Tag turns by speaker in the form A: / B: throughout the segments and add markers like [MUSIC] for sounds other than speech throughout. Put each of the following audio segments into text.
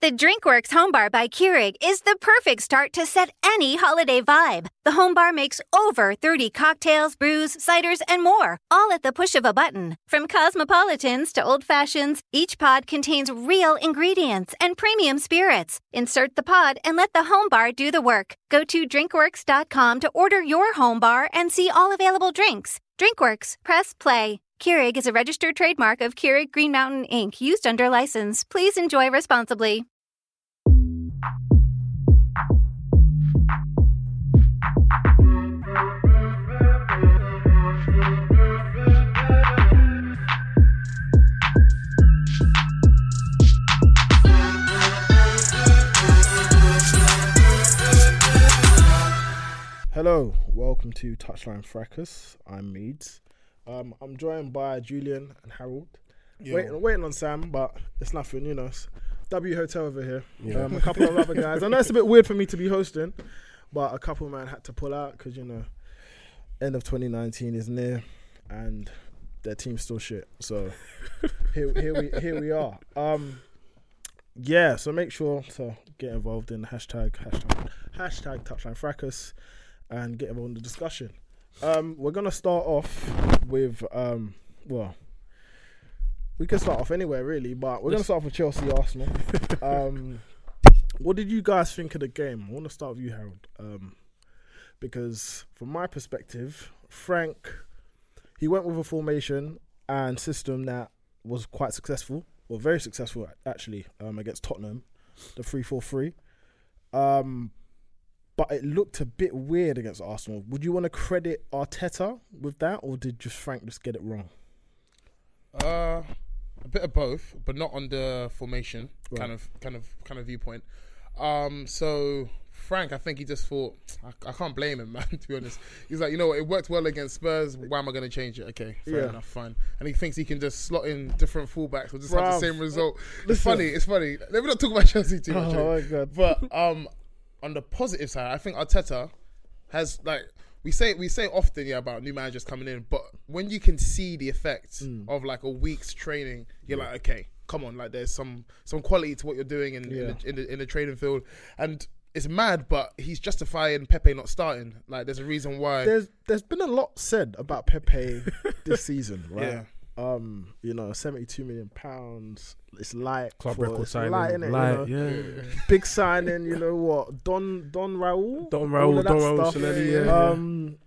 A: The DrinkWorks Home Bar by Keurig is the perfect start to set any holiday vibe. The home bar makes over 30 cocktails, brews, ciders, and more, all at the push of a button. From cosmopolitans to old fashions, each pod contains real ingredients and premium spirits. Insert the pod and let the home bar do the work. Go to drinkworks.com to order your home bar and see all available drinks. DrinkWorks, press play. Keurig is a registered trademark of Keurig Green Mountain Inc., used under license. Please enjoy responsibly.
B: Hello, welcome to Touchline Fracas. I'm Meads. Um, I'm joined by Julian and Harold. Waiting, waiting on Sam, but it's nothing, you know. It's w Hotel over here. Um, a couple of other guys. I know it's a bit weird for me to be hosting, but a couple man had to pull out because you know, end of 2019 is near, and their team's still shit. So here, here we here we are. Um, yeah, so make sure to get involved in the hashtag hashtag hashtag touchline fracas and get involved in the discussion. Um, we're gonna start off with um, well, we can start off anywhere really, but we're gonna start off with Chelsea Arsenal. Um, what did you guys think of the game? I want to start with you, Harold, um, because from my perspective, Frank he went with a formation and system that was quite successful, or very successful actually, um, against Tottenham, the three four three. Um, but it looked a bit weird against Arsenal. Would you want to credit Arteta with that, or did just Frank just get it wrong?
C: Uh, a bit of both, but not on the formation kind of kind of kind of viewpoint. Um, so Frank, I think he just thought I, I can't blame him, [LAUGHS] man. To be honest, he's like, you know, what, it worked well against Spurs. Why am I going to change it? Okay, fair
B: Yeah.
C: enough, fine. And he thinks he can just slot in different fullbacks. We'll just have the
B: Bruv.
C: same result. It's funny. It's funny. Let me not talk about [LAUGHS] Chelsea too much.
B: Oh,
C: eh?
B: my God.
C: But um, on the positive side, I think Arteta has like we say we say often yeah about new managers coming in, but when you can see the effects
B: Mm.
C: of like a week's training, you're like, okay, come on, like there's some some quality to what you're doing in in, the,
B: Yeah.
C: in, the, in the training field, and it's mad, but he's justifying Pepe not starting. Like there's a reason why.
B: there's there's been a lot said about
D: [LAUGHS]
B: Pepe this season, right?
C: Yeah.
B: Um, you know, seventy two million pounds. It's light
D: Club
B: for,
D: record
B: it's light,
D: signing.
B: innit, you know?
D: Light, yeah.
B: Big signing, you know what? Don Don Raul,
D: Don
B: all
D: Raul,
B: of
D: Don
B: that
D: Raul,
B: stuff.
D: Shaleli, yeah.
B: Um,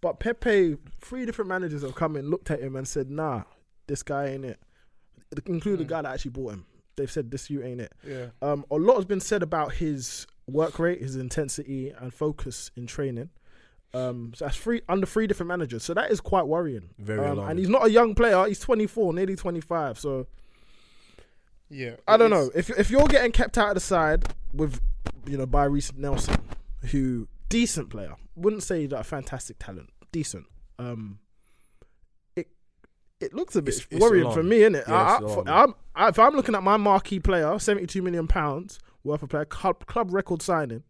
B: but Pepe, three different managers have come and looked at him and said, "Nah, this guy ain't it." Include the
D: Hmm.
B: guy that actually bought him. They've said, "This you ain't it."
C: yeah.
B: Um, a lot has been said about his work rate, his intensity, and focus in training. Um, so that's three under three different managers. So that is quite worrying.
D: Very
B: um,
D: alarming.
B: and he's not a young player. He's 24, nearly 25. So
C: Yeah,
B: I don't
C: It's-
B: know. If if you're getting kept out of the side with, you know, by Reece Nelson, who decent player, wouldn't say that a fantastic talent, decent. Um, it it looks a bit
D: It's- it's
B: worrying for
D: alarming.
B: me, innit?
D: Yeah,
B: I, I,
D: it's
B: for-
D: alarming.
B: I'm, I, if I'm looking at my marquee player, 72 million pounds worth of player, club, club record signing,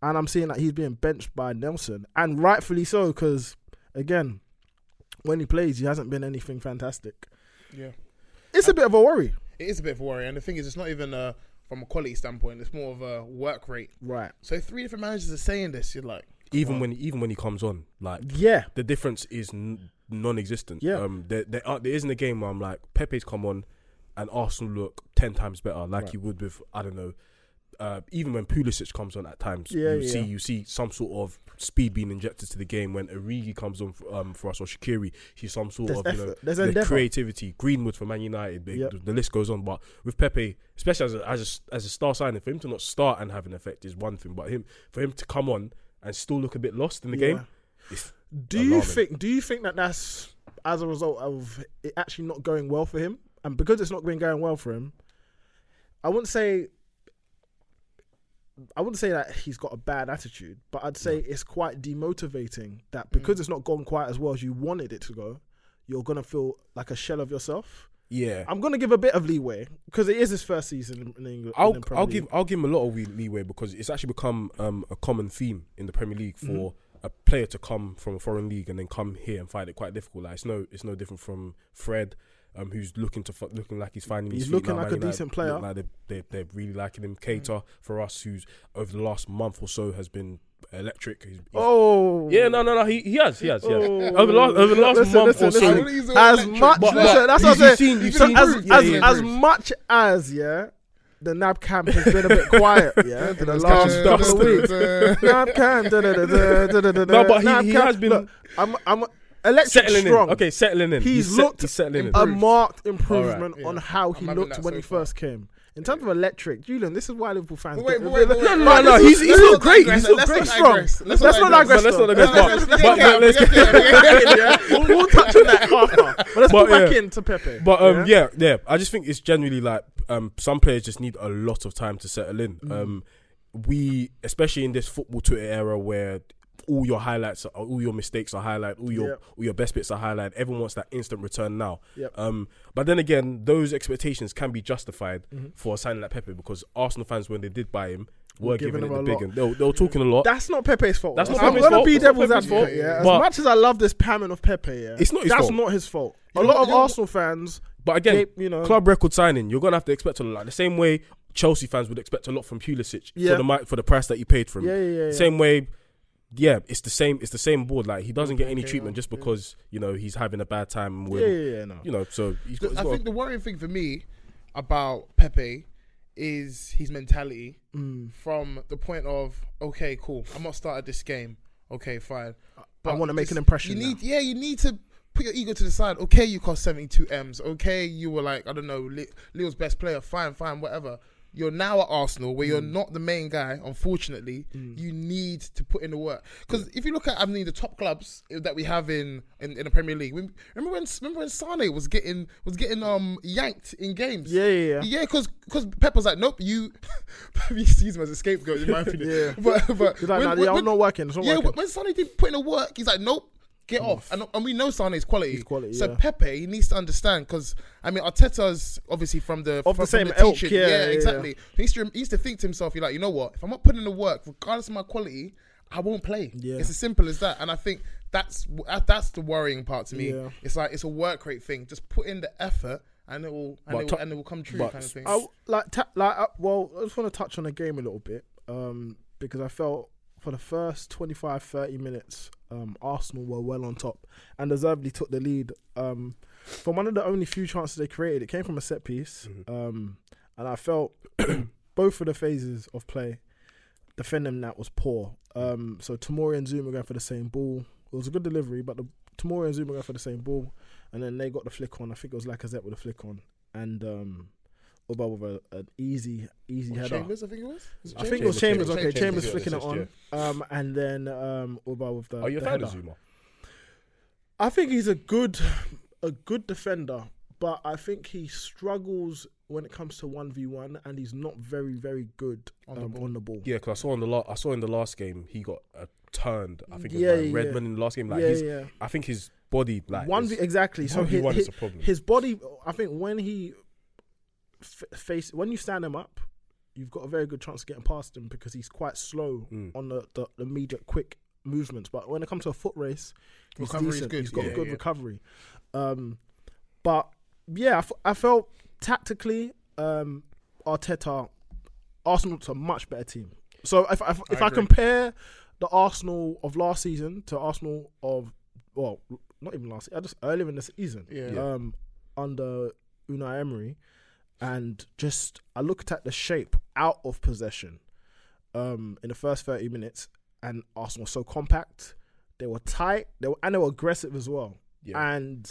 B: and I'm seeing that he's being benched by Nelson, and rightfully so, because again, when he plays, he hasn't been anything fantastic.
C: Yeah.
B: It's a bit of a worry,
C: It is a bit of a worry, and the thing is, it's not even uh, from a quality standpoint. It's more of a work rate.
B: right?
C: So three different managers are saying this. You're like,
D: Even when even when he comes on, like
B: Yeah,
D: the difference is n- non-existent.
B: Yeah.
D: Um, there there, are, there isn't a game where I'm like Pepe's come on, and Arsenal look ten times better, like you would with I don't know, uh, even when Pulisic comes on at times,
B: Yeah,
D: you
B: yeah.
D: see you see some sort of speed being injected to the game. When Origi comes on for, um, for us or Shakiri, he's some sort
B: There's
D: of you know
B: effort. There's
D: the
B: endeavour.
D: creativity. Greenwood for Man United, the,
B: Yep.
D: the, the list goes on. But with Pepe, especially as a, as a, as a star signing, for him to not start and have an effect is one thing, but him for him to come on and still look a bit lost in the game. it's
B: Do you
D: alarming.
B: think? Do you think that that's as a result of it actually not going well for him, and because it's not been going well for him, I wouldn't say. I wouldn't say that he's got a bad attitude, but I'd say it's quite demotivating that
D: Mm.
B: because it's not gone quite as well as you wanted it to go, you're gonna feel like a shell of yourself.
D: Yeah,
B: I'm gonna give a bit of leeway because it is his first season in, in England.
D: I'll,
B: in the Premier
D: I'll
B: League.
D: give I'll give him a lot of wee- leeway because it's actually become um, a common theme in the Premier League
B: Mm-hmm.
D: for a player to come from a foreign league and then come here and find it quite difficult. Like it's no it's no different from Fred, um, who's looking to fi- looking like he's finding his
B: He's
D: feet
B: looking
D: now,
B: like
D: Man
B: a decent player. Mm.
D: look Like they, they they're really liking him. Cater for us, who's over the last month or so has been electric. He's, he's-
B: Oh
D: yeah, no, no, no. He, he has, he has, he has. Over the last, over the last
B: Listen,
D: month
B: listen,
D: or so,
B: listen.
C: I don't use the word
B: as
C: electric,
B: much
C: but-
B: listen, that's what
D: You've
B: I'm saying.
D: seen- you've
B: So
D: seen
B: as,
D: improved.
B: as,
D: Yeah, yeah,
B: as
C: improved.
B: much as yeah, the Nab camp has been a bit quiet yeah in the last
D: Dun,
B: couple of
D: dun,
B: weeks. Nab camp, da, da, da, da, da, da, da,
D: No, but he-
B: Nab
D: he
B: camp.
D: has been-
B: Look, I'm I'm electric
D: settling
B: strong.
D: in. Okay, settling in.
B: he's,
D: he's set-
B: looked
D: he's settling in.
B: a
C: Improved.
B: marked improvement
C: Yeah.
B: on how
C: I'm
B: he
C: having
B: looked
C: that
B: when
C: so
B: he
C: far.
B: first came. In terms of electric, Julian, this is why Liverpool fans.
C: But wait,
B: get-
C: but wait, but wait,
B: No, no,
C: but
B: no,
C: let's-
B: he's he's
C: let's
B: looked
C: not
B: great.
C: digress,
B: He's looked
C: let's
B: great,
C: not
B: strong.
C: digress,
B: Let's
C: let's
B: not
C: not
B: digress.
C: digress.
D: But let's not
B: though.
D: digress,
B: Let's let's
D: but- but-
B: get
D: but let's
B: back in, yeah. We'll we'll touch on that half. But let's go
D: But,
B: back
D: yeah.
B: into Pepe.
D: But um, yeah. yeah, I just think it's generally like um, some players just need a lot of time to settle in.
B: Mm.
D: Um, we, especially in this football Twitter era where all your highlights, are, all your mistakes are highlighted, all your
B: Yeah.
D: all your best bits are highlighted. Everyone wants that instant return now.
B: Yep.
D: Um, but then again, those expectations can be justified
B: Mm-hmm.
D: for a signing like Pepe because Arsenal fans, when they did buy him, were
B: giving
D: giving,
B: him a
D: it the big
B: lot.
D: and they were, they were talking a lot.
B: That's not Pepe's fault.
D: That's
B: right?
D: not Pepe's
B: I'm gonna
D: fault.
B: be
D: That's not
B: devil's
D: Pepe's
B: advocate.
D: fault.
B: Yeah, as
D: But-
B: much as I love this pamming of Pepe, yeah,
D: It's not his
B: that's
D: fault.
B: not his fault. A
C: You
B: lot
C: know-
B: of
C: you know-
B: Arsenal fans,
D: But again,
B: Gape, you know-
D: club record signing, you're gonna have to expect a lot. The same way Chelsea fans would expect a lot from Pulisic
B: Yeah.
D: for the mi- for the price that he paid for him.
B: Yeah, yeah, yeah,
D: Same way, yeah, it's the same. It's the same board. Like he doesn't get any treatment just because you know he's having a bad time. With,
B: Yeah, yeah, yeah, no.
D: You know, so he's got.
C: The-
D: He's
C: I
D: got
C: think the worrying thing for me about Pepe is his mentality
B: Mm.
C: from the point of okay, cool, I'm not started this game. Okay, fine.
B: wanna make an
C: just-
B: impression
C: You
B: now.
C: need, yeah, you need to put your ego to the side. Okay, you cost 72 m's. Okay, you were like I don't know, Le- Leo's best player. Fine, fine, whatever. You're now at Arsenal, where you're
B: Mm.
C: not the main guy. Unfortunately, you need to put in the work. Because if you look at, I mean, the top clubs that we have in in, in the Premier League. Remember when remember when Sane was getting was getting um yanked in games.
B: Yeah, yeah, yeah.
C: yeah. Because because Pep was like, nope, you. [LAUGHS] Pep used to use him as a scapegoat in
B: [LAUGHS]
C: my opinion.
D: [LAUGHS]
B: Yeah.
C: But but
B: He's like, nah, yeah, I'm not working, it's not
C: yeah,
B: working.
C: when Sane did put in the work, he's like, nope, get off. And, and we know Sane's quality.
B: He's quality,
C: so
B: yeah.
C: Pepe, he needs to understand because I mean Arteta's obviously from the
B: Of
C: from,
B: the
C: from
B: same ilk,
C: teaching.
B: yeah, yeah,
C: exactly. He used to he used to think to himself, you're like, you know what? If I'm not putting in the work, regardless of my quality, I won't play.
B: Yeah.
C: It's as simple as that. And I think that's that- that's the worrying part to me.
B: Yeah.
C: It's like it's a work rate thing. Just put in the effort, and it will and,
D: But
C: it will,
D: top-
C: and it will come true,
D: but
C: kind of thing.
B: I, like, ta- like, uh, well, I just want to touch on the game a little bit um, because I felt for the first 25, 30 minutes, um, Arsenal were well on top and deservedly took the lead. Um, from one of the only few chances they created, it came from a set piece, um, and I felt [CLEARS THROAT] both of the phases of play, defending that was poor. Um, so Tamori and Zuma going for the same ball. It was a good delivery, but the Tamori and Zuma going for the same ball, and then they got the flick on. I think it was Lacazette with a flick on, and um, Oba with a, an easy, easy header.
C: Chambers, I think it was. Was
B: I think it was Chambers.
D: Chambers,
B: Okay,
D: Chambers,
B: Chambers,
D: yeah,
B: flicking it
D: assist,
B: on, um, and then um, Oba with the.
D: are you a
B: the
D: fan
B: header.
D: of Oh, Zuma?
B: I think he's a good, a good defender, but I think he struggles when it comes to one v one, and he's not very, very good on, um, on the ball.
D: Yeah, because I saw in the la- I saw in the last game he got uh, turned. I think it was
B: Yeah,
D: by
B: yeah.
D: Redmond in the last game. Like
B: Yeah,
D: his,
B: yeah.
D: I think his body like
B: one
D: is-
B: v exactly. So
D: one v
B: his,
D: one
B: his,
D: is a problem.
B: his body, I think, when he f- face when you stand him up, you've got a very good chance of getting past him because he's quite slow
D: Mm.
B: on the, the immediate quick movements. But when it comes to a foot race, he's
C: Recovery's
B: decent.
C: good.
B: He's got
C: Yeah,
B: good
C: yeah.
B: recovery. Um, but yeah, I, f- I felt tactically, um, Arteta, Arsenal's a much better team. So if if, if I,
C: agree.
B: compare the Arsenal of last season to Arsenal of well, not even last, I just earlier in the season,
C: Yeah.
B: um, under Unai um, Emery, and just I looked at the shape out of possession um, in the first 30 minutes, and Arsenal were so compact. They were tight, they were, and they were aggressive as well.
D: Yeah.
B: And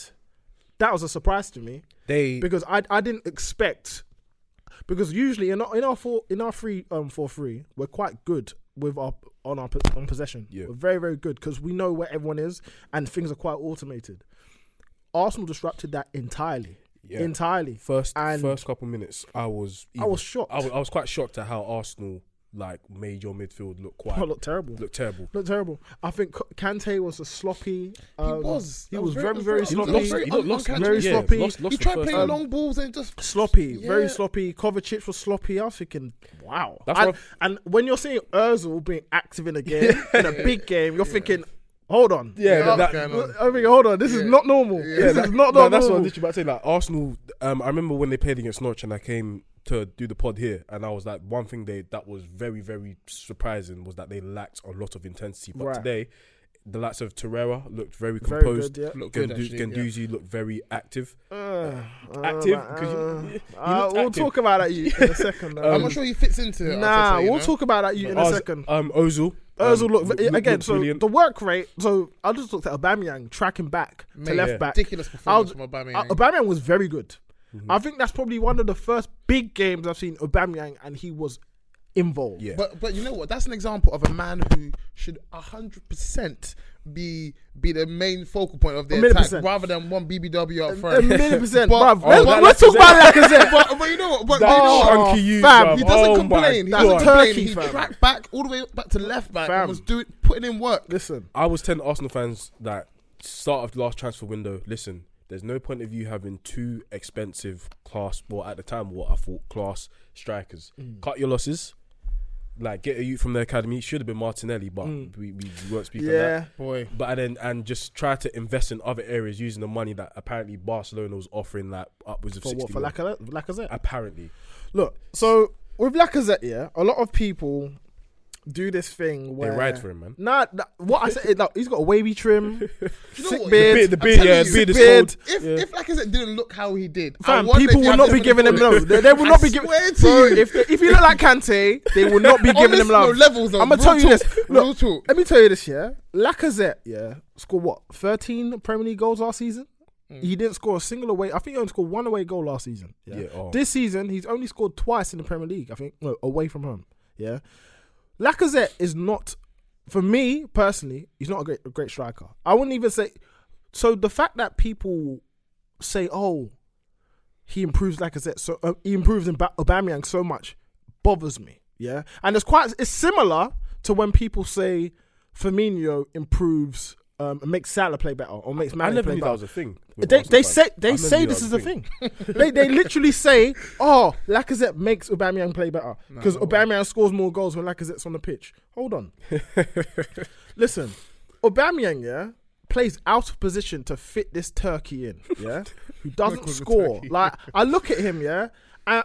B: that was a surprise to me
D: They
B: because I I didn't expect because usually in our in our four in our three um four three we're quite good with our on our po- on possession.
D: Yeah.
B: We're very very good because we know where everyone is and things are quite automated. Arsenal disrupted that entirely,
D: Yeah.
B: entirely.
D: first
B: and
D: first couple minutes, I was
B: I was shocked.
D: I was, I was quite shocked at how Arsenal like made your midfield look quite
B: Oh, look terrible.
D: look terrible.
B: Look terrible. I think K- Kante was a sloppy. Um,
C: was.
B: He
C: That
B: was
C: was
B: very
C: very-
B: very
C: that was
B: sloppy.
C: very-
D: lost,
C: very
D: he looked lost,
C: uncatchable.
B: Very
D: yeah,
B: sloppy.
D: Lost, lost
C: you
D: the
C: try
D: first
C: playing
D: half.
C: long balls and just
B: sloppy, very
C: Yeah.
B: sloppy. Kovacic was sloppy. I was thinking, wow.
D: That's
B: and,
D: what-
B: and when you're seeing Özil being active in a game,
C: [LAUGHS]
B: in a big game, you're thinking, hold on.
D: Yeah,
C: Yeah,
D: that,
C: okay, no.
B: I mean, hold on. This is not normal. This
D: that-
B: is not
D: no,
B: normal.
D: that's what I was literally about to say. Like Arsenal, um, I remember when they played against Norwich, and I came to do the pod here, and I was like, one thing they that was very very surprising was that they lacked a lot of intensity. But
B: Right.
D: today, the likes of Torreira looked very
B: Very
D: composed.
B: good, yeah.
C: Looked good,
D: Gandu-
C: actually,
D: Ganduzi looked very active.
B: Uh,
D: active?
B: uh,
D: 'Cause [LAUGHS] you- you looked
B: uh, we'll
D: active.
B: talk about that you in a second. though.
C: I'm not sure he fits into. it,
B: Um, Nah,
C: Arteta, you
B: we'll
C: know?
B: talk about that you in a
D: Oz-
B: second.
D: Um, Ozil.
B: Özil
D: um,
B: look
D: looked-
B: again.
D: looked
B: so
D: brilliant.
B: the work rate. So I just looked at Aubameyang tracking back to
C: Mate,
B: left
D: yeah.
B: back.
C: Ridiculous performance
B: I
C: from Aubameyang.
B: uh, Aubameyang was very good.
D: Mm-hmm.
B: I think that's probably one of the first big games I've seen Aubameyang, and he was involved.
D: Yeah.
C: But but you know what? That's an example of a man who should hundred percent be be the main focal point of
B: A
C: their
B: million
C: attack,
B: percent.
C: rather than one BBW up
B: A
C: front.
B: million
C: [LAUGHS]
B: percent,
C: But-
B: bruv.
C: oh,
B: Let's,
D: that-
B: let's talk about Lacazette.
C: [LAUGHS] but, but you know what? But, but
D: That
C: you know what?
B: Oh,
D: chunky you,
B: fam,
D: bruv.
C: He doesn't
D: Oh my
C: complain. He
D: God.
C: doesn't complain.
B: Turkey,
C: he
B: fam.
C: tracked back all the way back to left back
B: Fam.
C: and was doing putting in work.
B: Listen,
D: was telling Arsenal fans that start of the last transfer window. Listen, there's no point of you having two expensive class, well at the time what I thought class strikers.
B: Mm.
D: Cut your losses. Like get a youth from the academy. It should have been Martinelli, but we, we weren't speaking.
B: Mm. Yeah.
D: that. boy. But then and just try to invest in other areas using the money that apparently Barcelona was offering, like upwards of
B: for what
D: sixty.
B: for
D: mil.
B: Laca- Lacazette?
D: apparently,
B: Look, so with Lacazette, yeah, a lot of people do this thing where
D: ride for him, man.
B: Nah, nah, what I said, is, like, he's got a wavy
D: [LAUGHS]
B: trim, sick
C: what? The
B: beard,
D: beard- the beard,
B: I'm telling
D: yeah,
B: you,
D: beard is
B: beard.
C: If if Lacazette didn't look how he did, I
B: Fam,
C: wonder if
B: people
C: he
B: will
C: had
B: not be
C: different
B: giving him
C: football.
B: love. They, they will
C: I
B: not be giving.
C: swear to
B: Bro,
C: you.
B: if if you look like Kante, they will not
C: [LAUGHS]
B: be
C: On
B: giving
C: this
B: him love.
C: low levels, though,
B: I'm gonna tell
C: real
B: you this.
C: talk, real
B: Look,
C: talk.
B: let me tell you this. Yeah, Lacazette. Yeah, scored what 13 Premier League goals last season.
C: Hmm.
B: He didn't score a single away. I think he only scored one away goal last season. Yeah.
D: Yeah, oh.
B: This season, he's only scored twice in the Premier League. I think no, away from home. Yeah. Lacazette is not, for me personally, he's not a great a great striker. I wouldn't even say. So the fact that people say, "Oh, he improves Lacazette," so uh, he improves in ba- Aubameyang so much, bothers me. Yeah, and it's quite it's similar to when people say Firmino improves. Um, and makes Salah play better or makes
D: I
B: Mane
D: never
B: play
D: knew
B: better
D: that was a thing. with
B: they
D: Arsenal
B: they
D: fans.
B: say
D: I
B: they
D: never
B: say
D: knew
B: this is
D: that
B: a
D: was
B: thing.
D: [LAUGHS]
B: they they literally say, "Oh, Lacazette makes Aubameyang play better because Aubameyang scores more goals when Lacazette's on the pitch." Hold
D: [LAUGHS]
B: on, listen, Aubameyang, yeah. Plays out of position to fit this turkey in, yeah, who
D: [LAUGHS]
B: doesn't score. Like I look at him, yeah, and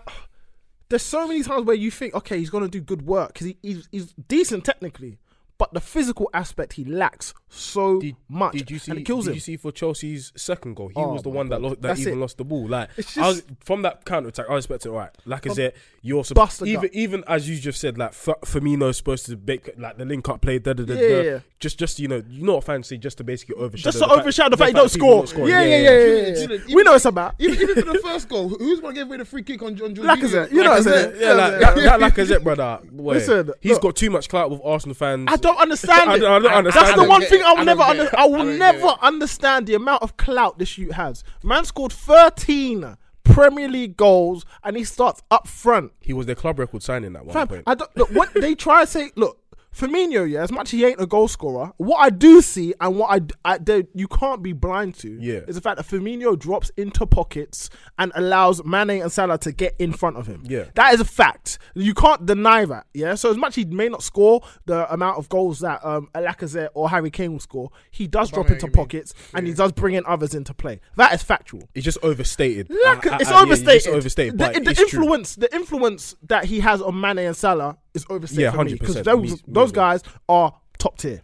B: there's so many times where you think, okay, he's gonna do good work because he, he's, he's decent technically, but the physical aspect he lacks so
D: Did,
B: much,
D: did you see?
B: and it kills
D: did
B: him.
D: you see for Chelsea's second goal? He
B: Oh
D: was the
B: my
D: one that
B: God.
D: lost, that
B: That's
D: even
B: it.
D: lost the ball. Like
B: It's
D: I was,
B: just-
D: from that counter attack, I was expecting all right. Like I said, you're
B: bust
D: supposed
B: a
D: even
B: gut.
D: even as you just said, like F- Firmino's supposed to make like the link up play. Da, da, da,
B: Yeah, yeah,
D: da.
B: yeah.
D: Just just you know, you know what fans say, just to basically overshadow,
B: just to
D: the fact-
B: overshadow the fact he
D: that
B: don't
D: people
B: score.
D: scoring.
B: Yeah, yeah, yeah. yeah, yeah.
C: Even-
B: we know it's about.
C: Even, even for the first goal, who- who's gonna give away the free kick on John
B: Lacazette, you know what I'm saying?
D: Yeah, like
B: Yeah.
D: that, that Lacazette brother. Boy,
B: Listen,
D: he's
B: look.
D: got too much clout with Arsenal fans.
B: I don't understand it.
D: [LAUGHS] I don't- I don't understand
B: That's the
D: it.
B: one
C: I don't
B: thing
C: get
B: I
C: it.
B: will
C: I
B: never.
C: don't
B: Under-
C: get it.
B: I
C: I
B: will
C: don't
B: never
C: get it.
B: understand the amount of clout this youth has. Man scored 13 Premier League goals, and he starts up front.
D: He was their club record signing at one
B: Fam,
D: point.
B: I don't look what they try to say. Look, Firmino, yeah, as much as he ain't a goal scorer, what I do see and what I, d- I- there- you can't be blind to
D: Yeah.
B: is the fact that Firmino drops into pockets and allows Mane and Salah to get in front of him.
D: Yeah.
B: that is a fact. You can't deny that. Yeah, so as much he may not score the amount of goals that um, Lacazette or Harry Kane will score, he does drop
C: Aubameyang,
B: into
C: you mean?
B: pockets and he does bring in others into play. That is factual.
D: It's just overstated.
B: Lack-
D: I- I-
B: it's
D: I- yeah,
B: overstated.
D: It's overstated.
B: The,
D: but
B: the
D: it's true.
B: influence, the influence that he has on Mane and Salah is overstated.
D: Yeah,
B: for me,
D: 100%.
B: those
D: Me- me
B: those
D: as well.
B: guys are top tier.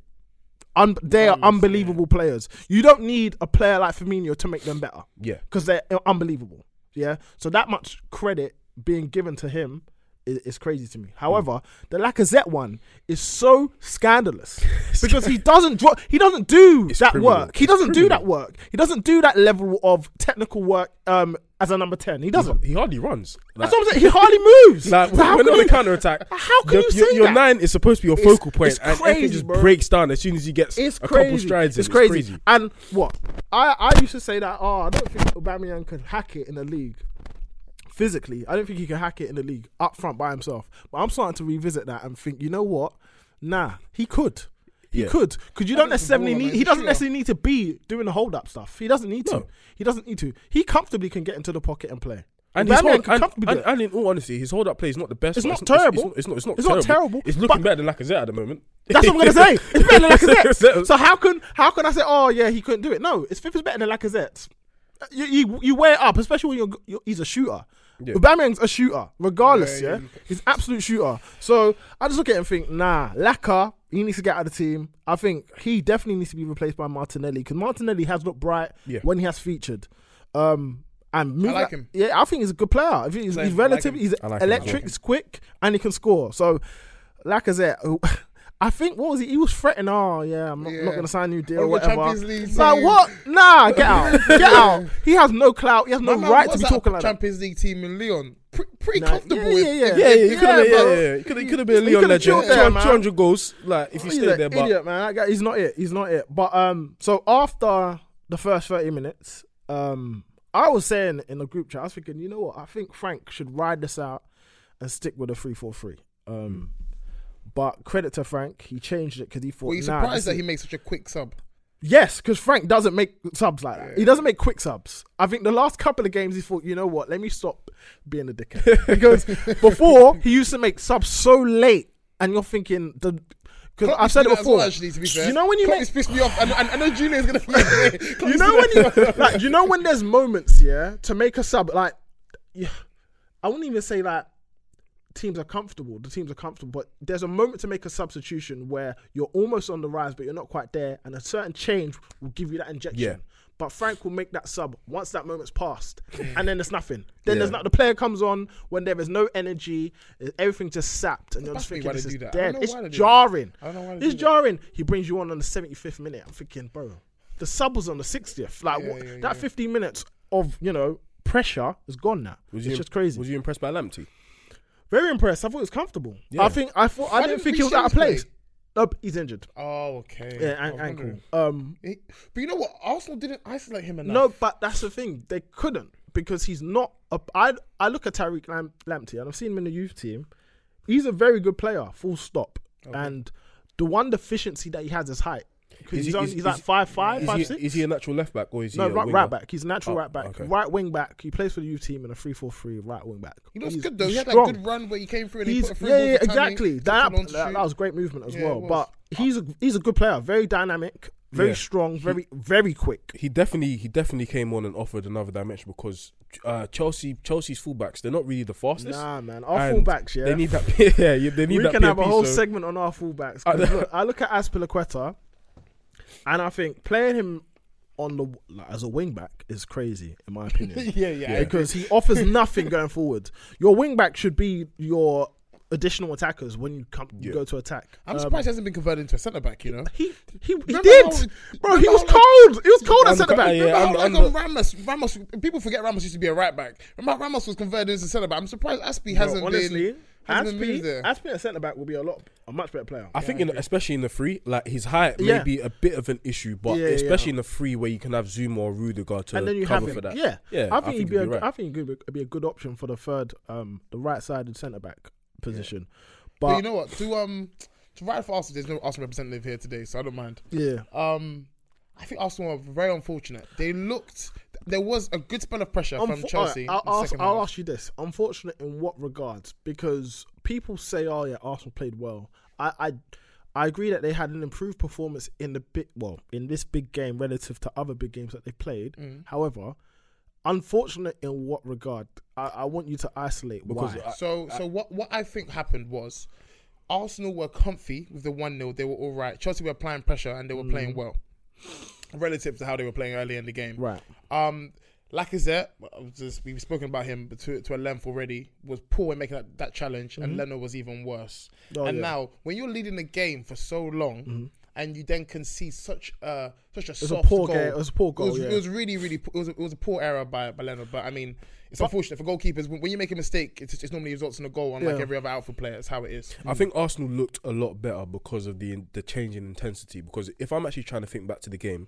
B: Un- they are unbelievable players. You don't need a player like Firmino to make them better
D: Yeah.
B: because they're unbelievable. Yeah. So that much credit being given to him is, is crazy to me. However, the Lacazette one is so scandalous
D: [LAUGHS]
B: because he doesn't draw, he doesn't do
D: It's
B: that
D: criminal.
B: work. He
D: It's
B: doesn't do
D: criminal.
B: that work. He doesn't do that level of technical work um, as a number ten. He doesn't.
D: He hardly runs. Like,
B: That's what I'm saying. He hardly moves.
D: Like
B: So
D: when
B: how
D: when
B: can
D: on
B: you-
D: the counter attack,
B: How can
D: your,
B: you
D: your,
B: say
D: your
B: that?
D: nine is supposed to be your
B: It's-
D: focal point,
B: it's
D: and everything
B: crazy,
D: just
B: bro.
D: breaks down as soon as he gets
B: It's
D: a
B: crazy.
D: couple strides. in.
B: It's crazy. And what? I, I used to say that, oh, I don't think Aubameyang could hack it in the league. Physically, I don't think he can hack it in the league up front by himself. But I'm starting to revisit that and think, you know what? Nah, he could. He
D: Yeah.
B: could. Because you don't
C: think he's a
B: necessarily need
C: baller, man.
B: he
C: He's a
B: doesn't
C: shooter.
B: necessarily need to be doing the hold up stuff. He doesn't need to.
D: No.
B: He doesn't need to. He comfortably can get into the pocket and play.
D: And, his
B: Aubameyang
D: hold,
B: can
D: and,
B: comfortably do
D: and,
B: it.
D: and in all honesty, his hold up play is not the best.
B: It's
D: but
B: not terrible.
D: It's, not, it's not.
B: It's not terrible,
D: It's looking
B: but-
D: better than Lacazette at the moment.
B: That's what I'm gonna say. It's
D: [LAUGHS]
B: better than Lacazette. So how can how can I say, oh yeah, he couldn't do it? No, it's fifth is better than Lacazette. You, you you wear it up, especially when you're, you're he's a shooter.
D: Yeah.
B: Aubameyang's a shooter, regardless.
C: Yeah,
B: Yeah,
C: yeah,
B: he's absolute shooter. So I just look at it and think, nah, Laka, he needs to get out of the team. I think he definitely needs to be replaced by Martinelli because Martinelli has looked bright
D: Yeah.
B: when he has featured. Um, and moving-
C: like him.
B: Yeah, I think he's a good player. I think he's,
C: Same,
B: he's
C: I like
B: relative.
C: him.
B: he's
D: I like him as well.
B: electric. He's quick and he can score. So Lacazette, who- [LAUGHS] I think what was he? He was fretting. Oh yeah, I'm not,
C: Yeah.
B: not going to sign a new deal.
C: Or
B: Or
C: the
B: whatever.
C: Champions League
B: like
C: team.
B: what? Nah, get
C: [LAUGHS]
B: out, get out. He has no clout. He has no
C: My man
B: right to
C: was
B: be
C: at a
B: talking like that.
C: Champions League team in Lyon. Pre- pretty
B: Nah,
C: comfortable.
B: yeah, yeah,
C: if-
B: yeah.
C: if-
D: Yeah, yeah,
C: if-
D: you could have
B: bro.
D: yeah, yeah. could have been a
B: He
D: Leon
B: coulda
D: legend.
B: killed there, man.
D: 200 goals, like if you
B: He's
D: stayed
B: an
D: there, but
B: idiot, man. That guy, he's not it. He's not it. But um, so after the first thirty minutes, um, I was saying in the group chat, I was thinking, you know what? I think Frank should ride this out and stick with a three-four-three. Um, but credit to Frank, he changed it because he thought.
C: Were you
B: nah,
C: surprised
B: this
C: that
B: is-
C: he made such a quick sub?
B: Yes, because Frank doesn't make subs like that. He doesn't make quick subs. I think the last couple of games he thought, you know what, let me stop being a
C: [LAUGHS]
B: dickhead. because before he used to make subs so late, and you're thinking the because
C: Klopp
B: I've
C: used
B: said it
C: to do that as
B: before.
C: well, actually, to be fair.
B: You know when you
C: Klopp
B: make
C: used to piss me off, and, and I know Julian's gonna.
B: [LAUGHS]
C: Klopp
B: you
C: used
B: know
C: to
B: when
C: [LAUGHS]
B: [LAUGHS]
C: do that.
B: you like, you know when there's moments, yeah, to make a sub. Like, yeah, I wouldn't even say like teams are comfortable. The teams are comfortable, but there's a moment to make a substitution where you're almost on the rise, but you're not quite there, and a certain change will give you that injection.
D: Yeah.
B: But Frank will make that sub once that moment's passed, and then there's nothing. Then there's not the player comes on when there is no energy, everything's just sapped, and you're just
C: me
B: thinking
C: why they
B: this
C: do
B: is
C: that. I don't
B: dead.
C: know
B: It's
C: why they do that.
B: jarring.
C: I don't know why they
B: It's
C: do that.
B: jarring. He brings you on on the 75th minute. I'm thinking, bro, the sub was on the 60th. Like what,
C: yeah,
B: that 15 minutes of you know pressure is gone now.
D: was
B: it's
D: you
B: just crazy.
D: Was you impressed by Lamptey?
B: Very impressed. I thought it was comfortable.
D: Yeah.
B: I think I thought I
C: Why
B: didn't
C: didn't
B: think he was
C: Reece
B: out of
C: James
B: place. No, he's injured.
C: Oh, okay.
B: Yeah,
C: I
B: an-
C: was
B: ankle.
C: wondering.
B: Um,
C: He- But you know what? Arsenal didn't isolate him enough.
B: no, but that's the thing. They couldn't because he's not. A, I I look at Tariq Lam, Lamptey and I've seen him in the youth team. He's a very good player. Full stop. And the one deficiency that he has is height. Because
D: Is
B: he's,
D: he-
B: only,
D: is-
B: he's
D: is
B: like
D: he-
B: five five,
D: is,
B: five
D: he,
B: six.
D: is he a natural left back or is he
B: No,
D: a
B: right,
D: winger?
B: right back. He's a natural
D: Oh,
B: right back.
D: okay.
B: Right wing back. He plays for the youth team in a 3 4 3 right wing back.
C: He looks
B: He's-
C: good though. He
B: he's
C: had that
B: strong.
C: good run where he came through and he
B: He's,
C: put a free
B: yeah,
C: ball
B: yeah,
C: for Tammy,
B: exactly.
C: took
B: That,
C: it on to
B: that,
C: shoot.
B: that was great movement as
C: Yeah,
B: well.
C: it was.
B: But he's a, he's a good player. Very dynamic, very
D: Yeah.
B: strong, very very quick.
D: he definitely he definitely came on and offered another dimension because uh, Chelsea Chelsea's fullbacks they're not really the fastest.
B: Nah, man. Our
D: And
B: fullbacks, yeah.
D: They need that. [LAUGHS] Yeah, yeah they need
B: we
D: that.
B: can have a
D: PMP,
B: whole
D: so-
B: segment on our fullbacks.
D: I
B: 'Cause
D: know.
B: look, I look at Aspilaqueta, and I think playing him on the like, as a wing back is crazy, in my opinion.
C: [LAUGHS] Yeah, yeah.
B: because he offers nothing going forward. Your wing back should be your additional attackers when you come you
D: Yeah.
B: go to attack.
C: I'm
B: Um,
C: surprised he hasn't been converted into a centre back. You know.
B: he he, he
C: Remember
B: did,
C: how-
B: bro. He
C: remember
B: was
C: how, like-
B: cold. He was cold at
D: I'm
B: centre
D: ca-
B: back.
D: yeah,
C: Remember
D: I'm-
C: how, like,
D: I'm
C: on Ramos, Ramos. People forget Ramos used to be a right back. Remember how Ramos was converted into centre back. I'm surprised
B: Bro,
C: Aspie hasn't
B: honestly,
C: been. Hasn't been moved
B: Aspie,
C: there.
B: Aspie at centre back will be a lot a much better player.
D: I think, in, especially in the free, like his height may
B: Yeah.
D: be a bit of an issue, but
B: Yeah, yeah, yeah.
D: especially in the free where you can have Zoom or Rudiger to
B: and then you
D: cover
B: have him.
D: for that.
B: Yeah,
D: yeah.
B: I think, he'd be.
D: you'd
B: A,
D: right.
B: I think he'd be, be a good option for the third, um, the right-sided centre back position. But,
C: But you know what? To um to write for Arsenal, there's no Arsenal representative here today, so I don't mind.
B: yeah,
C: Um, I think Arsenal are very unfortunate. They looked. There was a good spell of pressure from
B: Unfo- uh,
C: Chelsea.
B: alright, I'll,
C: in the
B: ask,
C: second
B: I'll
C: half.
B: ask you this: unfortunate in what regards? Because people say, "Oh yeah, Arsenal played well." I, I, I agree that they had an improved performance in the bit, well, in this big game relative to other big games that they played. However, unfortunate in what regard? I, I want you to isolate
D: Because
B: why.
D: I-
C: So, so what, what I think happened was Arsenal were comfy with the 1 0. They were all right. Chelsea were applying
B: Mm.
C: pressure and they were playing well relative to how they were playing early in the game.
B: Right.
C: Um, Lacazette, I've just, we've spoken about him to, to a length already, was poor in making that, that challenge, and Leno was even worse.
B: Mhm. Oh,
C: and
B: yeah.
C: now, when you're leading the game for so long, and you then concede such a such a, soft
B: poor
C: goal,
B: game- it was a poor goal,
C: It was,
B: yeah.
C: it was really, really, po- it was, it was a poor error by, by Leno. But I mean, it's unfortunate for goalkeepers when, when you make a mistake, it's, it's normally results in a goal, unlike
B: Yeah.
C: every other outfield player. That's how it is.
D: I think Arsenal looked a lot better because of the the change in intensity. Because if I'm actually trying to think back to the game,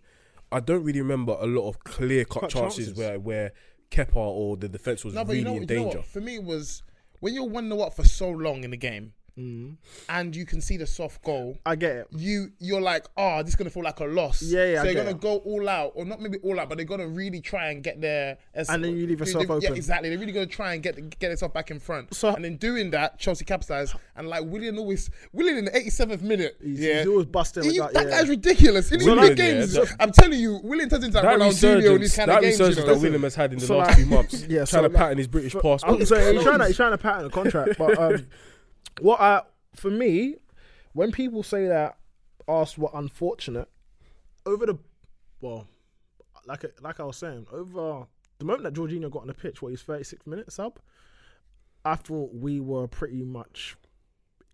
D: I don't really remember a lot of clear cut
B: Cut
D: chances,
B: chances.
D: where where Kepa or the defense was
C: No, but
D: really
C: you know,
D: in
C: you know
D: danger.
C: what? For me, it was when you're one 0 up for so long in the game,
B: Mm-hmm.
C: and you concede a soft goal.
B: I get it.
C: you you're like, oh, this is gonna feel like a loss.
B: Yeah, yeah,
C: So
B: I
C: they're
B: get
C: gonna
B: it.
C: go all out, or not maybe all out, but they're gonna really try and get their.
B: And then you leave
C: they-
B: yourself
C: they- Yeah,
B: open.
C: exactly. They're really gonna try and get get themselves back in front.
B: So-
C: and in doing that, Chelsea capitalised, and like William always, William in the 87th minute,
B: He's-
C: yeah,
B: he's always busting
C: You-
B: like
C: that.
B: that, yeah.
C: guy's ridiculous. In these
D: Willian,
C: big games,
D: yeah,
C: I'm telling you, William turns into
D: That
C: like Ronaldinho in these
D: resurgence,
C: kind
D: that
C: of games. You
D: resurgence
C: know?
D: that William has had in the
B: So,
D: last
B: like-
D: few months,
B: Yeah,
D: trying
B: so,
D: to
B: like-
D: pattern his British passport.
B: I'm
D: [LAUGHS]
B: sorry, he's trying to he's trying to pattern a contract, but um, [LAUGHS] what I for me, when people say that Arsenal were unfortunate over the well, like like I was saying, over the moment that Jorginho got on the pitch, what he's 36 minutes up, I thought we were pretty much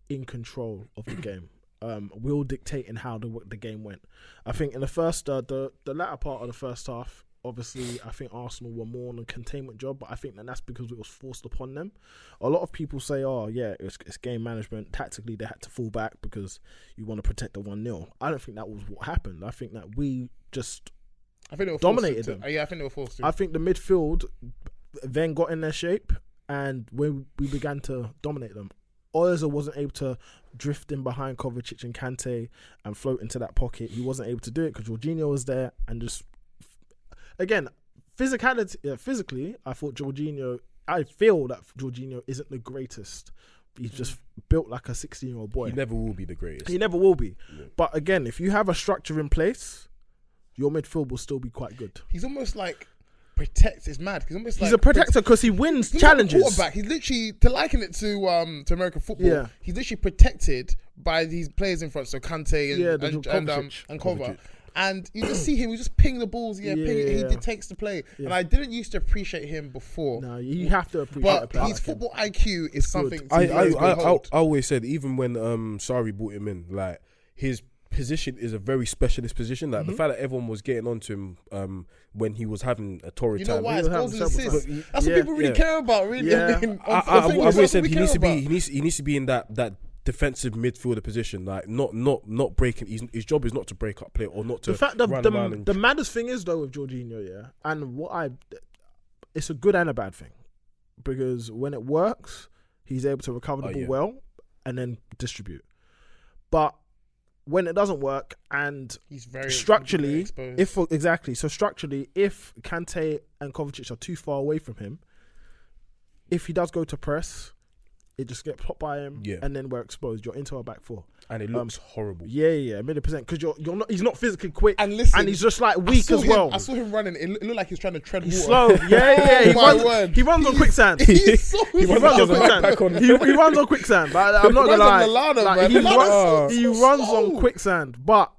B: in control of the game. Um, we were dictating how the the game went. I think in the first uh, the the latter part of the first half, obviously, I think Arsenal were more on a containment job, but I think that that's because it was forced upon them. A lot of people say, "Oh, yeah, it's, it's game management. Tactically, they had to fall back because you want to protect the one 0 I don't think that was what happened. I think that we just
C: I think they were forced
B: dominated
C: to-
B: them.
C: uh, Yeah, I think they were forced to.
B: I think the midfield then got in their shape, and when we began to dominate them, Oyaza wasn't able to drift in behind Kovacic and Kante and float into that pocket. He wasn't able to do it because Jorginho was there and just again physicality. Yeah, physically, I thought Jorginho. I feel that Jorginho isn't the greatest. He's just built like a sixteen-year-old boy.
D: He never will be the greatest.
B: He never will be. But again, if you have a structure in place, your midfield will still be quite good.
C: He's almost like protects. It's mad. He's almost
B: He's
C: like
B: a protector because he wins
C: He's not a
B: challenges.
C: Quarterback. He's literally to liken it to um to American football.
B: Yeah.
C: He's literally protected by these players in front, so Kante and
B: Yeah, the
C: and,
B: Kovacic.
C: and, um, and Kovac.
D: Kovacic.
C: And you just see him, he just ping the balls, yeah, ping it,
B: Yeah.
C: he takes the play. And I didn't used to appreciate him before.
B: No, you have to appreciate a
C: but
B: player
C: his
B: like him.
C: football IQ is something
D: I,
C: to
D: I,
C: always
D: I, I,
C: behold.
D: I always said even when um Sari brought him in, like his position is a very specialist position. Like
C: Mm-hmm.
D: the fact that everyone was getting onto him um when he was having a torrid
C: you know
D: time.
C: why? It's
B: He's
C: goals and
B: having several
C: assists.
B: times.
C: That's
B: Yeah,
C: what people really
D: yeah.
C: care about, really.
B: Yeah.
C: I mean, [LAUGHS]
D: I,
C: on-
D: I,
C: on
D: I,
C: things,
D: I've always
C: that's
D: said
C: what
D: he
C: we
D: needs to
C: care
D: be
C: about.
D: he needs he needs to be in that that defensive midfielder position. Like not not not breaking. His, his job is not to break up play or not to
B: the fact that
D: run
B: the,
D: around and
B: the maddest thing is though with Jorginho, yeah, and what I, it's a good and a bad thing, because when it works, he's able to recover the
D: Oh,
B: ball
D: yeah.
B: well and then distribute, but when it doesn't work and
C: He's very
B: structurally,
C: exposed.
B: if exactly so structurally, if Kante and Kovacic are too far away from him, if he does go to press, it just get popped by him,
D: Yeah.
B: and then we're exposed. You're into our back four.
D: and it looks horrible.
B: um, Yeah, yeah, a million percent. Because you're you're not. He's not physically quick,
C: And listen,
B: and he's just like
C: I
B: weak
C: saw
B: as
C: him-
B: well.
C: I saw him running. It loo- it looked like he was trying to tread
B: He's slow.
C: water. [LAUGHS]
B: Yeah, yeah. He
C: Oh, my
B: runs,
C: word.
B: he
C: [LAUGHS]
B: runs on [LAUGHS] quicksand. He,
C: He's so
D: runs
B: runs on
D: on backpack
B: quicksand.
D: on-
B: He, he runs on quicksand. But
C: [LAUGHS]
B: I'm not
C: He
B: gonna
C: runs
B: lie.
C: on Lallana,
B: Like,
C: man. Oh.
B: he
C: Lallana's so-
B: runs, he
C: so
B: runs on
C: slow.
B: quicksand. But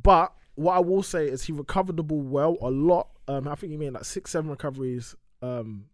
B: but what I will say is he recovered the ball well a lot. Um, I think he made like six, seven recoveries. Um,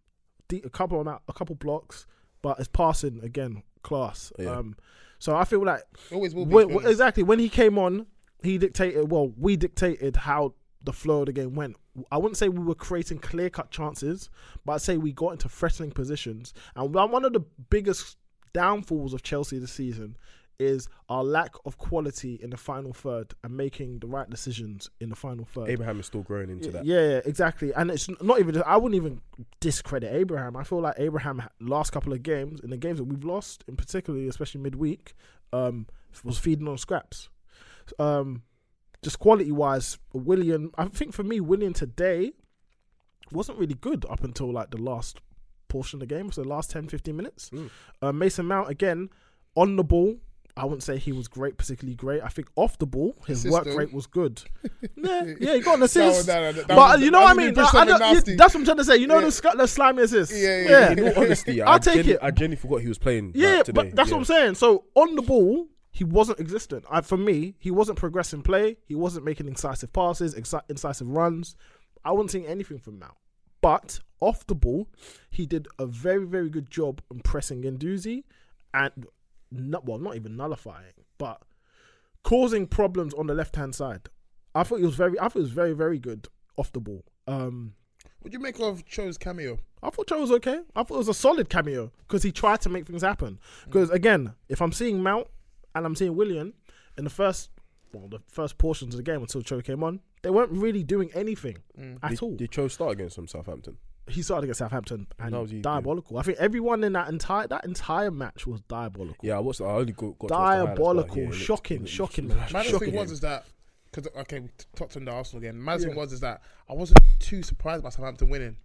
B: de- a couple amount, a couple blocks, but his passing again class. Um, so I feel like
C: Always will be,
B: when-
C: to be honest.
B: exactly when he came on, he dictated. Well, we dictated how the flow of the game went. I wouldn't say we were creating clear cut chances, but I'd say we got into threatening positions. And one one of the biggest downfalls of Chelsea this season is our lack of quality in the final third and making the right decisions in the final third.
D: Abraham is still growing into that.
B: Yeah, yeah, exactly. And it's n- not even. I wouldn't even discredit Abraham. I feel like Abraham ha- last couple of games in the games that we've lost, in particularly, especially midweek, um, was feeding on scraps. Um, just quality wise, William. I think for me, William today wasn't really good up until like the last portion of the game, so the last 10, 15 minutes.
D: Mm.
B: Uh, Mason Mount again on the ball. I wouldn't say he was great, particularly great. I think off the ball, his
C: Assist
B: work
C: though.
B: rate was
D: [LAUGHS]
B: good. yeah, yeah, he got an assist.
C: [LAUGHS] no, no, that
B: but
C: was-
B: you know
C: that
B: what I
C: was
B: mean?
C: gonna be
B: I- I
C: something
B: don't- you-
C: nasty.
B: that's what I'm trying to say. You know
C: Yeah.
B: the, sc- the slimy assist.
C: Yeah, yeah, yeah.
D: In all
B: [LAUGHS]
D: honesty,
B: I'll
D: I
B: take
D: genu-
B: it.
D: I genuinely forgot he was playing. like,
B: Yeah,
D: today.
B: but that's what
D: Yeah.
B: I'm saying. So on the ball, he wasn't existent. I, for me, he wasn't progressing play. He wasn't making incisive passes, exci- incisive runs. I wasn't seeing anything from Mount. But off the ball, he did a very, very good job in pressing Ganduzi and, not, well, not even nullifying, but causing problems on the left hand side. I thought he was very, I thought he was very, very good off the ball. Um,
C: What do you make of Cho's cameo?
B: I thought Cho was okay. I thought it was a solid cameo because he tried to make things happen.
C: Mm.
B: Because again, if I'm seeing Mount and I'm seeing William in the first, well, the first portions of the game until Cho came on, they weren't really doing anything
C: Mm.
B: at
D: Did,
B: all.
D: did Cho start against some Southampton?
B: he started against Southampton and
D: That was he, yeah.
B: diabolical. I think everyone in that entire that entire match was diabolical.
D: Yeah, I watched. I only got, got to watch the highlights, but
B: Diabolical,
D: yeah, it looked- it
B: shocking,
D: looked-
B: shocking,
C: My
B: match.
C: other thing
B: shocking.
C: was is that because okay, we t- touched on the Arsenal game. My other thing was is that I wasn't too surprised by Southampton winning,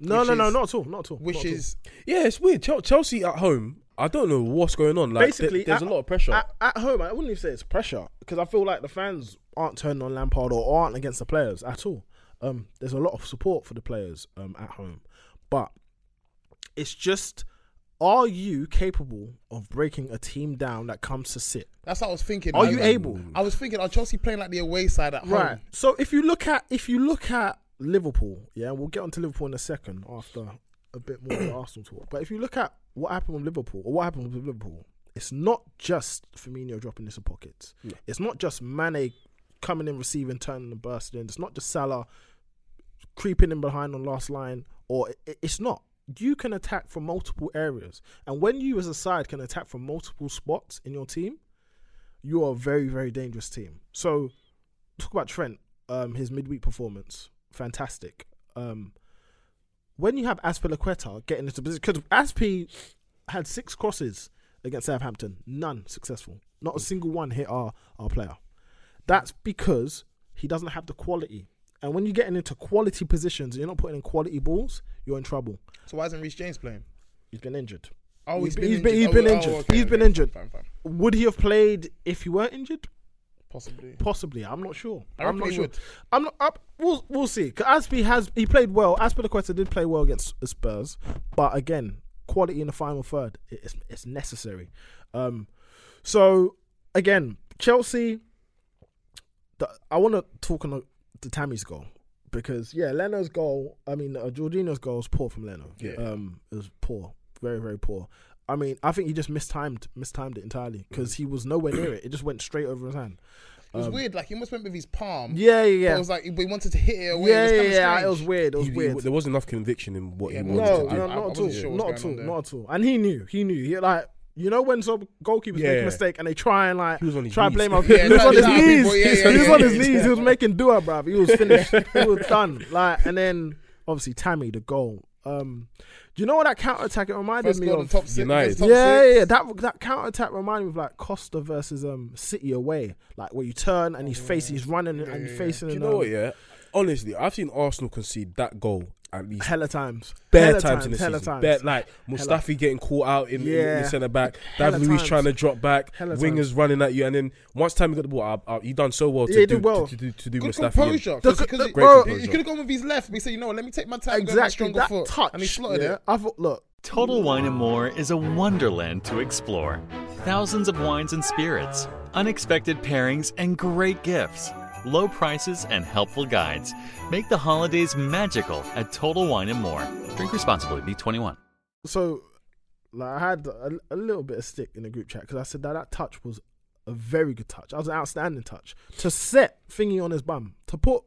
B: No,
C: which
B: no, no,
C: is-
B: not at all, not at all.
C: which
B: not at all.
C: is
D: Yeah, it's weird. Chel- Chelsea at home. I don't know what's going on. Like,
B: basically
D: th- there's
B: at-
D: a lot of pressure.
B: at, at home. I wouldn't even say it's pressure because I feel like the fans aren't turning on Lampard or aren't against the players at all. Um, there's a lot of support for the players um, at home, but it's just are you capable of breaking a team down that comes to sit?
C: that's what I was thinking.
B: Are
C: I-
B: you able?
C: I was thinking, are Chelsea playing like the away side at
B: Right.
C: home?
B: So if you look at if you look at Liverpool, yeah, we'll get onto Liverpool in a second after a bit more of
C: [COUGHS]
B: the Arsenal talk. But if you look at what happened with Liverpool or what happened with Liverpool, it's not just Firmino dropping into pockets. It's not just Mane coming in, receiving, turning and bursting. It's not just Salah creeping in behind on last line, or i- it's not. You can attack from multiple areas, and when you as a side can attack from multiple spots in your team, you are a very, very dangerous team. So, talk about Trent, um, his midweek performance, fantastic. Um, when you have Aspilaqueta getting into position, because Aspi had six crosses against Southampton, none successful, not a single one hit our our player. That's because he doesn't have the quality. And when you're getting into quality positions, and you're not putting in quality balls, you're in trouble.
C: So why isn't Reece James playing?
B: He's been injured.
C: Oh,
B: He's
C: he's
B: been-
C: been
B: he's been- he's
C: injured.
B: been
C: Oh, oh,
B: injured.
C: okay,
B: He's
C: okay,
B: been
C: fine,
B: injured.
C: fine, fine.
B: Would he have played if he were injured?
C: Possibly.
B: Possibly, I'm not sure.
C: I
B: I'm
C: reckon
B: not
C: he
B: sure.
C: would.
B: I'm not. Up. We'll we'll see. 'Cause Aspie has he played well. Aspilicueta did play well against Spurs, but again, quality in the final third it- it's it's necessary. Um, so again, Chelsea. The, I want to talk on the, the Tammy's goal because yeah, Leno's goal. I mean, uh, Jorginho's goal was poor from Leno.
D: Yeah.
B: um, it was poor, very very poor. I mean, I think he just mistimed mistimed it entirely
C: Mm.
B: because he was nowhere near it. It just went straight over his hand.
C: It was weird. Like he must went with his palm.
B: Um, Yeah, yeah,
C: But
B: yeah.
C: it was like we wanted to hit it away.
B: yeah,
C: it was
B: yeah,
C: kinda
B: yeah. It
C: strange.
B: was weird. It was
D: He- he-
B: weird.
D: there wasn't enough conviction in what
C: Yeah,
D: he
C: no,
D: wanted
B: no,
D: to do.
B: no,
C: I- I
B: not at all.
C: wasn't sure what
B: not
C: was
B: at all.
C: going on there.
B: Not at all. And he knew. He knew. He like. You know when some goalkeepers make
D: Yeah.
B: a mistake and they try and like
D: He was on his
B: try and
D: knees.
B: blame out.
C: Yeah,
B: he was
C: no,
B: on his
C: nah,
B: knees.
C: people- yeah,
B: he
C: yeah,
B: was
C: yeah,
B: on his
C: yeah.
B: knees. He was making dua, bruv. He
D: [LAUGHS]
B: was finished. he was done. Like and then obviously Tammy the goal. Um, do you know what that counter attack? It reminded
C: First
B: me
C: goal in
B: of
C: top six.
D: United.
C: against top
B: yeah,
C: six.
B: yeah, yeah. That that counter attack reminded me of like Costa versus um City away, like where you turn and he's facing, he's running and you're facing.
D: Do you
B: and,
D: know
B: um,
D: what? Yeah, honestly, I've seen Arsenal concede that goal at least
B: hella times,
D: bare
B: Hella
D: times, in the
B: hella
D: season.
B: times.
D: Bare- like Mustafi getting caught out in, in- in
B: Yeah.
D: the centre back,
B: Hella
D: David Luiz
B: times.
D: trying to drop back,
B: Hella
D: wingers
B: times.
D: running at you, and then once time you got the ball, out, out, you done so well to
B: Yeah, he
D: do
B: did well.
D: to, to, to do
C: Good
D: Mustafi. in.
C: composure.
B: The-
C: Because
B: the-
C: he,
B: bro-
C: could have gone with his left. We said, you know what? Let me take my time. and go with my stronger
B: that
C: foot.
B: touch.
C: And he slotted
B: yeah.
C: it.
B: I thought, look,
E: Total Wine and More is a wonderland to explore. Thousands of wines and spirits, unexpected pairings, and great gifts. Low prices and helpful guides make the holidays magical at Total Wine and More. Drink responsibly. Be 21.
B: so like I had a, a little bit of stick in the group chat because I said that that touch was a very good touch. That was an outstanding touch to set thingy on his bum to put.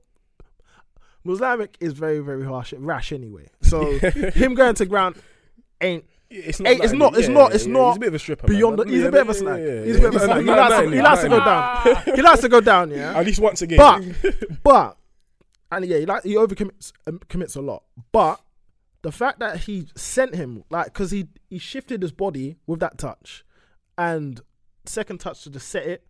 B: Muslimic is very very harsh rash anyway.
D: [LAUGHS]
B: So him going to ground ain't.
D: It's
B: Hey, it's
D: like-
B: not. It's
D: yeah,
B: not.
D: yeah,
B: It's
D: yeah.
B: not.
D: He's a bit of a stripper.
B: Beyond.
D: man.
B: The, he's
D: Yeah,
B: a bit of a
D: yeah,
B: snack.
D: yeah,
B: He's a
D: yeah.
B: bit of a
D: It's
B: snack.
D: not
B: He
D: nine,
B: likes,
D: nine,
B: he likes to go
D: nine.
B: down. he likes to go down. Yeah.
D: At least once again.
B: But, but, and yeah, he like he overcommits um, commits a lot. But the fact that he sent him like because he he shifted his body with that touch, and second touch to just set it,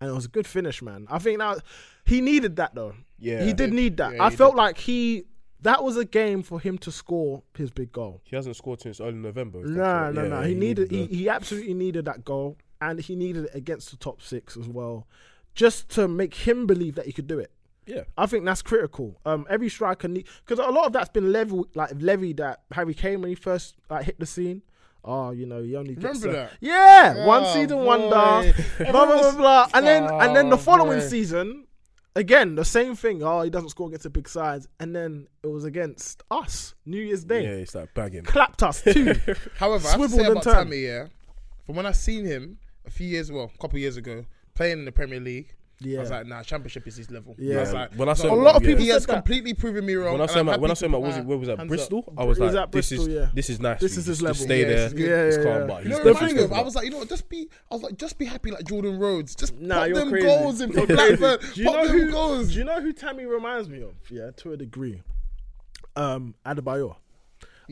B: and it was a good finish, man. I think now he needed that though.
D: Yeah.
B: he did need that.
C: Yeah,
B: I
C: he
B: felt like he that was a game for him to score his big goal.
D: he hasn't scored since early November. is that
B: No,
D: correct?
B: no,
D: Yeah,
B: no.
D: yeah,
B: He needed. He,
D: the-
B: he absolutely needed that goal, and he needed it against the top six as well, just to make him believe that he could do it.
D: Yeah.
B: I think that's critical. Um, every striker need because a lot of that's been level like levied at Harry Kane when he first like hit the scene. Oh, you know, he only gets
C: Remember
B: a-
C: that?
B: Yeah, one
C: Oh,
B: season
C: boy. [LAUGHS]
B: wonder, blah blah blah,
C: Everyone
B: blah.
C: was-
B: and then and then the
C: Oh,
B: following
C: boy.
B: season, again the same thing. Oh, he doesn't score against the big sides, and then it was against us New Year's Day.
D: Yeah, it's like bagging.
B: Clapped us too.
C: [LAUGHS] However, I have to
B: Swiveled
C: say
B: and
C: about
B: turned.
C: Tammy, yeah, from when I seen him a few years, well, a couple years ago, playing in the Premier League, I
B: Yeah.
C: was like, nah, Championship is his level.
B: Yeah.
C: I was like,
D: When I saw
C: a
D: him-
C: lot of
D: yeah.
C: people, he
B: Said
C: has
B: that.
C: completely proven me wrong.
D: When I
C: and
D: saw
C: I'm
D: him, at- when I
C: happy
D: saw him
C: to
D: at
C: put
D: was it,
C: my
D: where was that
C: hands up.
D: Bristol? I was
B: It was
D: like,
B: at
D: this
B: Bristol,
D: is
B: yeah.
D: this is nice.
B: This is his
D: just,
B: level.
D: Just stay
C: Yeah,
D: there.
C: it's
B: good. Yeah,
D: it's
B: yeah,
D: calm,
B: yeah.
D: but
C: You
D: he's
C: know what
D: definitely
C: reminded me of?
D: stepping
C: I
D: up.
C: was like, you know what? Just be. I was like, just be happy like Jordan Rhodes. Just
B: Nah,
C: pop
B: you're
C: them
B: crazy.
C: goals in for
B: You're crazy.
C: Blackburn.
B: [LAUGHS] Do you
C: Pop
B: know
C: them
B: who,
C: goals.
B: Do you know who Tammy reminds me of? Yeah, to a degree. Um, Adebayor.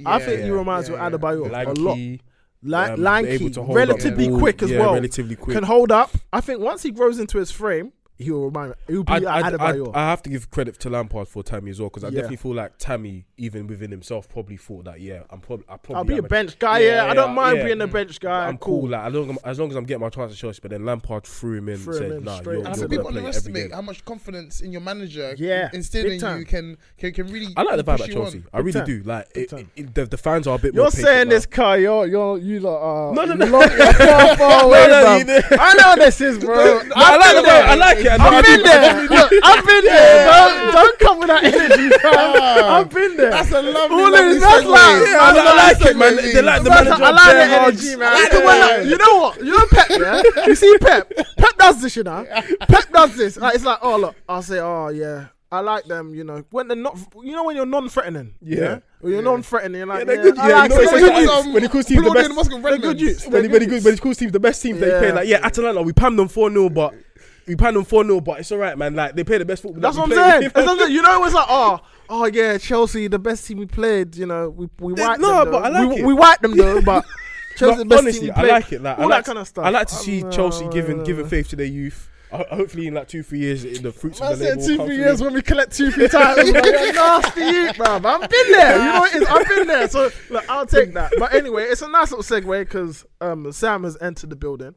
B: I
C: Yeah,
B: think he
C: yeah,
B: reminds me
C: yeah,
B: of Adebayor a lot.
D: Lanky,
B: Li-
D: um,
B: lanky,
D: able to hold up
B: relatively
D: the ball.
B: quick as
D: Yeah,
B: well.
D: relatively quick.
B: Can hold up. I think once he grows into his frame, he'll remind. He'll be
D: I,
B: like
D: I, I,
B: Adebayor.
D: I have to give credit to Lampard for Tammy as well because I
B: Yeah.
D: definitely feel like Tammy, even within himself, probably thought that yeah, I'm probably I probably
B: I'll be a
D: am
B: bench guy. Yeah,
D: Yeah,
B: I don't
D: yeah,
B: mind
D: yeah. Mm.
B: being a bench guy.
D: I'm cool. Like as long as, as long as I'm getting my chance at Chelsea, but then Lampard threw him in,
B: Threw
D: and
B: him
D: said,
B: in
D: "Nah,
B: straight
D: you're,
B: into
D: you're
C: And I
B: the
D: gonna
B: gotta
C: think people
D: play every
C: underestimate
D: game."
C: how much confidence in your manager
B: Yeah,
C: instilled
B: big
C: in
B: time.
C: you can can, can really.
D: I like the vibe
C: push
D: at
C: you
D: Chelsea.
C: on.
D: I really
B: time.
D: do. Like it,
B: time.
D: it- the, the fans are a bit.
B: You're
D: more
B: saying
D: patient
B: this,
D: now.
B: Kai. You're you're you lot. Uh,
D: No, no,
B: you
D: no. [LAUGHS]
B: lot- you're far, far away,
D: no, you
B: bruv.
D: didn't.
B: I know what this is, bro.
D: No, I like the vibe. I like it. I know I
B: I've
D: do.
B: been there. Look, I've been there. Don't, don't come with
D: [LAUGHS]
B: that energy, fam. I've been there.
C: That's a lovely.
B: All
C: lovely
B: this- that's
C: segue.
B: like-
D: Yeah, I, I like it, man. They like the
B: That's-
D: manager.
B: I like
D: bare
B: that
D: hugs.
B: energy, man.
C: I like
B: The
C: that
B: one that-
C: energy.
B: you know what? You know Pep, yeah? You see Pep. Pep does this, you know? Pep does this. Like, it's like, oh, look, I'll say, oh, yeah. I like them, you know. When they're not, you know, when you're non-threatening,
D: Yeah.
B: When you're non-threatening, you're like,
D: Yeah,
B: yeah,
D: they're good.
B: I
D: Yeah,
B: like it.
D: you know,
B: They're
D: it's
B: good
D: like-
B: use.
D: um, when he calls teams the
C: Applauding
D: best-
C: Moscow
B: They're good
C: Redmans.
B: use.
D: when, he,
B: They're
D: when, he,
B: good
D: goes-
B: use.
D: when he calls teams the best teams they
B: Yeah.
D: play, like, yeah, Atalanta, we panned them 4 0, but we panned them 4 0, but it's all right, man. Like, they play the best football.
B: That's
D: that
B: what
D: we
B: I'm
D: play. [LAUGHS]
B: saying. That's what I'm saying. You know, it was like, oh, oh yeah, Chelsea, the best team we played. You know, we we
D: They-
B: wiped
D: no,
B: them.
D: but
B: though.
D: I like
B: we,
D: it.
B: we wiped them though,
D: [LAUGHS]
B: but Chelsea, the
D: But
B: best
D: honestly,
B: team we
D: I
B: played.
D: like it. Like,
B: all
D: I like,
B: that kind of stuff.
D: I like to see
B: Um,
D: Chelsea
B: uh,
D: giving giving faith to their youth. Ho- Hopefully, in like two, three years, it- the fruits
B: I
D: of the
B: said
D: labour
B: two,
D: will come
B: three
D: through.
B: years when we collect two, three
D: [LAUGHS]
B: titles. bro. You're nasty, you, bro. I've been there. You know what it is? I've been there. So look, I'll take that. But anyway, it's a nice little segue because um, Sam has entered the building.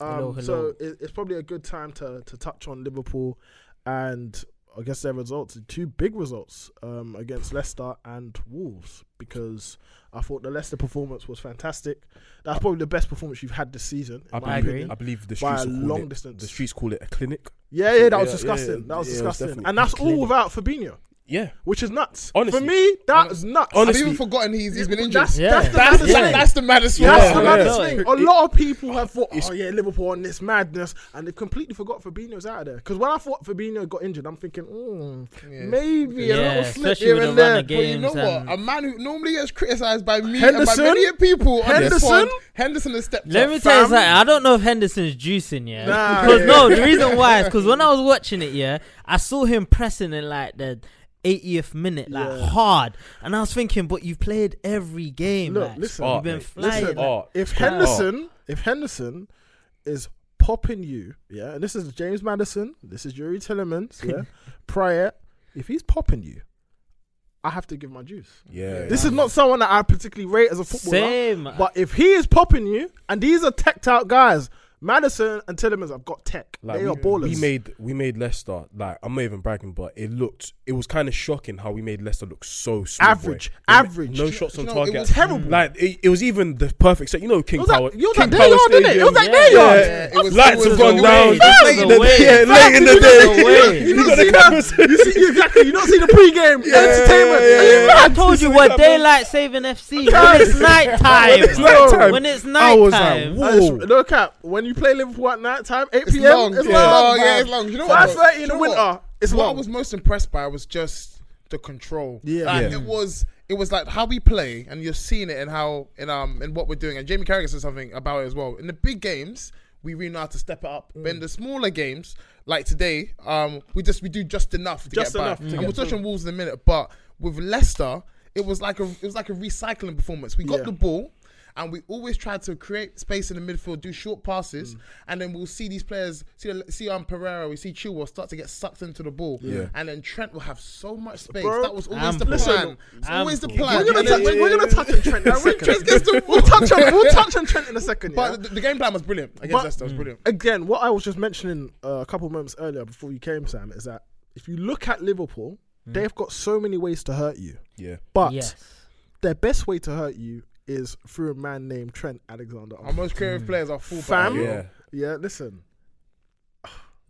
B: Um,
F: Hello, hello.
B: So it, it's probably a good time to to touch on Liverpool and I guess their results, two big results um, against Leicester and Wolves because I thought the Leicester performance was fantastic. That's probably the best performance you've had this season. in
D: I
B: my
F: agree.
B: opinion.
D: believe, I believe the
B: By
D: streets
B: a
D: will call
B: long
D: it,
B: distance.
D: The streets call it a clinic.
B: Yeah, yeah, that was
D: Yeah,
B: disgusting.
D: yeah,
B: that was
D: yeah, it was
B: disgusting.
D: definitely
B: and that's all
D: clinic.
B: without Fabinho
D: Yeah,
B: which is nuts.
D: Honestly.
B: for me, that's nuts.
C: I've
D: honestly,
C: even forgotten he's he's been injured.
B: That's,
C: That's
F: Yeah.
B: that's the
C: that's
B: maddest
C: the-
B: thing.
C: that's the maddest
B: That's
D: Yeah.
B: the
C: one.
D: Yeah.
B: maddest thing. A
D: It-
B: lot of people have thought, oh yeah, Liverpool on this madness, and they've completely forgot Fabinho's out of there. Because when I thought Fabinho got injured, I'm thinking, mm, maybe a
F: Yeah,
B: little slip
F: especially
B: here
F: with
B: and
F: the run
B: there.
F: of
C: But you know
F: Games and-
C: what? A man who normally gets criticised by me
B: Henderson?
C: and by many people on this
B: Henderson?
C: pod, Henderson has stepped
F: Let
C: up.
F: me tell you
B: fam.
F: something. I don't know if Henderson's juicing, yeah.
B: Nah,
F: because
B: yeah.
F: no, the reason why is
D: [LAUGHS]
F: because when I was watching it, yeah, I saw him pressing in like the 80th minute, like
B: Yeah.
F: hard, and I was thinking, but you played every game.
B: Look,
F: like,
B: listen,
F: you've been
D: mate.
F: flying.
B: Listen,
F: like-
D: art.
B: if
D: Art.
B: Henderson, if Henderson is popping you, yeah, and this is James Madison, this is Yuri Tillemans, yeah, Pryor, if he's popping you, I have to give my juice.
D: yeah.
B: This is not someone that I particularly rate as a footballer.
F: Same.
B: But if he is popping you, and these are teched out guys, Madison and Tillemans have got tech.
D: Like
B: they
D: we,
B: are ballers.
D: we made we made Leicester like I'm not even bragging, but it looked it was kind of shocking how we made Leicester look so small. boy.
B: Average.
D: They ma-
B: Average.
D: No shots on
C: No, it
D: target.
C: was terrible.
D: Like it, it was even the perfect set. You know
B: It
D: King
B: was like-
D: Power.
B: it was
D: King
B: like their
D: Power
B: yard, innit? It
D: Stadium.
B: was like
F: their
D: Yeah.
B: yard.
C: Yeah, it was-
D: Lights
C: it
D: have
C: was
D: gone
C: away.
D: down.
C: It was
D: Late in the [LAUGHS]
F: away.
D: day.
F: Exactly,
D: Late in
B: [LAUGHS]
D: the
B: you
F: know-
D: [LAUGHS] day.
F: you
D: You
B: know-
D: got the
B: see
D: cameras.
B: You see, you- exactly. You don't see the
C: [LAUGHS]
B: pre-game entertainment.
D: yeah, yeah, yeah.
F: I told you what daylight
D: [LAUGHS]
F: saving FC when it's night time.
D: When it's nighttime.
F: When it's
D: I was like,
F: nighttime.
D: what?
B: And it's-
D: Whoa.
B: No cap. When you play Liverpool at night time, 8
C: It's
B: p.m.
C: long.
B: it's
C: yeah. Oh,
B: long.
C: yeah, it's long. You know what?
B: Five
C: bro?
B: thirty
C: You
B: in the
C: know
B: winter.
C: what?
B: It's
C: what
B: long.
C: I was most impressed by was just the control.
B: Yeah.
C: Like,
D: Yeah.
C: it was. It was like how we play, and you're seeing it in how in um in what we're doing. And Jamie Carragher said something about it as well. In the big games, we really know how to step it up.
B: Mm.
C: But in the smaller games, like today, um, we just we do just enough to
B: Just
C: get
B: enough to
C: by. and
B: get
C: we'll touch on Wolves in a minute, but with Leicester, it was like a it was like a recycling performance. We got
B: Yeah.
C: the ball, and we always tried to create space in the midfield, do short passes,
B: Mm.
C: and then we'll see these players, see see um Pereira, we see Chilwell start to get sucked into the ball,
D: Yeah.
C: and then Trent will have so much space.
B: Bro,
C: that was always
F: I'm
C: the
F: full.
C: plan.
F: Listen,
C: It's
F: I'm
C: always the
F: full.
C: plan.
B: We're gonna
C: And then-
B: touch. We're gonna touch on
C: [LAUGHS]
B: Trent. Now, when Trent gets [LAUGHS] the, we'll touch on. We'll touch on Trent in a second. yeah?
C: but the, the game plan was brilliant against
B: But- Mm.
C: Leicester. Was brilliant.
B: again, what I was just mentioning uh, a couple of moments earlier before you came, Sam, is that if you look at Liverpool, they've got so many ways to hurt you,
D: [LAUGHS] Yeah.
B: but
F: Hmm. Yes.
B: their best way to hurt you is through a man named Trent Alexander.
C: Our most creative players are full
B: Fam,
D: Yeah.
B: yeah, listen.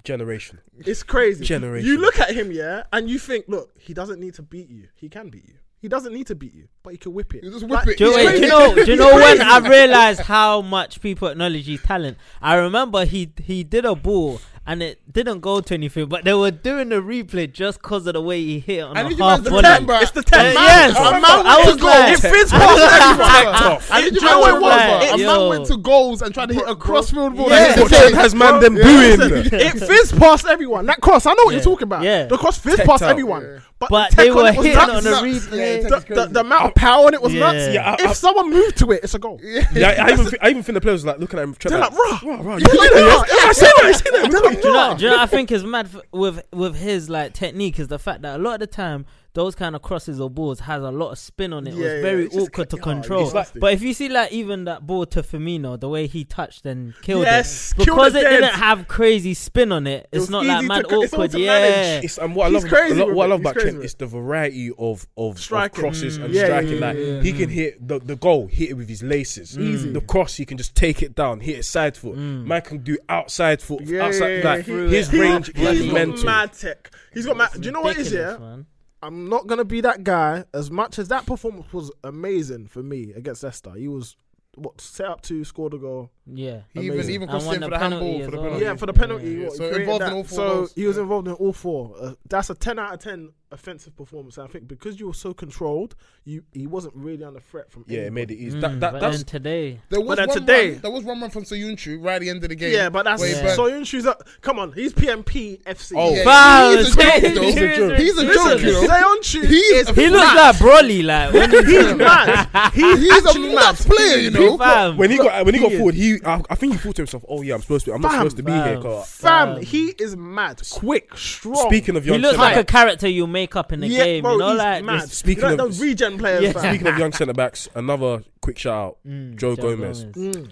D: Generation.
B: It's crazy.
D: Generation.
B: You look at him, yeah, and you think, look, he doesn't need to beat you. He can beat you. He doesn't need to beat you, but he can whip it.
C: You just whip
B: Like, he's
C: it.
F: Do you, wait, do
B: crazy.
F: you know? Do you know when
B: crazy.
F: I realized how much people acknowledge his talent? I remember he he did a ball and it didn't go to anything, but they were doing the replay just because of the way he hit on
C: I
F: the
C: need you
F: half
C: guys to
F: volley.
C: remember.
B: It's the Oh, ten.
F: Uh,
B: man.
F: yes.
B: A man
C: I
B: went to
F: was
B: goal.
F: like-
B: it
F: [LAUGHS]
B: fits
C: I was
B: past
C: like-
B: everyone.
C: I
B: It
C: did you
B: just
C: know what it
B: went
C: was?
F: like,
C: a man
F: yo.
C: went to goals and tried to hit a crossfield ball.
F: Yeah.
C: That's
D: What
C: okay.
D: has man them
B: Listen,
D: booing?
B: it fizz past everyone. That cross, I know what
F: Yeah.
B: you're talking about.
F: Yeah.
B: The cross fizz
D: Tech
B: past
D: out.
B: everyone.
C: Yeah.
B: But,
F: But
B: the
F: they
B: tech on
F: were
B: it was
F: hitting
B: nuts.
F: on the
C: nuts.
F: replay.
C: Yeah,
B: the, the, the amount of power on it was nuts.
F: Yeah,
D: I-
B: if someone moved to it, it's a goal.
D: Yeah, I, I even thi- I even think the players like looking at him.
B: They're
D: trying
B: like,
D: to-
B: rah,
D: Rah, rah,
B: you
D: you
B: like
D: know
B: rah.
D: this? Yeah, I see what I see them.
B: They're [LAUGHS] like,
F: do you
B: rah.
F: know, do you know what I think is mad f- with with his like technique is the fact that a lot of the time those kind of crosses or balls has a lot of spin on it.
B: Yeah, yeah,
F: it's very
B: it's just
F: awkward to
B: cl- oh, it's
F: control.
B: nasty.
F: but if you see like even that ball to Firmino, the way he touched and killed
B: Yes,
F: it,
B: killed
F: because
B: it
F: it
B: dead.
F: didn't have crazy spin on it, it's
B: was
F: not like
B: easy to
F: mad
B: co- it's all
F: awkward.
B: to
F: Yeah,
B: manage.
D: It's and what I
B: He's
D: love,
B: crazy
D: a lot-
B: with
D: what I
B: it.
D: love
B: He's
D: about
B: crazy
D: Trent
B: with
D: is the variety of of, of
B: Striking.
D: crosses and
B: Yeah, yeah,
D: striking.
B: yeah,
D: like
B: yeah, Mm.
D: he can hit the, the goal, hit it with his laces. Easy. The cross, he can just take it down, hit it side foot. Man can do outside foot,
B: Yeah,
D: outside.
B: yeah, yeah.
D: like,
B: He-
D: his
B: he-
D: range
B: He's
D: is
B: got
D: mental.
B: mad tech. He's got mad. Do you know what it is?
F: Ridiculous,
B: Yeah,
F: man.
B: I'm not gonna be that guy. As much as that performance was amazing for me against Leicester, he was what set up to score the goal.
F: yeah.
C: He even
B: Amazing.
C: even
F: And
C: crossed
F: won
C: in
F: the
C: for the
F: penalty
C: handball
F: as
C: for the
F: well.
C: penalty.
B: Yeah, for the penalty.
F: Yeah,
B: what,
C: so
B: he created
C: involved in
B: that.
C: all four
B: So
C: goals.
B: he was involved in all four. Uh, that's a ten out of ten offensive performance. And I think because you were so controlled, you he wasn't really under threat from.
D: Yeah, it
B: anybody.
D: made it easy.
F: Mm,
D: that,
F: but
D: that, that's
F: then today,
C: There was
B: But then
C: one
B: today-
C: run, there was one run from Soyuncu right at the end of the game.
B: Yeah, but that's
C: where he
F: Yeah.
C: burnt-
B: so Yunshu's up. Come on, he's PMP FC.
C: Oh, yeah,
F: Foul,
C: he's a
F: [LAUGHS]
C: joke,
F: Soyuncu
C: though.
F: is
C: He's a joke,
B: Listen,
C: you know.
B: Sayonchu
C: He
B: is
C: is-
F: he looks like Broly.
B: [LAUGHS]
F: Like when he
B: he's mad. He's,
C: He's a
B: actually
C: mad player, you know.
F: fam,
D: when he got when he got
B: He is-
D: forward. He I, I think he thought to himself, "Oh yeah, I'm supposed to. I'm not
B: Fam,
D: supposed to be here."
F: fam.
D: 'cause-
B: Fam, he is mad, quick, strong.
D: Speaking of
F: he
D: young,
F: looks
D: centre
F: like a
D: back-
F: character you make up in the
B: yeah,
F: game.
B: bro,
F: You know,
B: he's
F: like
B: mad.
F: this-
D: Speaking
B: you know,
D: of-
B: the regen players,
F: Yeah.
B: fam. [LAUGHS]
D: speaking of young centre backs, another quick shout out,
F: Mm,
D: Joe, Gomez.
B: Mm,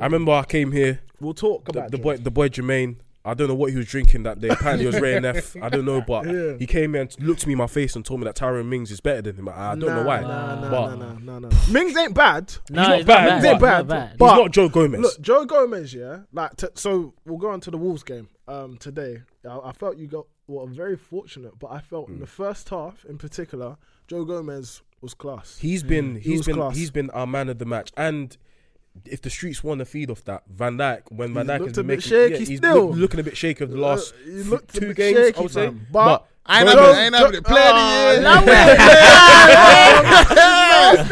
D: I remember I came here.
B: we'll talk
D: the,
B: about
D: the
B: Joe.
D: boy, the boy Jermaine. I don't know what he was drinking that day. Apparently, it was Ray and F. I don't know, but
B: Yeah.
D: he came here and looked me in my face and told me that Tyron Mings is better than him. I I don't know why.
B: Nah, nah,
D: but
B: nah, nah, nah, nah. Mings ain't bad.
F: No,
D: not
F: he's
B: Mings
D: bad,
F: not
D: but-
B: ain't
F: He's
B: bad.
F: not bad.
B: But
D: he's not Joe Gomez.
B: Look, Joe Gomez, yeah. Like, t- so we'll go on to the Wolves game um, today. I, I felt you got were very fortunate, but I felt
D: Mm.
B: in the first half, in particular, Joe Gomez was [LAUGHS]
D: [LAUGHS]
B: class.
D: he's been he's
B: Mm, was
D: been
B: class.
D: he's been our man of the match. And if the streets want to feed off that, Van Dijk when Van
B: He's
D: Dijk
B: looked
D: has
B: a
D: been
B: bit
D: making,
B: shaky
D: yeah, he's
B: still. Uh,
D: look- looking a bit shaky of the last
B: he
D: f-
B: looked a
D: two
B: bit
D: games.
B: shaky,
D: I would say,
B: man. But-
C: I ain't
D: Joe-
C: having it. I ain't having it. Player
B: Ah,
C: of the year. [LAUGHS]
D: but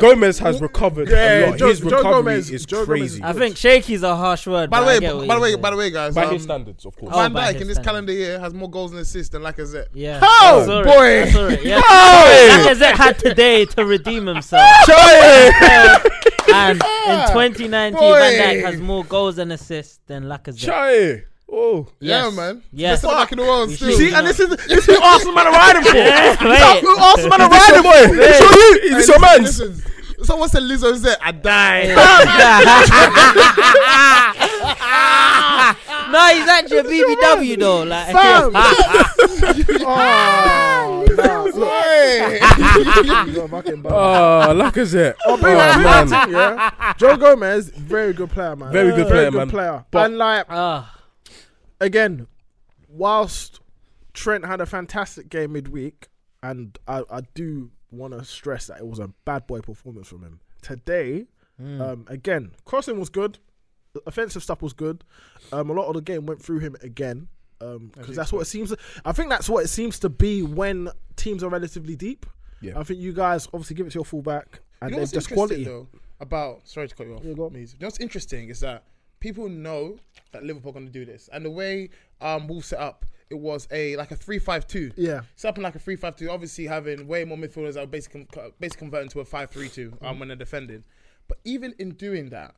D: Gomez has recovered
B: Yeah,
D: a lot.
B: Joe-
D: His
B: Joe
D: recovery
B: Gomez-
D: is
B: Joe Gomez-
D: crazy
F: [LAUGHS] I
C: [LAUGHS]
F: think shaky's a harsh word.
C: By the
F: but I get
C: way,
F: what
C: by the
F: you're
C: way,
F: saying.
C: by the way, guys.
D: by
C: um,
D: his standards, of course.
F: Oh,
C: Van
F: by
C: Dijk
F: his
C: in this
F: standard.
C: calendar year has more goals and assists than Lacazette.
F: Yeah. Oh,
C: How,
F: I saw it.
C: boy?
F: I saw it, yeah.
D: Joe!
F: Lacazette had today to
C: [LAUGHS]
F: redeem himself. and in 2019, Van Dijk
C: Boy.
F: has more goals and assists than Lacazette.
D: Chai! Oh,
C: Yeah,
F: Yes.
C: man.
F: Yeah.
C: Best back in the world
F: You
C: still.
F: see,
B: See, and this is this is who Arsenal man are riding for.
C: [LAUGHS]
F: Yeah, [LAUGHS]
B: That's
F: wait.
B: who Arsenal man are
D: Is
B: riding
D: your
B: for.
D: boy? Is your you? Is this your
C: Listen,
D: man's?
C: listen. Someone said Lizzo said I die.
F: [LAUGHS] no, he's actually a BBW though. Like,
B: Fam.
F: Ah,
B: Oh, nah, look,
C: Boy.
B: you got fucking bad.
D: Oh, Lacazette. Oh,
B: Big
D: man.
B: team, [LAUGHS] yeah. Joe Gomez, very good player, man.
D: Very good player,
B: good
D: man.
B: player.
D: But-
B: and like
F: [LAUGHS] ah.
B: again, whilst Trent had a fantastic game midweek, and I, I do want to stress that it was a bad boy performance from him today.
D: Hmm.
B: Um, again, crossing was good, the offensive stuff was good. Um, a lot of the game went through him again because that's what it seems. I think that's what it seems to be when teams are relatively deep.
D: Yeah.
B: I think you guys obviously give it to your fullback and then
C: You know what's
B: just
C: interesting
B: quality.
C: though about sorry to cut you off.
B: go on.
C: Mees. You know what's interesting is that people know that Liverpool are going to do this, and the way um Wolves set up, it was a like a three-five-two.
B: Yeah.
C: set up in like a three-five-two. Obviously, having way more midfielders that are basically con- basically converting to a five-three-two um
B: Mm-hmm.
C: when they're defending. But even in doing that,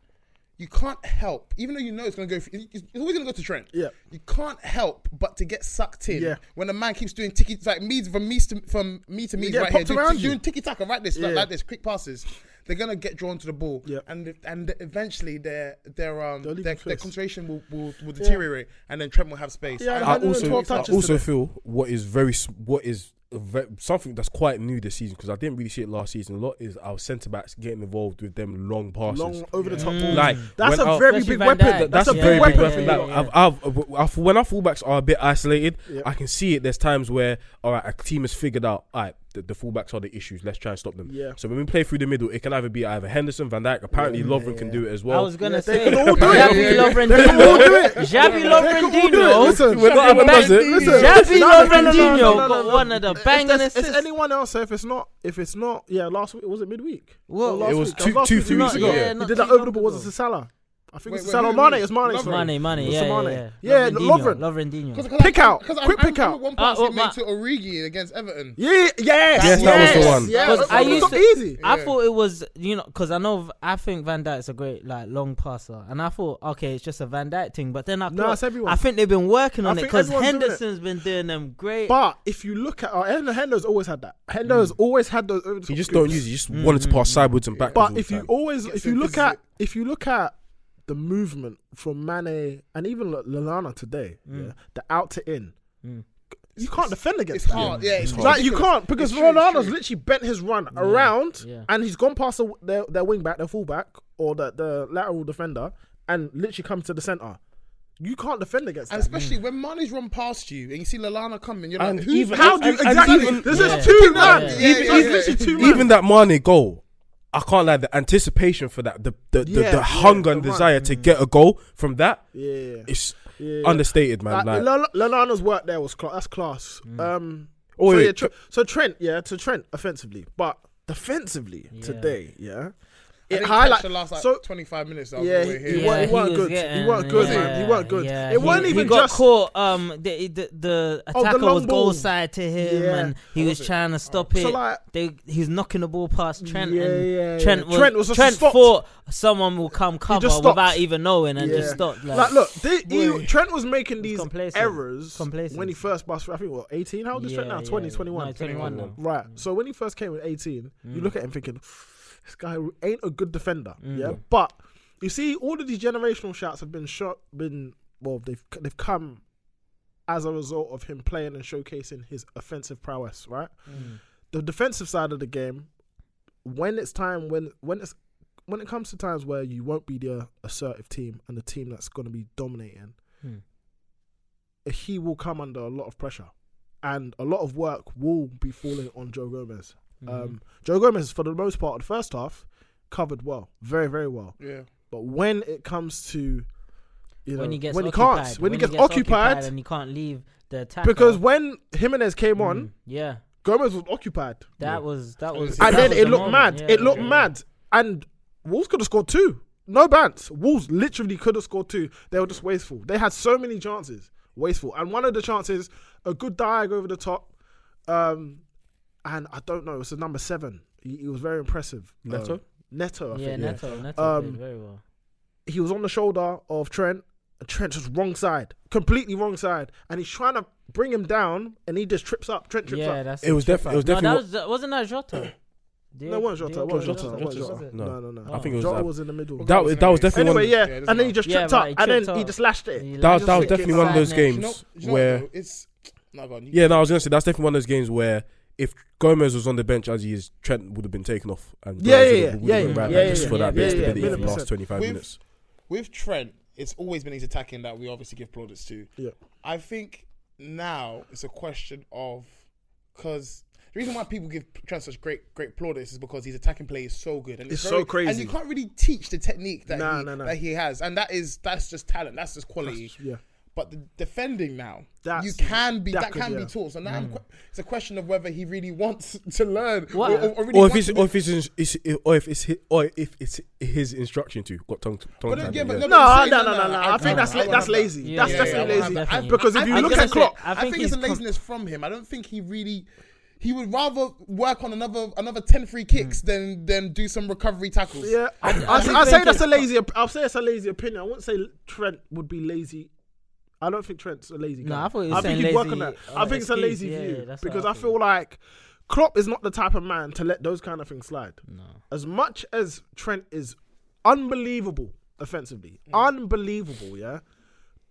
C: you can't help, even though you know it's going to go, for, it's it's always going to go to Trent.
B: Yeah.
C: you can't help but to get sucked in
B: Yeah.
C: when a man keeps doing ticky like me from me to from me to me
B: get
C: right here,
B: popped
C: doing,
B: around you.
C: doing ticky taka right this
B: Yeah.
C: like, like this quick passes they're gonna get drawn to the ball
B: Yeah.
C: and and eventually their their um
B: They'll leave
C: their,
B: you
C: their
B: first.
C: concentration will, will, will deteriorate and then Trent will have space
B: Yeah,
C: And
B: I
D: I
B: don't know,
D: also,
B: 12
D: I
B: touches
D: also
B: today.
D: feel what is very, s- what is ve- something that's quite new this season because I didn't really see it last season. A lot is our centre backs getting involved with them long passes.
B: Long over the top
F: Mm.
B: balls.
D: like
B: that's
D: when
B: a
D: our-
B: very
F: Especially
B: big
F: Van
B: weapon.
F: Dijk.
B: That's, a
F: Yeah,
B: big
F: yeah,
B: weapon.
F: yeah,
B: for
D: weapon.
B: you
F: yeah,
B: lot.
D: Like, I've, I've, I've, when our fullbacks are a bit isolated,
B: Yep.
D: I can see it. There's times where all right, a team has figured out all right, the, the fullbacks are the issues. Let's try and stop them.
B: Yeah.
D: So when we play through the middle, it can either be either Henderson, Van Dijk. Apparently, Lovren can do it as well.
F: I was gonna
B: Yeah,
F: say
B: they can all do
C: it.
F: Xavi
C: Yeah,
F: Lavrentino. Xavi
B: They could all do it.
F: Lavrentino.
B: Listen,
D: Well,
F: got a
D: does it?
F: bang-
D: Listen.
F: Xavi
B: No, no, no, no, no, no, no,
F: Lavrentino
B: no,
F: got
B: no.
F: one of the
B: If
F: banging
B: there's- If
F: assists.
B: anyone else, so if it's not, if it's not, yeah, last week was it midweek?
F: Well,
B: Or last
D: It was
B: week?
D: two-
B: last
D: two,
B: week,
D: three
B: wasn't it?
D: weeks ago.
B: Yeah,
D: Yeah,
B: he
F: not
B: did that
F: too
B: over the
F: long
B: ball. Was
F: ago.
B: it Salah? I think
C: Wait,
B: it's
C: wait,
B: Salah.
C: who- who-
B: Mane. It's Mane.
C: Lovren.
B: sorry.
F: Money, money,
B: What's
F: yeah,
B: the
F: yeah,
B: money?
F: yeah.
B: Yeah, Lovren.
F: Lavrentino. Lavrentino.
C: Because
B: Pick out.
C: I,
B: Quick
C: I
B: pick
C: remember
B: out.
C: One
F: Ah,
C: pass he
F: what,
C: made
F: Matt?
C: to Origi against Everton.
B: Yeah, yes,
D: Yes, that was the one.
B: Yeah,
F: Because
B: that's
F: I
B: what
F: used
B: it's
F: to,
B: not easy.
F: I
C: Yeah.
F: thought it was, you know, because I know, I think Van Dijk's a great like long passer, and I thought, okay, it's just a Van Dijk thing. But then I,
B: No,
F: clocked-
B: it's everyone.
F: I think they've been working
B: I
F: on it
B: think
F: because
B: everyone's doing it.
F: Henderson's been doing them great.
B: But if you look at, uh, Hendo's always had that. Hendo's always had those. Over the
D: Mm. He
B: top
D: just
B: scoops.
D: don't use. it. He just wanted to pass sideways and backwards. all
B: But
D: the
B: if you
D: time.
B: always,
C: Gets
B: if you
C: in
B: look
C: physical-
B: at, if you look at the movement from Mane and even L- Lallana today, yeah, the out to in, you can't defend
C: It's
B: against that.
C: hard. Yeah, it's
B: Like you
C: ridiculous.
B: can't because
C: It's true, it's
B: Ronaldo's
C: true.
B: literally bent his run around
F: yeah.
B: and he's gone past the, their their wing back, their full back, or the, the lateral defender, and literally come to the center. You can't defend against
C: And
B: that.
C: especially when Mane's run past you and you see Lalana coming, you're
D: And
C: like, who? [LAUGHS]
D: even-
B: How do you
D: and- and
B: exactly?
D: even-
B: this
F: Yeah.
B: is two man.
F: Yeah.
C: Yeah,
B: Even,
C: yeah,
B: he's
C: yeah.
B: literally two man.
D: even that Mane goal, I can't lie. The anticipation for that, the the, the,
B: Yeah,
D: the
B: yeah,
D: hunger and
B: the run.
D: desire to get a goal from that,
B: yeah.
D: it's
B: Yeah.
D: understated, man.
B: Like,
D: Like,
B: Lall- Lallana's work there was class. That's class. Um,
D: Oh,
B: so,
D: wait,
B: yeah, Tre- so Trent, yeah, to Trent offensively, but defensively today, yeah,
C: I
B: it
C: didn't
B: highlights
C: catch the last like
B: so
C: 25 minutes. That
B: Yeah,
C: yeah, here.
B: he- weren't- he weren't
F: was
B: good. He weren't good, man. He weren't good. It
F: He-
B: wasn't
F: he
B: even
F: got
B: just-
F: caught. Um, the the, the
B: Oh, the
F: attacker was
B: long
F: goal
B: ball.
F: side to him,
B: Yeah.
F: and he was, trying to stop it.
B: So, like-
F: they, he's knocking the ball past Trent,
B: Oh, Yeah,
F: and
B: yeah, yeah.
F: Trent was
B: Trent was just
F: Trent
B: stopped.
F: thought someone will come cover
B: just stopped.
F: without even knowing, and
B: Yeah.
F: just stopped. Like,
B: Like, look, they,
C: Boy.
B: he, Trent was making these
F: complacent.
B: errors
F: Complacent.
B: when he first passed. through, I think what eighteen? How old is Trent now? 20, 21.
F: no, 21 now. Mm.
B: Right. So when he first came at 18, you look at him thinking, this guy ain't a good defender.
D: Mm.
B: Yeah. But you see, all of these generational shouts have been shot, been well, they've they've come as a result of him playing and showcasing his offensive prowess. Right. The defensive side of the game, when it's time, when when it's when it comes to times where you won't be the assertive team and the team that's going to be dominating, eh, he will come under a lot of pressure, and a lot of work will be falling on Joe Gomez. Um, Joe Gomez, for the most part, the first half covered well, very very well.
C: Yeah.
B: But when it comes to you know,
F: When he gets
B: can't,
F: occupied,
B: when, he gets, occupied,
F: and he can't leave the attack
B: because when Jimenez came on,
F: yeah,
B: Gomez was occupied,
F: Mm. that was that was.
B: and
F: that
B: then
F: was
B: it
F: the
B: looked
F: moment,
B: mad.
F: yeah.
B: it looked mad, and Wolves could have scored two. No bans. Wolves literally could have scored two. They were just wasteful. They had so many chances, wasteful. And one of the chances, a good diag over the top, um, and I don't know. It's a number seven. He, he was very impressive.
D: Neto?
B: Um, Neto. I
F: Yeah,
B: think.
F: Neto, Neto
B: Um,
F: played very well.
B: He was on the shoulder of Trent. and Trent's just wrong side, completely wrong side, and he's trying to bring him down, and he just trips up. Trent trips
F: Yeah,
B: up.
F: that's
D: It was defi- it was
F: No,
D: definitely
F: that was, that- wasn't that
D: [CLEARS THROAT]
F: Jota?
B: No, it wasn't Jota. It wasn't
D: Jota,
B: Jota. it
D: Jota,
B: wasn't Jota.
D: Jota.
B: No, no,
F: Oh.
B: no.
D: I think it was
B: Jota
D: that-
B: was in the middle.
D: that was that was definitely
B: Anyway,
D: one.
B: yeah,
C: Yeah, it doesn't
B: and then he just
F: matter.
B: tripped
F: Yeah,
B: up,
F: right, he
B: and then
F: tripped
B: he
F: up.
B: just lashed it.
F: He
D: That,
F: just
D: that was
F: kicked
D: definitely
F: it
D: one of
F: side
D: those
F: net.
C: Do you know,
D: games
C: do you know
D: where.
C: what, though? it's. No, go on. You,
D: Yeah, no, I was gonna say that's definitely one of those games where if Gomez was on the bench as he is, Trent would have been taken off and
B: Yeah,
D: Gomez
B: yeah,
D: would
B: yeah,
D: have- would
B: yeah,
D: have been
B: yeah,
D: right
B: yeah,
D: back just
B: yeah,
D: for that
B: yeah,
D: bit of
B: yeah,
D: stability
B: yeah,
D: for the last
B: 100%.
D: 25
C: With-
D: minutes.
C: With Trent, it's always been his attacking that we obviously give plaudits to.
B: Yeah.
C: I think now it's a question of because the reason why people give Trent such great great plaudits is because his attacking play is so good and it's,
B: It's
C: very-
B: so crazy.
C: and you can't really teach the technique that
B: Nah,
C: he,
B: nah, nah.
C: that he has and that is that's just talent that's just quality
B: That's- yeah.
C: but the defending now
B: That's-
C: you can be that,
B: that could-
C: can be
B: yeah. Mm.
C: taught so now I'm que- it's a question of whether he really wants to learn
F: What-
C: or, or, or really
D: Or if
C: wants
D: it's
C: to be-
D: or if it's, his- it's or if it's his, or if it's his instruction to got tongue tongue
C: But then,
D: tied,
C: yeah, but no,
D: yeah.
B: No,
C: I'm saying-
B: no, no, no, no. I think that's
C: I
B: la-
C: won't
B: that's
C: have that.
B: lazy.
F: Yeah,
B: that's
F: yeah,
B: definitely
F: yeah,
B: lazy.
F: yeah,
B: I-
F: yeah.
B: because if
F: I-
B: you
F: I
B: look
F: was
B: at
F: gonna say,
B: Klopp,
F: I
C: I
F: think
C: think, it's a
F: he's com-
C: laziness from him. I don't think he really. He would rather work on another another ten free kicks than than do some recovery tackles.
B: yeah, I,
F: think
B: I, I say
F: Trent
B: that's
F: is-
B: a lazy. op- I'll say it's a lazy opinion. I wouldn't say Trent would be lazy. I don't think Trent's a lazy guy.
F: No, I thought he was
B: think
F: saying
B: he'd work on
F: lazy,
B: that.
F: uh,
B: I think it's a
F: excuse.
B: lazy
F: Yeah, yeah,
B: view
F: that's what
B: because
F: I
B: I feel like Klopp is not the type of man to let those kind of things slide. As much as
F: Mm.
B: Trent is unbelievable offensively, unbelievable, yeah.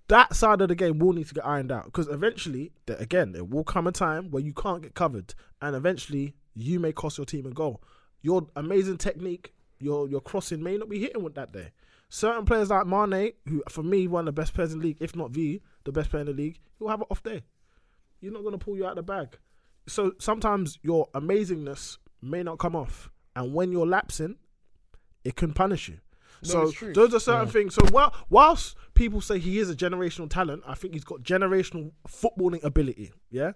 B: that side of the game will need to get ironed out because eventually, th- again, there will come a time where you can't get covered, and eventually you may cost your team a goal. Your amazing technique, your your crossing may not be hitting with that day. Certain players like Mane, who for me one of the best players in the league, if not the the best player in the league, he'll have an off day. You're not gonna pull you out of the bag. So sometimes your amazingness may not come off, and when you're lapsing, it can punish you.
C: it's
B: so
C: true.
B: those are certain things. So while, whilst people say he is a generational talent, I think he's got generational footballing ability. Yeah,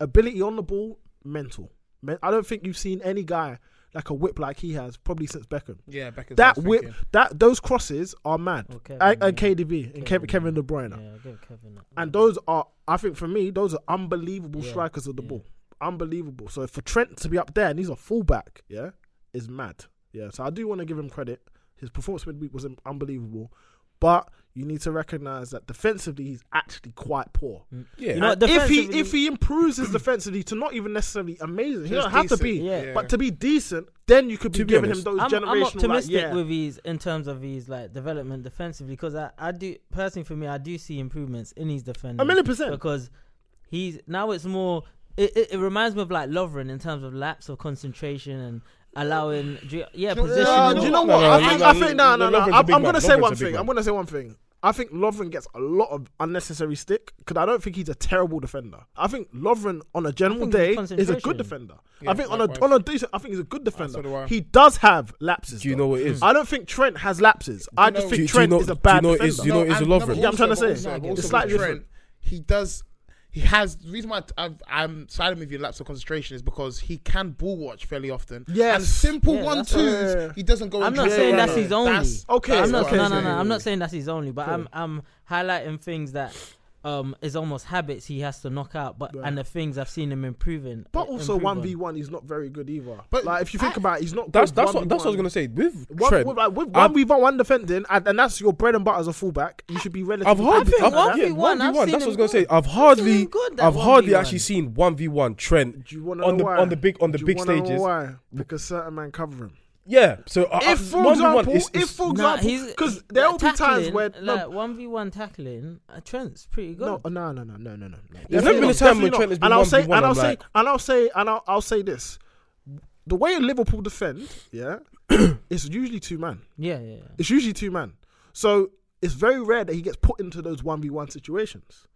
B: ability on the ball, mental. Men- I don't think you've seen any guy like a whip like he has probably since Beckham.
C: Yeah, back as I
B: That
C: was
B: whip,
C: thinking.
B: that those crosses are mad.
C: Oh,
F: Okay,
B: and,
F: yeah.
B: and KDB and Kevin, Kevin De Bruyne,
F: Yeah, I'll give Kevin that.
B: and those are I think for me those are unbelievable strikers of the
F: yeah.
B: ball, unbelievable. So for Trent to be up there and he's a fullback, yeah, is mad. Yeah, so I do want to give him credit. His performance midweek was un- unbelievable, but you need to recognize that defensively he's actually quite poor.
D: Yeah.
F: You know,
B: And if he
F: defensively-
B: if he improves his defensively to not even necessarily amazing, he
C: Just
B: don't have to
C: decent,
B: be,
F: yeah.
B: but to be decent, then you could be,
D: To be
B: giving
D: honest,
B: him those
F: I'm,
B: generational.
F: I'm
B: like,
F: optimistic
B: yeah.
F: with his in terms of his like development defensively because I, I do personally for me I do see improvements in his defending.
B: A million percent.
F: because he's now it's more. It, it, it reminds me of like Lovren in terms of lapse of concentration and allowing do you- yeah position.
B: Yeah, Uh, do you know
D: No,
B: what?
D: no,
B: I
D: no,
B: think,
D: no,
B: I
D: no,
B: think, no, no,
D: no,
B: no.
D: Lovren's a
B: I'm,
D: big
B: I'm gonna
D: man.
B: say
D: Lovren's
B: one
D: a big
B: thing.
D: man.
B: I'm gonna say one thing. I think Lovren gets a lot of unnecessary stick because I don't think he's a terrible defender. I think Lovren on a general
F: I think
B: day is a
F: his concentration-
B: good defender.
C: Yeah,
B: I think on a
C: likewise.
B: on a decent. I think he's a good defender.
C: do I.
B: he does have lapses.
D: Do you
B: though.
D: know what it is?
B: I don't think Trent has lapses. I
C: know-
B: just
C: Do
B: think
D: you- do
B: Trent
D: you know-
B: is a
D: do you
B: bad
D: know what it is?
B: defender.
D: Do you know it's
C: and-
D: a love
C: but
D: ring.
B: Yeah, I'm trying to
C: also-
B: say.
C: but also- but
B: It's
C: also
B: slightly
C: with
B: different.
C: He does. He has the reason why I've, I'm siding with your lapse of concentration is because he can ball watch fairly often.
B: Yes.
C: and simple
F: Yeah,
C: one
F: that's
C: twos,
B: what- Yeah.
C: he doesn't go.
F: I'm
C: and
F: not
C: dribble
F: saying
C: around.
F: that's his only.
C: That's-
B: Okay,
C: that's
F: I'm not,
C: what
B: okay.
F: no,
C: I'm
F: no,
C: saying.
F: no. I'm not saying that's his only, but I'm I'm highlighting things that um is almost habits he has to knock out, but and the things I've seen him improving.
B: But also
F: improve on.
B: one v one, he's not very good either.
C: But
B: like if you think
C: I-
B: about, it, he's not.
D: That's
B: good
D: that's what that's what
B: 1v1.
D: I was gonna say with
B: One,
D: Trent.
B: with, like, with
D: I've-
B: one v one, one defending, and, and that's your bread and butter as a fullback. You should be relatively.
D: I've hardly,
B: competent
D: I've,
B: at that.
D: yeah,
F: 1v1,
D: 1v1, that's
F: I've
D: what
F: seen
D: I was
F: him
D: gonna say.
F: good.
D: I've
F: I've seen
D: hardly,
F: him good, that
D: I've hardly
F: 1v1.
D: actually seen one v one Trent
B: Do you want to
D: on
B: know
D: the
B: why?
D: on the big on the
B: Do you
D: big
B: wanna know
D: stages.
B: why? Because certain men cover him.
D: Yeah, so uh, I- I-
B: If for
D: 1v1
B: example,
D: is-
B: if
D: is-
B: for
F: Nah,
B: example,
F: he's-
B: because
F: like,
B: there will be times
F: tackling,
B: where
F: like
B: no,
F: one v one tackling, uh, Trent's pretty good.
B: no, uh, no, no, no, no, no, no, no.
D: There's never been a time when Trent has been
B: and I'll say, and
D: 1v1,
B: I'll
D: I'm
B: say,
D: like-
B: and I'll say, and I'll, I'll say this: the way Liverpool defend,
D: [CLEARS THROAT]
B: yeah, it's usually two man.
F: Yeah, yeah, yeah.
B: It's usually two man. So it's very rare that he gets put into those one v one situations.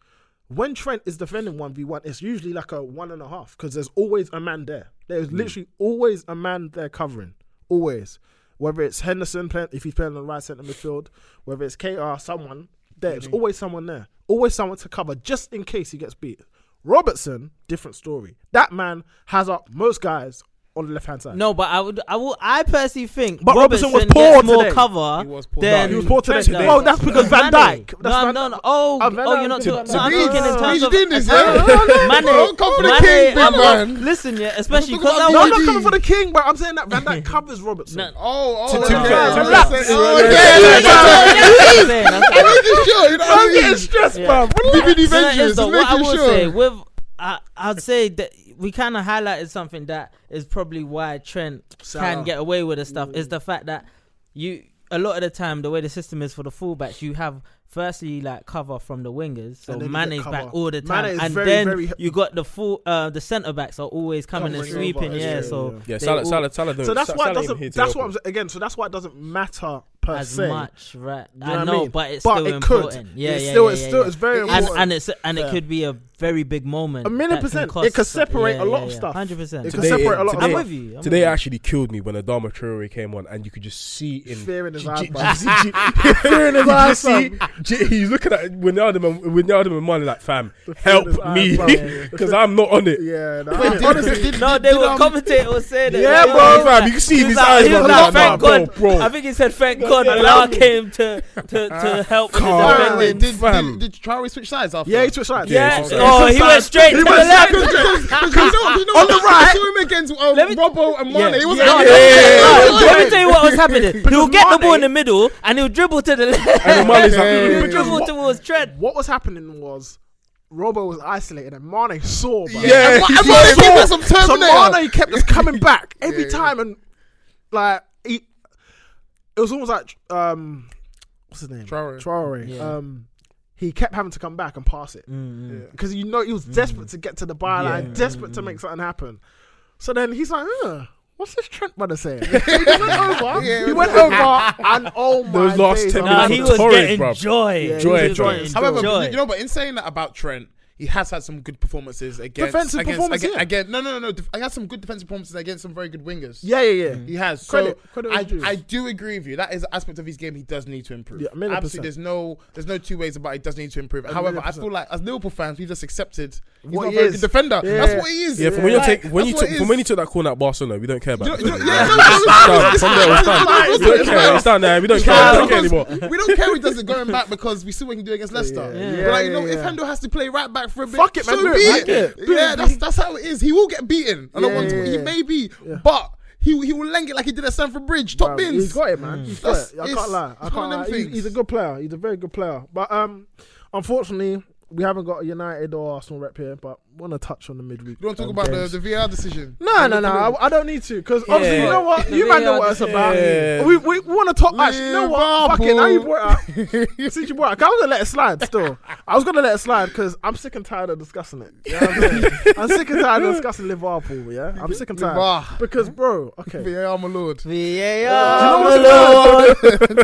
B: When Trent is defending one v one, it's usually like a one and a half because there's always a man there.
F: Mm.
B: There's literally always a man there covering, always. Whether it's Henderson playing if he's playing on the right centre midfield, whether it's KR, someone there's always someone there, always someone to cover just in case he gets beat. Robertson, different story. That man has up most guys on the left hand side.
F: No, but I would, I will, I personally think.
B: But Robertson was
F: gets
B: poor
F: more
B: today.
F: cover.
C: He was poor.
F: than
B: he
C: No,
B: was poor today.
F: Trent does.
B: Well, that's because Van
F: Mane.
B: Dijk. That's
F: No, I'm
B: Van-
F: not. no. Oh,
B: Uh, Van
F: oh,
B: Dijk-
F: you're not.
B: to-
F: talking-
B: to
F: no, I'm
B: Reece.
F: talking in
B: No,
F: terms
C: you
F: of.
C: did this,
F: I'm
C: yeah?
F: talking- Mane,
C: Don't come for the
F: Mane,
C: king, big
F: I'm not-
C: man.
F: Listen, yeah, especially
C: talking
F: because
C: about
F: I
B: No,
F: was
B: I'm not
C: Dundee.
B: coming for the king, but I'm saying that Van Dijk covers Robertson.
F: No.
C: Oh, oh,
D: To-
C: okay.
D: to
C: okay.
D: Black.
C: okay.
D: Black.
C: Oh, yeah,
D: Yeah,
C: yeah, yeah.
F: I'm saying, I'm saying.
C: I'm making sure. You know what I
B: I'm
C: mean?
B: getting stressed,
F: Yeah.
B: man. Relax.
C: Living
F: [LAUGHS] So that
C: adventures.
F: is though, what I
C: Making
F: would say
C: sure.
F: with I, I'd say that we kind of highlighted something that is probably why Trent
B: So-
F: can get away with this stuff
B: Mm.
F: is the fact that you a lot of the time the way the system is for the fullbacks you have firstly like cover from the wingers so
B: And then you
F: Mane's
B: get cover.
F: back all the
B: Mane
F: time
B: is
F: and
B: very,
F: then
B: very-
F: you got the full uh the centre backs are always coming and
B: Covering
F: sweeping
B: over,
F: yeah,
B: yeah,
F: so
B: yeah.
D: yeah,
F: they
D: Salah,
F: all-
D: Salah, Salah, don't-
B: So that's why
D: Salah
B: it
D: ain't here
B: doesn't. That's
D: to help
B: what I'm
D: him.
B: saying. again. So that's why it doesn't matter per
F: as
B: se.
F: much right
B: You
F: I
B: what
F: know
B: mean?
F: but it's
B: But
F: still
B: it could.
F: important yeah
B: It's
F: yeah
B: still-
F: yeah,
B: it's
F: yeah,
B: still-
F: yeah.
B: it's very
F: and,
B: important.
F: and it's and it
B: Fair.
F: could be a very big moment
B: A million
F: that can
B: percent. It
F: cost
B: could
F: some-
B: separate
F: yeah,
B: a lot
F: yeah,
B: of
F: yeah.
B: stuff.
F: 100%
B: It could
D: Today-
B: separate a lot.
D: today-
F: I'm
B: of
F: with you. I'm
D: Today
F: with
D: actually killed me when Adama Traore came on, and you could just see in
B: Fear in his
D: J-
B: eyes,
D: j-
B: bruv.
D: j-
B: [LAUGHS]
D: j- fear in his eyes.
B: son.
D: J- He's looking at Wijnaldum and Wijnaldum and Mane like, fam, help
B: in his eyes,
D: me, [LAUGHS]
B: bruv. Yeah, yeah.
D: because I'm not on it.
B: Yeah, no,
C: Wait, did-
B: honestly,
C: did-
F: No,
C: did-
F: they
C: did,
F: were
C: um,
F: commentating or saying it.
B: Yeah,
F: Like,
B: bro,
F: he
D: fam,
F: was like-
D: you can see
F: he
D: in
F: was
D: his
F: like-
D: eyes,
F: he was
D: bro,
F: like,
D: like,
F: thank
D: nah,
F: God.
D: bro, bro.
F: I think he said, thank God Allah came to, to, to help with the
C: Wait,
D: Calm.
F: defending.
C: wait, did,
D: Fam.
C: did, did Traore switch sides after?
B: yeah, he switched sides.
D: Yeah,
F: Yeah.
D: it's
F: Oh, he went straight to the left.
C: Because you know, you know, on the right, I saw him against um,
F: Let me-
C: Robbo and
F: Yeah.
C: Mane. It was
F: Yeah,
C: like,
F: yeah,
C: yeah,
F: yeah, yeah. Let me tell you what was happening. He'll
B: was
F: get the ball
B: Mane-
F: in the middle and he'll dribble to the
D: And
F: left.
D: Romani's
C: Yeah.
F: He'll
D: like,
B: Because
F: dribble
B: what-
F: towards Trent.
B: What was happening was Robo was isolated and Mane saw. bruv.
D: Yeah,
C: And Ma-
D: he's
C: and Mane
D: so-
C: gave us some
B: So
C: Terminator.
B: Mane kept just coming back every time, and like he, it was almost like um, what's his name?
C: Traore.
B: Traore.
F: Yeah. Mm,
B: Um, he kept having to come back and pass it because you know he was desperate to get to the byline, desperate to
F: Mm.
B: make something happen. So then he's like, "Huh, "What's this Trent brother
C: [LAUGHS]
B: saying?" So he went over. he went over, and oh my
D: Those last
B: days,
D: 10
B: I'm
D: minutes
F: Nah,
B: like,
F: he
D: was
F: was
D: torrid,
F: getting
D: bruv.
F: joy.
B: Yeah,
D: Joy,
F: He was
D: joy.
F: getting
C: However,
F: joy.
C: you know, but in saying that about Trent, he has had some good performances against
B: Defensive
C: against,
B: performance,
C: against,
B: yeah.
C: against- no, no, no, no. def- I had some good defensive performances against some very good wingers.
B: yeah, yeah, yeah.
F: Mm.
C: He has. So
B: Credit- credit is
C: I,
B: due.
C: I do agree with you. That is an aspect of his game he does need to improve.
B: Yeah, a million
C: Absolutely,
B: percent.
C: there's no there's no two ways about it. He does need to improve. However,
B: million
C: I feel
B: percent.
C: like as Liverpool fans, we've just accepted he's
B: What
C: not
B: he
C: a very
B: is.
C: good defender.
B: Yeah.
C: That's what he is.
D: Yeah, from when you
C: Like,
D: take when you
C: that's what
D: took
C: he
D: from
C: is.
D: when you took that corner at Barcelona, we don't care about.
C: You
D: it.
C: know- you know- [LAUGHS]
D: It's
C: yeah, no, no, no,
D: done. From there, it's done.
C: it's
D: We don't
C: done.
D: care. It's done now. We don't care. We don't care anymore.
C: we don't care he does it going back because we see what he can do against Leicester.
B: Yeah,
C: But like, you
B: yeah,
C: know, if
B: yeah.
C: Hendo has to play right back for a bit,
B: Fuck it, man,
C: so
B: do it,
C: be
B: man.
C: it.
B: Yeah, do
C: Yeah,
B: it.
C: that's that's how it is. He will get beaten. I don't
B: Yeah,
C: want to.
B: yeah,
C: He
B: yeah.
C: may be, but he he will leng it like he did at Stamford Bridge.
B: Bro,
C: Top bins.
B: He's got it,
F: Mm.
B: man. He's got
C: That's-
B: it. I
C: it's-
B: can't lie. I
C: it's one
B: can't
C: of them
B: lie. He's,
C: things.
B: he's a good player. He's a very good player. But um, unfortunately, we haven't got a United or Arsenal rep here. But want to touch on the midweek.
C: You don't talk
B: um,
C: about the,
B: games.
C: the
B: [LAUGHS]
C: VR decision.
B: No, no, no. I, I don't need to because obviously you know what
F: The
B: you man know
F: VAR
B: what it's about.
D: decision.
B: We we want to talk. Actually, you know what? Fuck it. Now you brought it up. [LAUGHS] Since you brought it, up, I was gonna let it slide. Still, I was gonna let it slide because I'm sick and tired of discussing it. You know what I'm, saying? I'm sick and tired of discussing Liverpool. Yeah, I'm sick and tired
C: VAR.
B: because bro. Okay,
C: VAR, my lord.
F: VAR,
B: what's
F: my lord.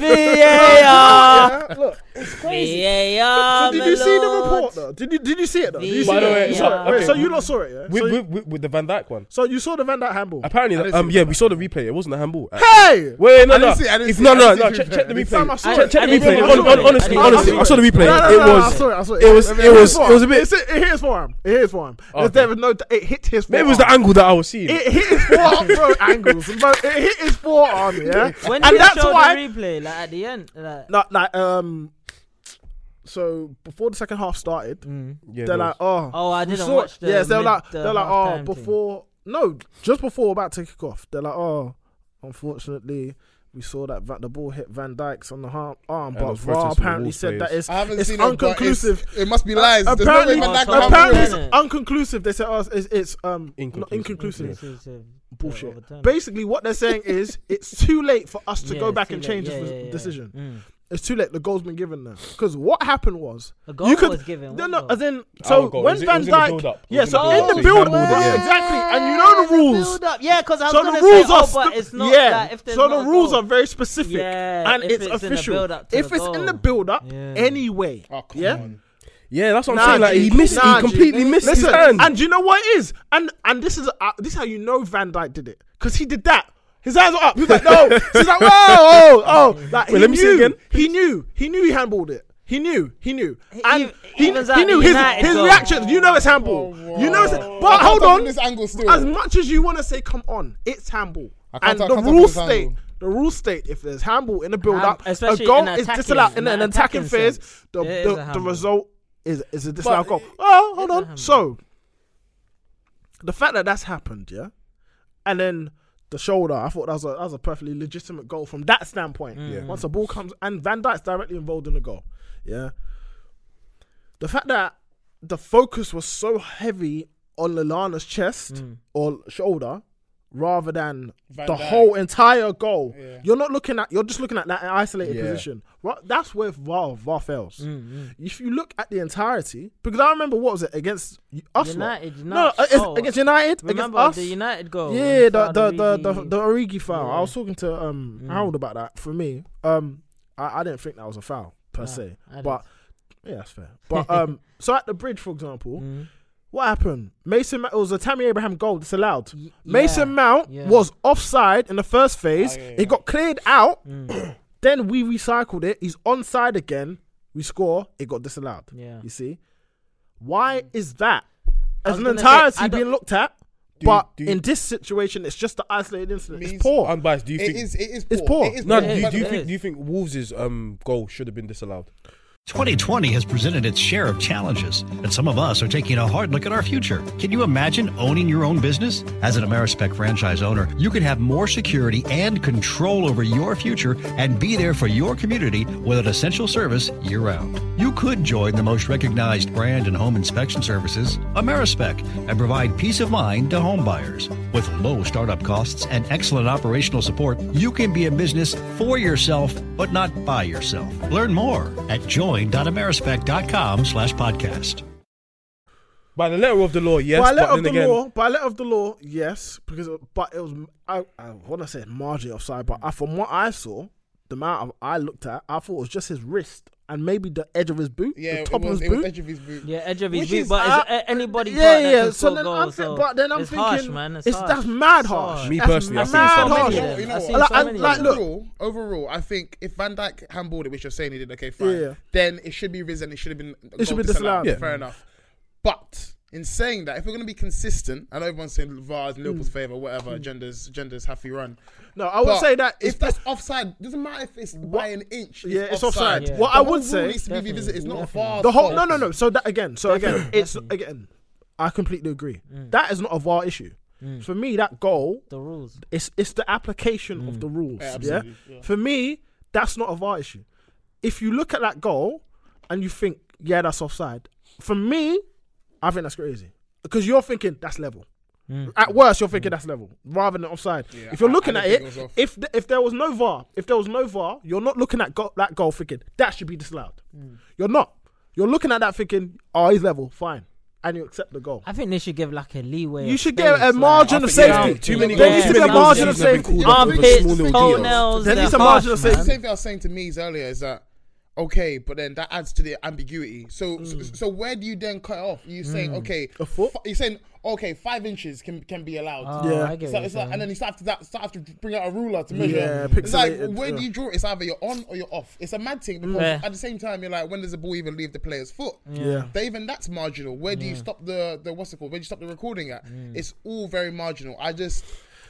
F: VAR.
B: Yeah, look, it's crazy.
F: VAR,
B: Did
F: my
B: you see the
F: lord.
B: report though? Did you did you see it though? Did you
F: By
B: see
F: the
B: it?
F: way,
B: You
F: yeah.
B: saw it? Wait,
D: okay.
B: so you lot saw it, yeah?
D: With,
B: so, you,
D: with, with, with the Van Dyke one.
B: so you saw the Van Dijk handball?
D: Apparently, that, um, yeah, we saw the replay. It wasn't a handball.
B: Hey,
D: Wait, no,
C: I didn't
D: no.
C: see- I didn't
D: If
C: see-
D: no,
C: I
D: no,
C: didn't
D: no.
C: see
D: Check,
C: the
D: check the
C: replay.
B: Sam, I
D: replay.
B: saw it.
D: Check, check
F: I
D: the
F: didn't
D: replay.
F: see it.
D: Hon- hon-
F: I
D: Honestly,
F: didn't see
D: honestly,
F: it.
D: I saw the replay.
B: No, no,
D: It
B: no, I
D: was,
B: saw it. I saw it.
D: it was,
B: No, no,
D: it
B: no, I
D: was,
B: saw
D: it was a bit.
B: It's, it hits for him. It hits for him. There's- There was no. It hit his.
D: Maybe it was the
B: forearm.
D: angle that I was seeing.
B: It hit his forearm,
D: [LAUGHS]
B: bro. Angles, bro. It hit his forearm, yeah.
F: When
B: and
F: did they
B: that's
F: show
B: why.
F: the replay? Like at the end, like
B: like, like, um. So before the second half started, they're
D: Yeah, it was.
B: like, oh,
F: Oh, I
B: we
F: didn't
B: saw-
F: watch the
B: yes, they're
F: mid-
B: like,
F: the
B: they're like, oh,
F: halftime thing.
B: before no, just before about to kick off, they're like, oh, unfortunately, we saw that Va- the ball hit Van Dyke's on the har- arm, but
D: those
B: VAR
D: references were
B: apparently
D: all
B: said that
D: players.
B: it's,
C: I haven't
B: it's
C: seen it, but
B: unconclusive.
C: it's- it must be lies. There's no way
B: apparently,
C: Van Dijk
F: can't
B: apparently
F: be
B: it's
F: real.
B: unconclusive. They said, oh, it's, it's um not
D: Inconclusive.
B: inconclusive.
F: this is, uh,
B: Bullshit.
F: overturned.
B: Basically, what they're saying is it's too late for us to
F: Yeah,
B: go
F: it's
B: back
F: too
B: and
F: late.
B: change
F: Yeah,
B: this
F: yeah, yeah.
B: decision.
F: Mm.
B: It's too late. The goal's been given now. Because what happened was
F: The goal
B: you could
F: was given,
B: No,
F: what
B: no.
F: goal?
B: As in, so
D: Our goal. It
B: when
D: was- it
B: Van
D: was in the
B: Dijk,
D: build-up. It
B: yeah,
D: was in
B: so
D: the
B: in
D: build-up.
B: the
D: So he
B: build,
D: handballed it, yeah.
B: exactly, and you know the rules.
F: Build up. Yeah, because I was
B: So
F: gonna
B: the rules
F: say,
B: are
F: oh, but
B: st-
F: it's not.
B: yeah.
F: Like, if there's
B: so the
F: not a
B: rules
F: goal-
B: are very specific,
F: Yeah,
B: and
F: if
B: it's,
F: it's in the
B: official.
F: build-up to
B: if
F: the
B: it's in the
F: goal.
B: build up
F: Yeah.
B: anyway,
C: Oh, come
B: yeah.
C: on.
D: yeah, that's what I'm
B: Nah,
D: saying. Like,
B: G.
D: he missed,
B: Nah,
D: he
B: G.
D: completely missed his
B: Listen,
D: hand.
B: and do you know what it is? And and this is uh, this is how you know Van Dyke did it because he did that. His hands were up. He was like,
D: [LAUGHS]
B: no. He's like, whoa, oh, oh. Like,
D: Wait,
B: he
D: let me
B: knew,
D: see again.
B: He knew. He knew he handballed it. He knew. He knew.
F: even-
B: And he,
F: even
B: he
F: that
B: knew his,
F: United
B: his
F: goal.
B: reactions. You know it's handball. You know it's. But
C: I can't
B: hold
C: talk
B: on.
C: from this angle still.
B: As much as you want to say, come on, it's handball.
C: I can't
B: And
C: talk- I
B: the
C: can't talk
B: rules
C: from this
B: state.
C: angle.
B: The rules state if there's handball in the build up,
F: Hand-
B: a
F: especially
B: goal
F: in
B: is
F: attacking-
B: disallowed in
F: in
B: an
F: an
B: attacking
F: attacking
B: phase.
F: sense.
B: The,
F: It is a
B: the, the
F: handball.
B: result is is a disallowed goal. Oh, hold on. So the fact that that's happened, yeah, and then the shoulder, I thought that was a that was a perfectly legitimate goal from that standpoint.
C: Mm.
B: Once the ball comes and Van Dijk's directly involved in the goal, yeah. The fact that the focus was so heavy on Lallana's chest or shoulder rather than
C: Mm. Van
B: the
C: Dijk.
B: whole entire goal.
C: Yeah.
B: You're not looking at. You're just looking at that isolated
D: Yeah.
B: position. Right, that's where VAR VAR fails.
F: Mm,
B: If you look at the entirety, because I remember what was it against us? lot?
F: United, United.
B: No, it's
F: Oh,
B: against United.
F: Remember
B: against us.
F: the United goal?
B: Yeah, the the,
F: Saudi
B: the the
F: Arabia.
B: the Origi foul. I
F: Yeah. Mm.
B: was talking to um Harold about that. For me, um, I, I didn't think that was a foul per se,
F: I didn't. Mm.
B: but yeah, that's fair. But
F: [LAUGHS]
B: um, so at the bridge, for example, what happened? Mason Ma- it was a Tammy Abraham goal disallowed. Mason
F: yeah,
B: Mount
F: yeah.
B: was offside in the first
D: Oh,
B: phase. It got cleared out.
F: Mm.
B: [CLEARS THROAT] then we recycled it. He's onside again. We score. It got disallowed.
F: Yeah. Mm.
B: you see, why is that? As
F: was
B: an
F: gonna say,
B: entirety
F: I don't-
B: being looked at, but
D: do you-
B: in this situation, it's just the isolated incident.
C: Means-
B: It's poor.
D: Unbiased, do you
C: It
D: think?
C: is. It is.
B: It's
C: poor.
B: poor.
C: It is
D: No,
C: poor.
D: do
F: It
D: you,
F: is,
D: do you
F: it
D: think
F: is.
D: do you think Wolves' um, goal should have been disallowed?
G: 2020 has presented its share of challenges, and some of us are taking a hard look at our future. Can you imagine owning your own business? As an Amerispec franchise owner, you can have more security and control over your future and be there for your community with an essential service year round. You could join the most recognized brand and home inspection services, Amerispec, and provide peace of mind to home buyers. With low startup costs and excellent operational support, you can be a business for yourself
B: but not by yourself. Learn more at join.amerispec.com slash podcast.
H: By the letter of the law, yes.
C: by
H: but
C: letter of
H: then
C: the
H: again,
C: law, by letter of the law, yes, because but it was I, I want to say marginally offside, but I, from what I saw, the amount of, I looked at, I thought it was just his wrist and maybe the edge of his boot,
D: Yeah,
C: the
D: it
C: top
D: was,
C: of
D: it
C: his boot.
D: was edge of his boot.
F: Yeah, edge of his
C: Which
F: boot,
C: is,
F: but
C: uh,
F: is a- anybody
C: yeah,
F: part that
C: yeah, so
F: can score
C: then
F: goals,
C: I'm thi-
F: so
C: but then I'm
F: it's
C: thinking,
F: harsh, man. It's,
C: it's-
F: harsh.
C: that's mad
F: It's
C: harsh.
H: Me
C: That's
H: personally, I
C: mad
H: think it's harsh.
F: so many
C: harsh.
F: of them.
D: You know
F: I've
D: what?
F: seen
C: Like,
F: so
C: and-
F: many of
C: like,
F: them.
C: look.
D: overall, overall, I think if Van Dijk handballed it, which you're saying he did, okay, fine.
C: Yeah.
D: Then it should be risen. It should have been.
C: It should
D: goal
C: be disallowed.
H: Yeah.
D: Fair enough. But in saying that, if we're going to be consistent, I know everyone's saying VAR's in Liverpool's favour,
C: Hmm.
D: whatever. Genders, genders, happy run.
C: No, I would
D: But
C: say that
D: if
C: it's-
D: that's offside, doesn't matter if it's by an inch.
C: Yeah, it's offside.
F: Yeah.
C: What
D: The
C: I
D: whole
C: would
D: rule
C: say-
D: needs to be
F: Definitely,
D: revisited. It's not
F: definitely.
D: VAR's
C: The whole no
D: fault.
C: no no. So that again. So again, it's again. I completely agree.
D: Mm.
C: That is not a VAR issue. For me, that goal
F: the rules.
C: It's it's the application of the rules.
D: Yeah,
C: Yeah,
D: absolutely,
C: For me, that's not a VAR issue. If you look at that goal and you think, yeah, that's offside. For me, I think that's crazy because you're thinking that's level. At worst, you're thinking that's level rather than offside. if you're
D: I- I
C: looking
D: don't
C: at
D: think
C: it,
D: it was off.
C: if th- if there was no VAR, if there was no VAR, you're not looking at go- that goal thinking that should be disallowed.
D: Mm.
C: You're not. You're looking at that thinking, oh, he's level, fine, and you accept the goal.
F: I think they should give like a leeway.
C: You
F: of
C: should get a
F: space,
C: margin of
F: like-
C: safety.
H: Yeah, too many
F: There
H: goals,
F: needs
H: too
F: to be a
H: many
F: margin
H: goals
F: of
H: have been
C: safety.
H: called off with
F: Armpits,
H: small little deals.
F: toenails.
C: There
F: they're
C: needs a
F: harsh,
C: margin of
F: man.
D: the same thing I was saying to Mies earlier is that okay, but then that adds to the ambiguity. So so, so where do you then cut off? You're saying okay,
C: A foot?
D: fi- you're saying okay, five inches can can be allowed.
F: Oh,
C: Yeah.
F: I get
D: So
F: what
D: it's
F: you're
D: like, and
F: saying.
D: then you start to that start to bring out a ruler to measure.
C: Yeah,
D: it's like
C: pixelated,
D: where
C: yeah.
D: do you draw? it? It's either you're on or you're off. It's a mad thing because
F: Yeah.
D: at the same time you're like, when does the ball even leave the player's foot?
C: Yeah.
D: They even that's marginal. Where do you stop the the what's it called? Where do you stop the recording at? It's all very marginal. I just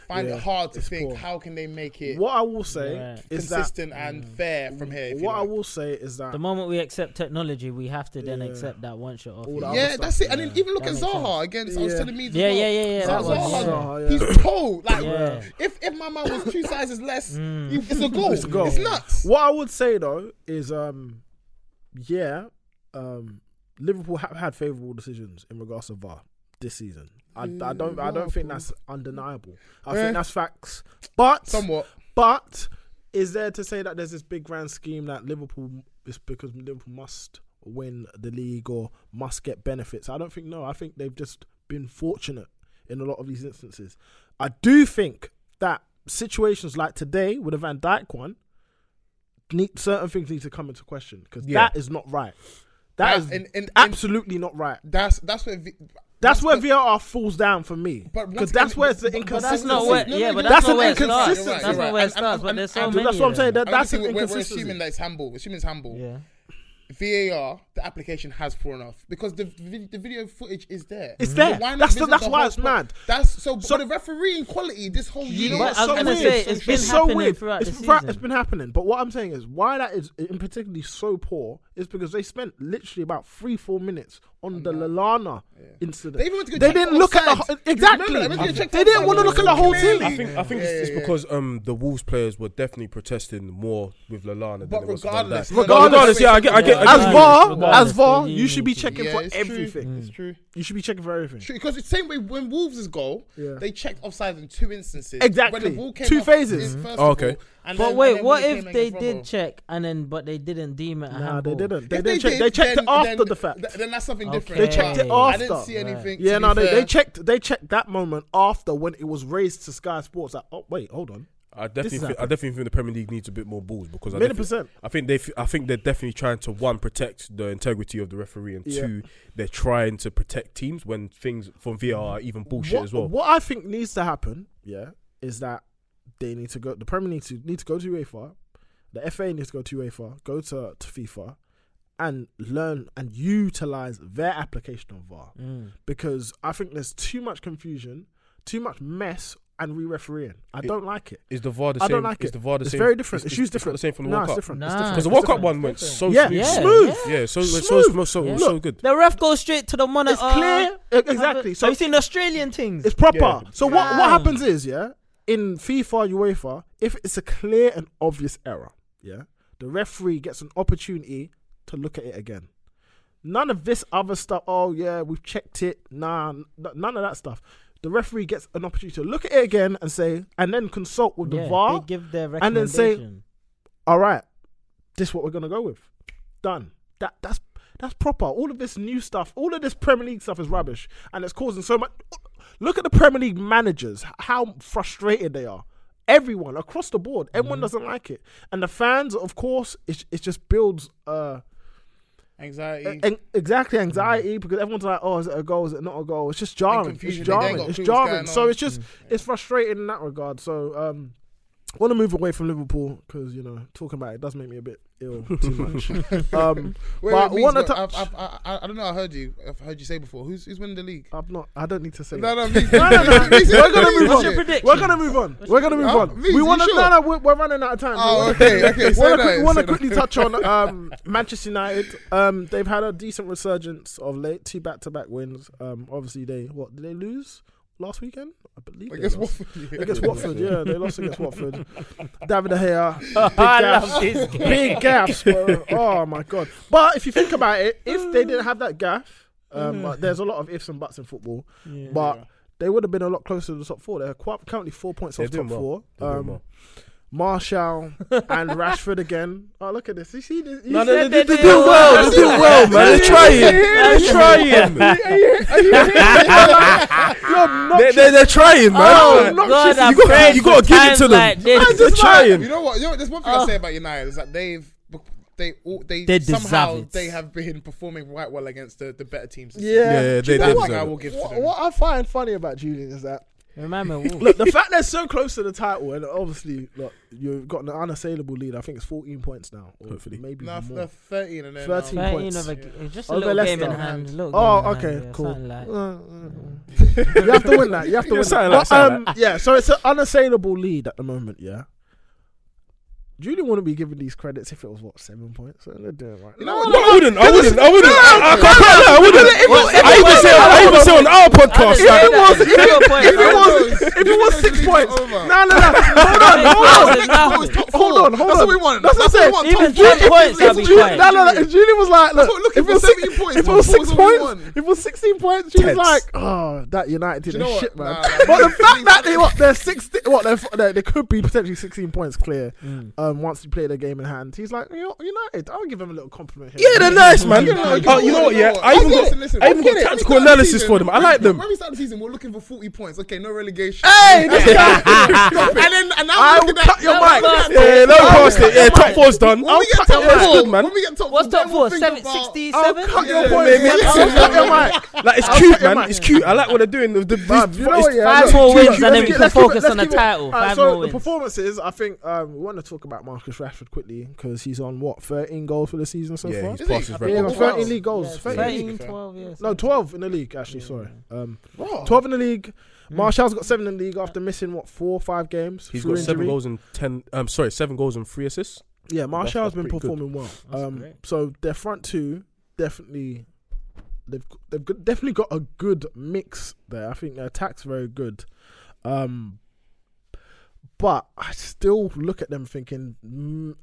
D: find
C: Yeah,
D: it hard to
C: it's
D: think
C: poor.
D: how can they make it
C: What I will say
F: Yeah. Mm.
C: is that
D: consistent and fair from here. if you
C: what I
D: like.
C: will say is that
F: The moment we accept technology, we have to then accept that once you're off.
C: All
F: it.
C: that other
D: Yeah,
C: stuff.
D: that's it. And then even look
F: that
D: at
F: makes
D: Zaha against. I was
C: Yeah.
D: telling me. as
F: Yeah,
D: well.
F: yeah, yeah, yeah,
D: Zaha,
F: that one,
C: yeah.
D: Zaha,
C: Zaha, yeah.
D: he's cold. Like,
F: Yeah.
D: if if my man was two sizes less, you- it's a goal. It's,
C: goal.
D: nuts.
C: What I would say though is, um, yeah, um, Liverpool have had favourable decisions in regards to VAR this season. I, I don't I don't think that's undeniable. I
D: Mm. Eh.
C: think that's facts. But
D: Somewhat.
C: But is there to say that there's this big grand scheme that Liverpool is because Liverpool must win the league or must get benefits? I don't think no. I think they've just been fortunate in a lot of these instances. I do think that situations like today with the Van Dijk one, need certain things need to come into question because
H: Yeah.
C: that is not right. That
D: That-
C: is
D: and- and-
C: absolutely not right.
D: That's that's where. V-
C: That's where
D: the-
C: VAR falls down for me
D: But once
C: because
D: again-
C: that's where it's the
D: but- but
F: That's
C: inconsistency.
F: not where,
D: No,
F: yeah,
D: no,
F: but
D: no,
F: that's,
C: that's
F: not
C: an
F: where it starts.
C: inconsistency.
F: That's
D: You're right,
F: not where
D: you're
F: it starts.
D: right.
F: But there's so
D: And- and-
F: many.
C: That's what I'm
F: of
C: saying.
F: them.
C: That, that's
D: Obviously,
C: an
D: we're- we're, we're
C: inconsistency.
D: assuming that it's handball. We're assuming it's handball.
F: Yeah.
D: VAR, the application has fallen off because the vi- the video footage is there.
C: It's there.
D: not
C: That's the-
D: visit
C: that's why
D: whole
C: it's
D: pro-
C: mad.
D: That's so.
C: So-
D: So the refereeing quality this whole
C: You
D: year.
C: know
F: But
C: what's
F: I was
C: so
F: gonna
C: weird?
F: say, it's been happening throughout
C: it's,
F: the
C: throughout-
F: season.
C: it's been happening, but what I'm saying is why that is in particularly so poor is because they spent literally about three, four minutes on the Lalana incident.
D: They even went to go
C: They
D: check
C: didn't
D: for
C: look at the
D: offside.
C: whole,
D: You
C: exactly.
D: remember, they went to go check for
C: They didn't
D: offside.
C: want to look at the whole team.
D: Clearly.
H: I think I think
D: Yeah,
H: it's,
D: yeah,
H: it's because um the Wolves players were definitely protesting more with Lalana than
D: But
H: they was with Van Dijk.
C: Regardless-
D: regardless-
H: regardless, yeah, I get, I get, I get
C: As
H: what you mean.
C: VAR,
F: Regardless,
C: as VAR,
F: they
C: you should be
F: need to-
C: checking for everything.
D: It's true.
C: You should be checking for everything.
D: True, because it's the same way when Wolves' goal,
C: Yeah.
D: they checked offside in two instances.
C: Exactly.
D: When the ball came
C: Two
D: off,
C: phases.
D: it's first
H: Oh,
D: of
H: okay.
D: all, and
F: But
D: then- and
F: wait,
D: then
F: what
D: when it
F: if
D: came
F: they
D: against
F: did
D: Robbo.
F: check and then but they didn't deem it a
C: Nah,
F: handball?
C: they didn't. They
D: If
C: didn't check. They
D: did,
C: checked
D: then-
C: it after
D: then-
C: the fact.
D: th- Then that's something
F: Okay.
D: different.
C: They checked it
D: but I didn't
C: after.
D: see anything.
C: Yeah,
D: to
C: no,
D: be
C: they,
D: fair.
C: they checked. They checked that moment after when it was raised to Sky Sports. Like, oh wait, hold on.
H: I
C: This
H: definitely,
C: is
H: think, I
C: happening.
H: definitely think the Premier League needs a bit more balls because I,
C: Million
H: defi-
C: percent.
H: I think they, f- I think they're definitely trying to one protect the integrity of the referee and
C: Yeah.
H: two, they're trying to protect teams when things from VR are even bullshit
C: what,
H: as well.
C: What I think needs to happen, yeah, is that they need to go. The Premier needs to need to go to UEFA. The FA needs to go to UEFA. Go to, to FIFA. And learn and utilize their application of VAR
H: Mm.
C: because I think there's too much confusion, too much mess, and re-refereeing. I don't like it.
H: Is the VAR the
C: I
H: same?
C: don't like
H: is
C: it.
H: the VAR the
C: It's
H: same?
C: very different.
H: is-
C: It's
H: is-
C: used
H: is not
C: different.
H: the same from the
C: No,
H: World
C: it's
H: Cup.
C: different.
F: Nah.
C: It's different.
H: Because the
F: It's
H: World Cup
F: different.
H: one went
F: It's
H: so
C: Yeah.
H: smooth.
C: Yeah.
F: Smooth.
H: Yeah, so so
C: Smooth.
H: so so,
F: Yeah.
H: so good.
F: The ref goes straight to the monitor.
C: It's clear. Exactly.
F: So
C: So
F: you seen the Australian things?
C: It's proper.
H: Yeah.
C: So what what
F: Fam.
C: happens is, yeah, in FIFA, UEFA, if it's a clear and obvious error, yeah, the referee gets an opportunity to look at it again. None of this other stuff. Oh yeah, we've checked it. Nah, n- none of that stuff. The referee gets an opportunity to look at it again and say, and then consult with the
F: Yeah,
C: VAR.
F: They give their
C: and then say,
F: recommendation.
C: all right, this is what we're gonna go with. Done. That that's that's proper. All of this new stuff, all of this Premier League stuff is rubbish, and it's causing so much. Look at the Premier League managers, how frustrated they are. Everyone across the board, everyone doesn't like it, and the fans, of course, it it just builds uh
B: Anxiety.
C: an- exactly anxiety because everyone's like, oh, is it a goal? Is it not a goal? It's just jarring. It's
B: confusion. They
C: jarring.
B: ain't got
C: It's
B: clues what's
C: jarring.
B: going
C: So
B: on.
C: it's just it's frustrating in that regard. So um, I want to move away from Liverpool because you know talking about it does make me a bit ill too
B: [LAUGHS]
C: much. um,
B: Wait,
C: but
B: wait,
C: I want to
B: Meeks, but
C: touch.
B: I've- I've- i I, I don't know. I heard you. I've heard you say before. Who's who's winning the league?
C: I'm not. I don't need to say.
B: No,
C: that.
B: [LAUGHS]
C: [LAUGHS]
B: no, Meeks,
C: Oh, No, no, no.
B: Meeks,
C: We're gonna move
B: Meeks,
C: on.
F: your
B: Meeks,
F: prediction?
C: We're gonna move on. We're gonna move
B: Huh?
C: on.
B: Meeks,
C: We
B: Oh, you
C: want to.
B: sure?
C: No, no. We're, we're running out of time.
B: Oh,
C: We're gonna-
B: okay, okay, say
C: wanna
B: that,
C: quick- wanna
B: say that.
C: quickly
B: [LAUGHS]
C: touch on um, Manchester United. Um, they've had a decent resurgence of late, two back-to-back wins. Um, obviously, they what did they lose last weekend? I believe
B: I
C: they
B: guess
C: lost.
B: Watford. yeah.
C: Against Watford, yeah, they lost
B: [LAUGHS]
C: against Watford. David De Gea, big
F: I
C: gaffes.
F: love this game.
C: big gaffes. Bro. Oh my god! But if you think about it, if they didn't have that gaff, um, but there's a lot of ifs and buts in football. But they would have been a lot closer to the top four. They're quite, currently four points
D: They're
C: off top
D: doing well.
C: four.
D: They're doing
C: Um,
D: well.
C: Marshall and Rashford again. Oh, look at this. You see this? You
F: No, no,
C: said
F: they-
C: that
F: they
C: they-
F: did well.
C: That's
F: They did
C: it.
F: well, man.
C: That's
F: They
C: it.
F: tried it.
C: That's
F: They
C: it.
F: tried it.
C: Are you- are you- You're
D: They're,
C: obnoxious.
D: they're, they're trying, man.
F: Oh,
D: Like,
F: God, I'm
D: you got,
F: friends
D: you got
F: with
D: to give it
F: times
D: to them.
F: like this.
D: they're
C: Just like-
D: trying.
B: You know what? You know, there's one thing I say about United is that they've they all they
F: They deserve
B: somehow
F: it.
B: they have been performing quite well against the, the better teams. this season.
C: Yeah.
D: Yeah,
C: Do you
D: they
C: know
D: did
C: what?
B: I
D: deserve
B: will give to
C: What,
B: them.
C: what I find funny about Julian is that
F: Remember, Wolves.
C: look, the fact they're so close to the title, and obviously, look, you've got an unassailable lead. I think it's 14 points now, or
D: Hopefully.
C: maybe
B: No,
C: more.
B: they're 13 and then
C: 13
B: um,
C: points.
F: 13 of a, it's just a
C: Over
F: little game in
C: Leicester.
F: hand. little game
C: Oh,
F: in hand,
C: okay,
F: yeah,
C: cool.
F: something
C: [LAUGHS]
F: like-
C: Uh, uh, uh. you have to win that. You have to
D: Yeah,
C: win that.
D: something like-
C: But,
D: something
C: um, yeah, so it's an unassailable lead at the moment. Yeah. Julian wouldn't be giving these credits if it was what seven points. So they're doing right.
B: You know what?
D: No, I wouldn't. I wouldn't. I wouldn't. I I can't lie, I wouldn't.
F: if
D: I
F: it
D: even
F: was-
D: say I even say on our
F: I
D: podcast.
F: didn't
D: like,
F: say that.
C: if
F: Zero
C: it-
F: points.
C: if it
F: I
C: was-
F: know.
B: Those-
C: if
B: those
C: it was six
B: leagues
C: points,
B: over.
C: no, no, no,
F: [LAUGHS]
C: hold on,
F: Six
C: hold on.
F: points
C: [LAUGHS]
F: is nothing.
C: Hold on, hold
B: That's
C: on.
B: what we want.
C: That's what I'm
B: we
C: saying.
B: want.
C: If
F: Even
B: Top
C: Ju-
F: ten
C: if-
F: points,
C: if
F: I'll be
C: Ju-
F: fine.
C: No, no, no. If Julian was like,
B: That's
C: look,
B: what we're looking
C: if
B: for,
C: it was six,
B: 17 points,
C: if it
B: man.
C: was
B: That's
C: six
B: what we
C: points,
B: want.
C: if it was 16 points, she was
D: Tense.
C: like, oh, that United
B: you
C: is
B: know what?
C: shit,
B: Nah,
C: man.
B: nah,
C: but
B: nah.
C: the fact that they what they're six, what they're, f- they they could be potentially 16 points clear.
B: Mm.
C: Um, once you play the game in hand, he's like, you know, United. I'll give him a little compliment here.
D: Yeah, they're nice, man.
B: You know,
D: Oh, you know what? Yeah, I even
B: get it.
D: got I even
B: get
D: got
B: it.
D: tactical
B: When we started the
D: analysis
B: season-
D: for them. I
B: when-
D: like them.
B: When we started the season, we're looking for 40 points. Okay, no relegation.
D: Hey, this guy.
B: and then and now
C: I
B: we're
C: will
B: looking at-
C: cut your
B: now we're
C: mic.
B: looking at-
D: Yeah, no past it. Yeah, top four's done.
B: When we get top
D: That's
B: four,
D: good, man.
B: When we get top
F: What's
B: four,
F: top
B: then
F: four?
B: we'll think
F: Seven,
B: about-
F: 67?
C: cut
B: Yeah,
C: your point,
D: maybe.
C: man. I'll cut your mic.
D: Like it's
C: I'll
D: cute,
C: cut your
D: man.
C: mic.
D: It's cute. I like what they're doing. The, the,
C: Man,
D: it's-
C: you know what,
D: it's-
C: yeah,
F: Five
C: look,
F: more
C: keep-
F: wins
C: keep-
F: and then
C: let's
F: we
C: keep-
F: can
C: let's keep it-
F: focus
C: let's
F: on the
C: keep it-
F: title.
C: Alright,
F: Five
C: so
F: more
C: the
F: wins.
C: performances, I think um, we want to talk about Marcus Rashford quickly because he's on what thirteen goals for the season so
D: Yeah,
C: far.
D: he's past his
B: Yeah,
C: Yeah,
D: record.
C: but
B: Twelve.
C: 13 league goals.
F: Yeah,
C: 13
D: 13,
C: league.
F: 12 years.
C: No, 12 in the league, actually, sorry. Um, 12 in the league.
B: Hmm.
C: Marshall's got 7 in the league after missing, what, 4 5 games?
D: He's
C: through
D: got seven
C: injury.
D: goals and ten. Um, sorry, seven goals and three assists.
C: Yeah, Marshall's
D: that's
C: been
D: pretty good.
C: performing well. Um, so their front two definitely. They've, they've got, definitely got a good mix there. I think their attack's very good. Um, but I still look at them thinking, mm,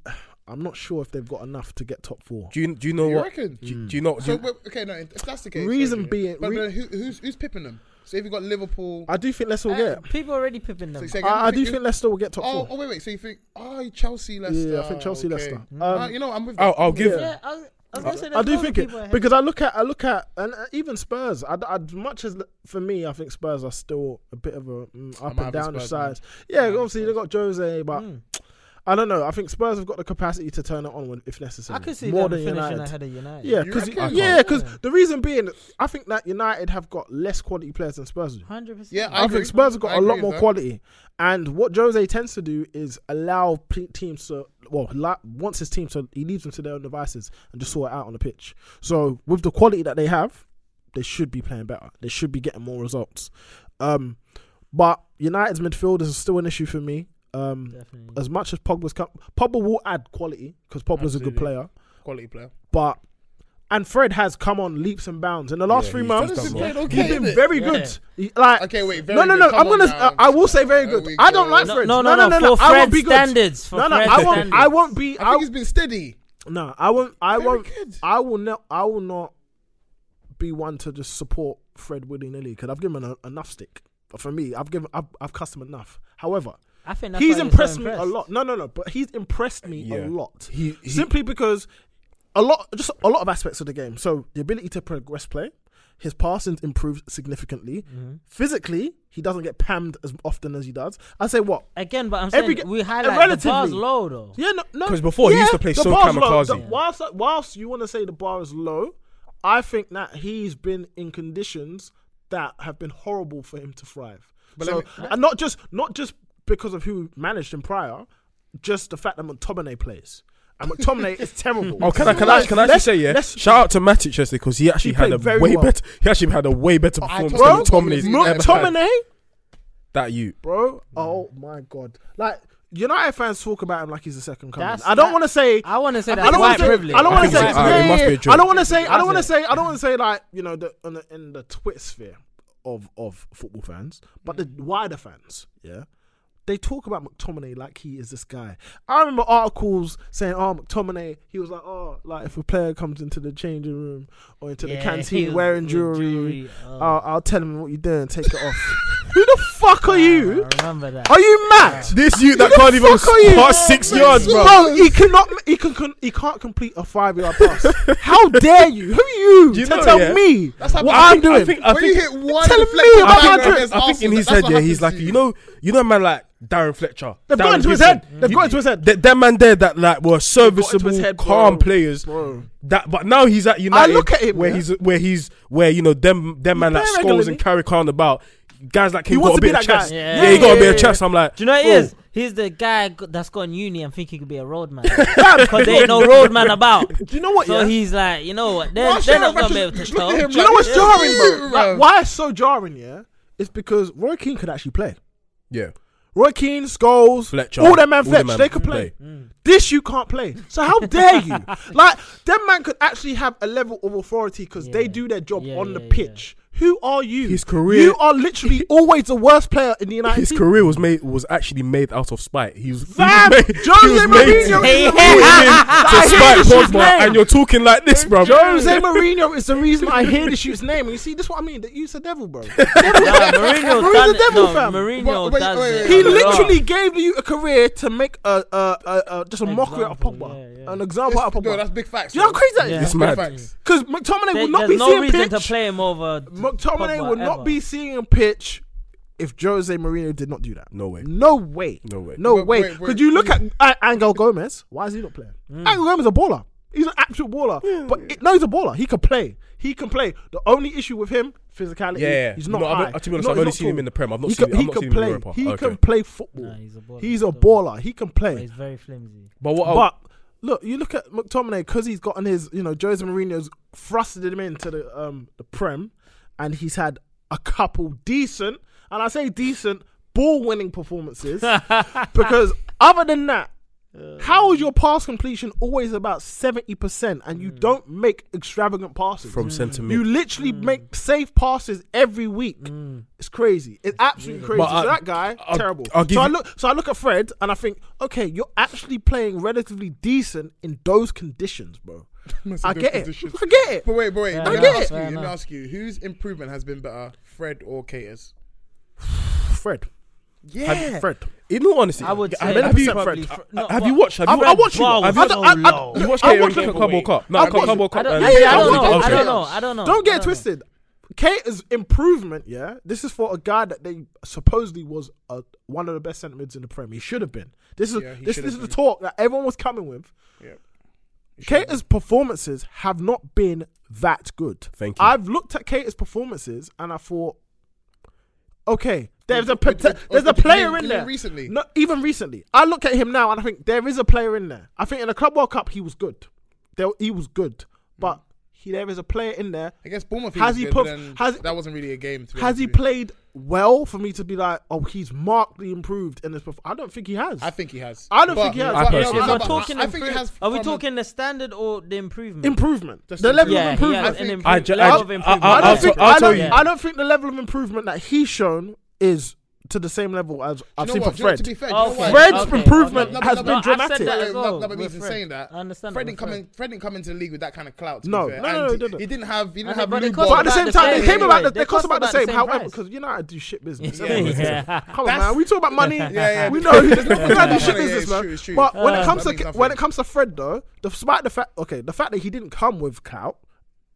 C: I'm not sure if they've got enough to get top four.
D: Do you do you know
B: You
D: what?
B: reckon?
D: Do, you- do you know? Do
B: So
D: you,
B: wait, okay, no, if that's the case,
C: Reason
B: okay.
C: being-
B: but,
C: re-
B: but who, who's who's pipping them? So if you got Liverpool,
C: I do think Leicester will
F: Uh,
C: get.
F: People already pipping them.
B: so you say again,
C: I, I do
B: who-
C: think Leicester will get top
B: Oh,
C: four.
B: oh, wait, wait. So you think? Oh, Chelsea, Leicester.
C: Yeah, I think Chelsea,
B: okay.
C: Leicester. Um,
B: Uh, you know, I'm with.
D: I'll, I'll give.
F: yeah, I was, I was gonna say
C: I
F: there's
C: do
F: loads
C: think
F: of people
C: it
F: ahead.
C: because I look at I look at and uh, even Spurs. I, I much as for me, I think Spurs are still a bit of a mm, up
B: having
C: and down the
B: Spurs, man.
C: sides. Yeah, obviously they got Jose, but
F: Hmm.
C: I don't know. I think Spurs have got the capacity to turn it on when, if necessary.
F: I could see
C: more
F: them
C: than
F: finishing
C: United.
F: ahead of United.
C: Yeah,
B: You
C: because
B: reckon?
C: yeah,
B: I can't.
C: 'cause the reason being, I think that United have got less quality players than Spurs do.
F: hundred percent.
B: Yeah,
C: I,
B: I agree.
C: think Spurs have got
B: I
C: a lot
B: agree
C: more
B: with that.
C: quality. And what Jose tends to do is allow p- teams to, well, la- wants his team to, he leaves them to their own devices and just sort it out on the pitch. So with the quality that they have, they should be playing better. They should be getting more results. Um, but United's midfield is still an issue for me. Um,
F: Definitely.
C: as much as Pogba's come, Pogba will add quality because Pogba's a good
B: Absolutely.
C: player.
B: quality player.
C: But and Fred has come on leaps and bounds in the last
D: Yeah,
C: three
D: he's
C: months.
D: done well.
B: okay,
C: He's been very
F: Yeah.
C: good. He- Like
B: Okay, wait, very
C: no, no,
B: good.
C: no.
B: Come
C: I'm
B: on
C: gonna.
B: now.
C: I I will say very
B: There
C: good.
B: we
C: I don't
B: go.
C: like
B: No,
C: Fred.
F: no, no, no, for
C: I won't
F: Fred's
C: be good.
F: standards, for
C: no, no.
F: Fred's
C: I won't. I
F: standards.
C: won't be.
B: I think
C: I,
B: he's been steady.
C: no, I won't. I
B: Very
C: won't.
B: good.
C: I will not. I will not be one to just support Fred willy nilly because I've given him a, enough stick. But for me, I've given. I've, I've cussed him enough. However,
F: I think that's
C: he's
F: why he was so
C: impressed me a
F: impressed.
C: lot. No, no, no. But he's impressed me a
D: Yeah.
C: lot.
D: He- he-
C: simply because a lot, just a lot of aspects of the game. So the ability to progress play, his passing improves significantly.
F: Mm-hmm.
C: Physically, he doesn't get pammed as often as he does. I say what
F: Again, but I'm
C: Every
F: saying
C: ga-
F: we highlight the bars
C: relatively.
F: low though.
C: Yeah, no, no.
D: 'Cause before he used to play
C: the
D: so
C: bar's low. The-
D: kamikaze.
C: whilst, uh, whilst you want to say the bar is low, I think that he's been in conditions that have been horrible for him to thrive. so, and not just not just because of who managed him prior, just the fact that McTominay plays. And McTominay
D: [LAUGHS]
C: is terrible.
D: Oh, can I can I can I actually
C: Let's-
D: say yeah?
C: let's-
D: Shout out to Matic yesterday because he actually
C: He
D: had
C: played
D: a
C: very
D: way
C: well.
D: better. He actually had a way better
B: I
D: performance
B: told
D: than
B: you,
D: Tomlin's
B: look,
D: ever had.
C: McTominay,
D: That you.
F: Mm.
C: bro. Oh my god! Like United fans talk about him like he's the second coming.
F: That's-
C: I don't
F: that-
C: want to say.
F: I wanna say
C: I
F: that's
C: don't
F: white
C: wanna say-
F: privilege.
C: I don't
D: I
C: want to
D: think
C: say.
D: it's white. It
C: yeah,
D: must
C: yeah,
D: be a
C: yeah.
D: joke.
C: I don't want to say. I don't want to
F: That's
C: say. I don't want to say like you know the in the, in the Twitter sphere of of football fans, but
F: Mm.
C: the wider fans, yeah. They talk about McTominay like he is this guy. I remember articles saying, "Oh, McTominay, he was like, oh, like if a player comes into the changing room or into the
F: Yeah, he
C: canteen
F: was
C: wearing
F: with
C: jewelry, uh,
F: jewelry, oh.
C: I'll, I'll tell him what you're doing, take it off." [LAUGHS] Who the fuck are you?
F: I remember that.
C: Are you mad?
D: This you that
C: Who the
D: can't even
C: fuck are you?
D: pass six yards, bro.
C: Bro, he cannot. He can. can he can't complete a five yard pass. How dare you? Who are you?
D: You
C: to
D: know,
C: tell
D: yeah.
C: me
B: That's how
C: what
B: I
C: I'm
B: think-
C: doing.
D: I think I
B: when
D: think
B: you hit
C: [LAUGHS]
B: one
C: Tell me
B: deflection
C: about
B: back
C: Madrid.
B: against
D: I think in
B: Arsenal,
D: his
B: that's
D: head,
B: what
D: yeah, he's
B: happens
D: like,
B: to
D: you know, you know, a man like Darren Fletcher.
C: They've got
D: Darren
C: into his
D: Gibson.
C: head. They've got into his head.
D: Th- them man there that like were
C: into
D: serviceable,
C: his head, bro.
D: calm players.
C: Bro.
D: That, but now he's at United.
C: look at him,
D: where
C: yeah.
D: he's where he's where you know them them man
C: play
D: like Scholes
C: regularly.
D: and Carrick on about guys like him.
C: He
D: got
C: wants to
D: a
C: be
D: bit
C: that
D: of
C: guy.
D: chest.
C: Yeah.
D: Yeah, he got a
C: Yeah,
D: bit
C: yeah,
D: of chest. I'm like, oh.
F: Do you know what it
C: Oh.
D: bro,
F: is? He's the guy g- that's gone uni and think he could be
C: [LAUGHS]
F: a roadman because there ain't no
D: [LAUGHS]
F: roadman about.
C: Do you know what? [LAUGHS]
F: So
C: yeah?
F: he's like, you know what? They're,
B: Why
F: they're
B: should
F: not gonna be
B: I
F: able to
B: just look at him
F: stop.
C: Do you know what's
B: Yeah.
C: jarring, bro?
B: Yeah.
C: Like, [LAUGHS] why it's so jarring, yeah, is because Roy Keane could actually play.
D: Yeah,
C: Roy Keane, Scholes,
D: Fletcher,
C: all them man
D: all them
C: Fletcher,
D: man Mm.
C: they could play.
F: Mm.
C: This you can't play. So
D: [LAUGHS]
C: how dare you? Like them man could actually have a level of authority because they
F: Yeah.
C: do their job
F: Yeah,
C: on the
F: yeah,
C: pitch. Who are you?
D: His career-
C: You are
D: [LAUGHS]
C: literally always the worst player in the United
D: his
C: team.
D: career was made was actually made out of spite. He was, he was
C: Fam,
D: made,
C: Jose
D: he was made to,
C: Mourinho I hate this
D: put him in to
F: is the
D: spite
C: shit's
D: Pogba,
C: name.
D: and you're talking like this, bro. [LAUGHS]
C: Jose Mourinho is the reason I hear the shoot's name. And you see, this is what I mean. That you's the devil, bro. Devil,
F: Nah, Mourinho's
C: Mourinho's
F: done
C: the devil,
F: it.
C: fam.
F: No, Mourinho
B: Wait, wait,
F: does
B: wait,
F: it.
B: wait.
C: He
F: Yeah.
C: literally gave you a career to make a, a, a, a just a mockery out of
F: Example,
C: Pogba,
F: yeah, yeah.
C: an example out of
B: No, that's
C: Pogba.
B: big facts.
C: Do you know how
B: bro.
C: crazy that is?
F: Yeah.
D: It's
B: Big
D: mad.
B: facts.
C: Because McTominay
F: There-
C: will not
F: there's
C: be
F: no
C: seeing
F: reason
C: pitch.
F: to play him over.
C: McTominay
F: Pogba
C: will not
F: ever.
C: be seeing pitch if Jose Mourinho did not do that.
D: No way.
C: No way.
D: No way.
C: No
B: Wait,
C: way.
B: wait, wait.
C: Because you look
F: Mm.
C: at uh, Angel Gomez. Why is he not playing? Angel Gomez is a baller. He's an actual baller. But it, no, he's a baller. He can play. He can play. The only issue with him, physicality.
D: Yeah.
C: he's not
D: No, I've
C: high.
D: not- to be honest,
C: No,
D: I've
C: he's
D: only
C: not
D: seen him
C: tall.
D: in the Prem. I've not
C: he
D: seen-
C: can,
D: I've
C: he
D: not
C: can
D: seen him in
C: play.
D: Europa.
C: He
D: Okay.
C: can play football.
F: Nah, he's a baller
C: He's a
F: still.
C: baller. He can play.
F: He's very flimsy.
D: But what? oh. I-
C: But look, you look at McTominay because he's gotten his, you know, Jose Mourinho's thrusted him into the um the prem, and he's had a couple decent, and I say decent ball winning performances because other than that. How is your pass completion always about seventy percent, and you don't make extravagant passes
D: from centre mid.
C: You literally make safe passes every week. It's crazy. It's absolutely crazy.
D: But I-
C: so that guy,
D: I'll-
C: terrible.
D: I'll give
C: so I
D: you-
C: look. So I look at Fred and I think, okay, you're actually playing relatively decent in those conditions,
B: [LAUGHS]
C: bro. I get it.
B: Position.
C: I get it.
B: But wait, but wait.
F: Fair
B: let, me
C: enough,
B: ask you,
F: fair
B: let me
F: enough.
B: ask you. Whose improvement has been better, Fred or Caters?
C: Fred. Yeah. Fred.
D: In all honesty,
F: I would
D: have,
F: say
D: have you,
F: probably
D: have-
F: Fred. No,
D: have
F: but-
D: you watched? Have
C: I,
D: you,
C: I watch you.
F: Wow,
C: I,
D: Have
F: so
D: you,
C: I, I,
F: low.
D: you watched
C: I
D: Cater
C: watch
D: in the
C: him.
D: Club World Cup? No,
C: I
D: Club
C: watched-
D: World
F: I
D: Cup.
F: don't,
D: uh,
F: I,
C: yeah,
F: I
C: I
F: don't
C: wouldn't
F: know.
C: get
F: I don't
C: Cater.
F: know. I don't know.
C: Don't
F: I
C: get it
F: know.
C: twisted. Cater's improvement, yeah. This is for a guy that they supposedly was a, one of the best centre mids in the Prem. He should have been. This is
B: Yeah, he
C: this,
B: should
C: this
B: have
C: is the
B: been.
C: talk that everyone was coming with.
B: Yeah.
C: Cater's performances have not been that good.
D: Thank you.
C: I've looked at Cater's performances and I thought, okay, there's a
B: But- but-
C: pot-
B: but-
C: there's a
B: but you
C: player
B: mean-
C: in
B: you
C: there.
B: mean recently?
C: no, even recently, I look at him now and I think there is a player in there. I think in the Club World Cup he was good. There, he was good, but he, there is a player in there.
B: Hmm. I guess Bournemouth.
C: Has
B: was
C: he
B: good,
C: put-
B: but then
C: has-
B: that wasn't really a game. To be
C: Has
B: honest
C: he
B: with you.
C: played well for me to be like, oh, he's markedly improved in this? Perf-? I don't think he has.
B: I think he has.
C: I don't think he has. I
B: no,
D: personally
B: no,
F: Are we
B: but
F: talking
B: I think he
F: improve-
B: has.
F: Are we
B: from a-
F: talking the standard or the improvement?
C: improvement. The level
F: yeah,
C: of
F: he
C: improvement.
F: has
B: I
F: an
B: think-
F: improve-
D: I ju- I
F: level
D: ju-
F: of improvement.
D: I'll-
C: I
D: I'll
C: don't think.
D: tell- I'll
C: I
D: tell
C: don't,
D: you.
C: I don't think the level of improvement that he's shown is to the same level as I've
B: you know
C: seen
B: what?
C: for
B: do you know-
C: Fred.
B: to
C: [LAUGHS]
B: be fair, do you know
F: Okay.
B: what?
C: Fred's
F: okay,
C: improvement
F: okay.
C: has
F: No,
C: been
F: I've said
C: dramatic.
F: that
B: No,
F: as
B: no,
F: well
B: no, but
F: with
B: even
F: Fred.
B: saying that,
F: I understand.
B: Fred
F: that
B: didn't
F: with
B: come in.
F: Fred.
B: Fred didn't come into the league with that kind of clout. To
C: No,
B: be fair.
C: no,
B: and
C: no,
B: he-
C: they didn't.
B: He didn't have. He didn't
F: Okay,
B: have.
F: but they
B: Lou
F: cost
B: Ball.
C: But at the same
F: the
C: time, they
F: same
C: came about
F: anyway.
C: the, they cost about the same. However,
F: price.
C: because United do shit business.
B: Yeah.
F: Yeah.
C: Come on,
B: That's-
C: man. We talk about
B: [LAUGHS]
C: money.
B: yeah. [LAUGHS]
C: We know [LAUGHS]
B: There's nothing
C: United do
B: about
C: shit
B: money, yeah,
C: business,
B: it's
C: man.
B: true, it's true.
C: But when it
B: Uh,
C: comes
B: that means
C: to
B: nothing.
C: when it comes to Fred though, despite the fact okay, the fact that he didn't come with clout.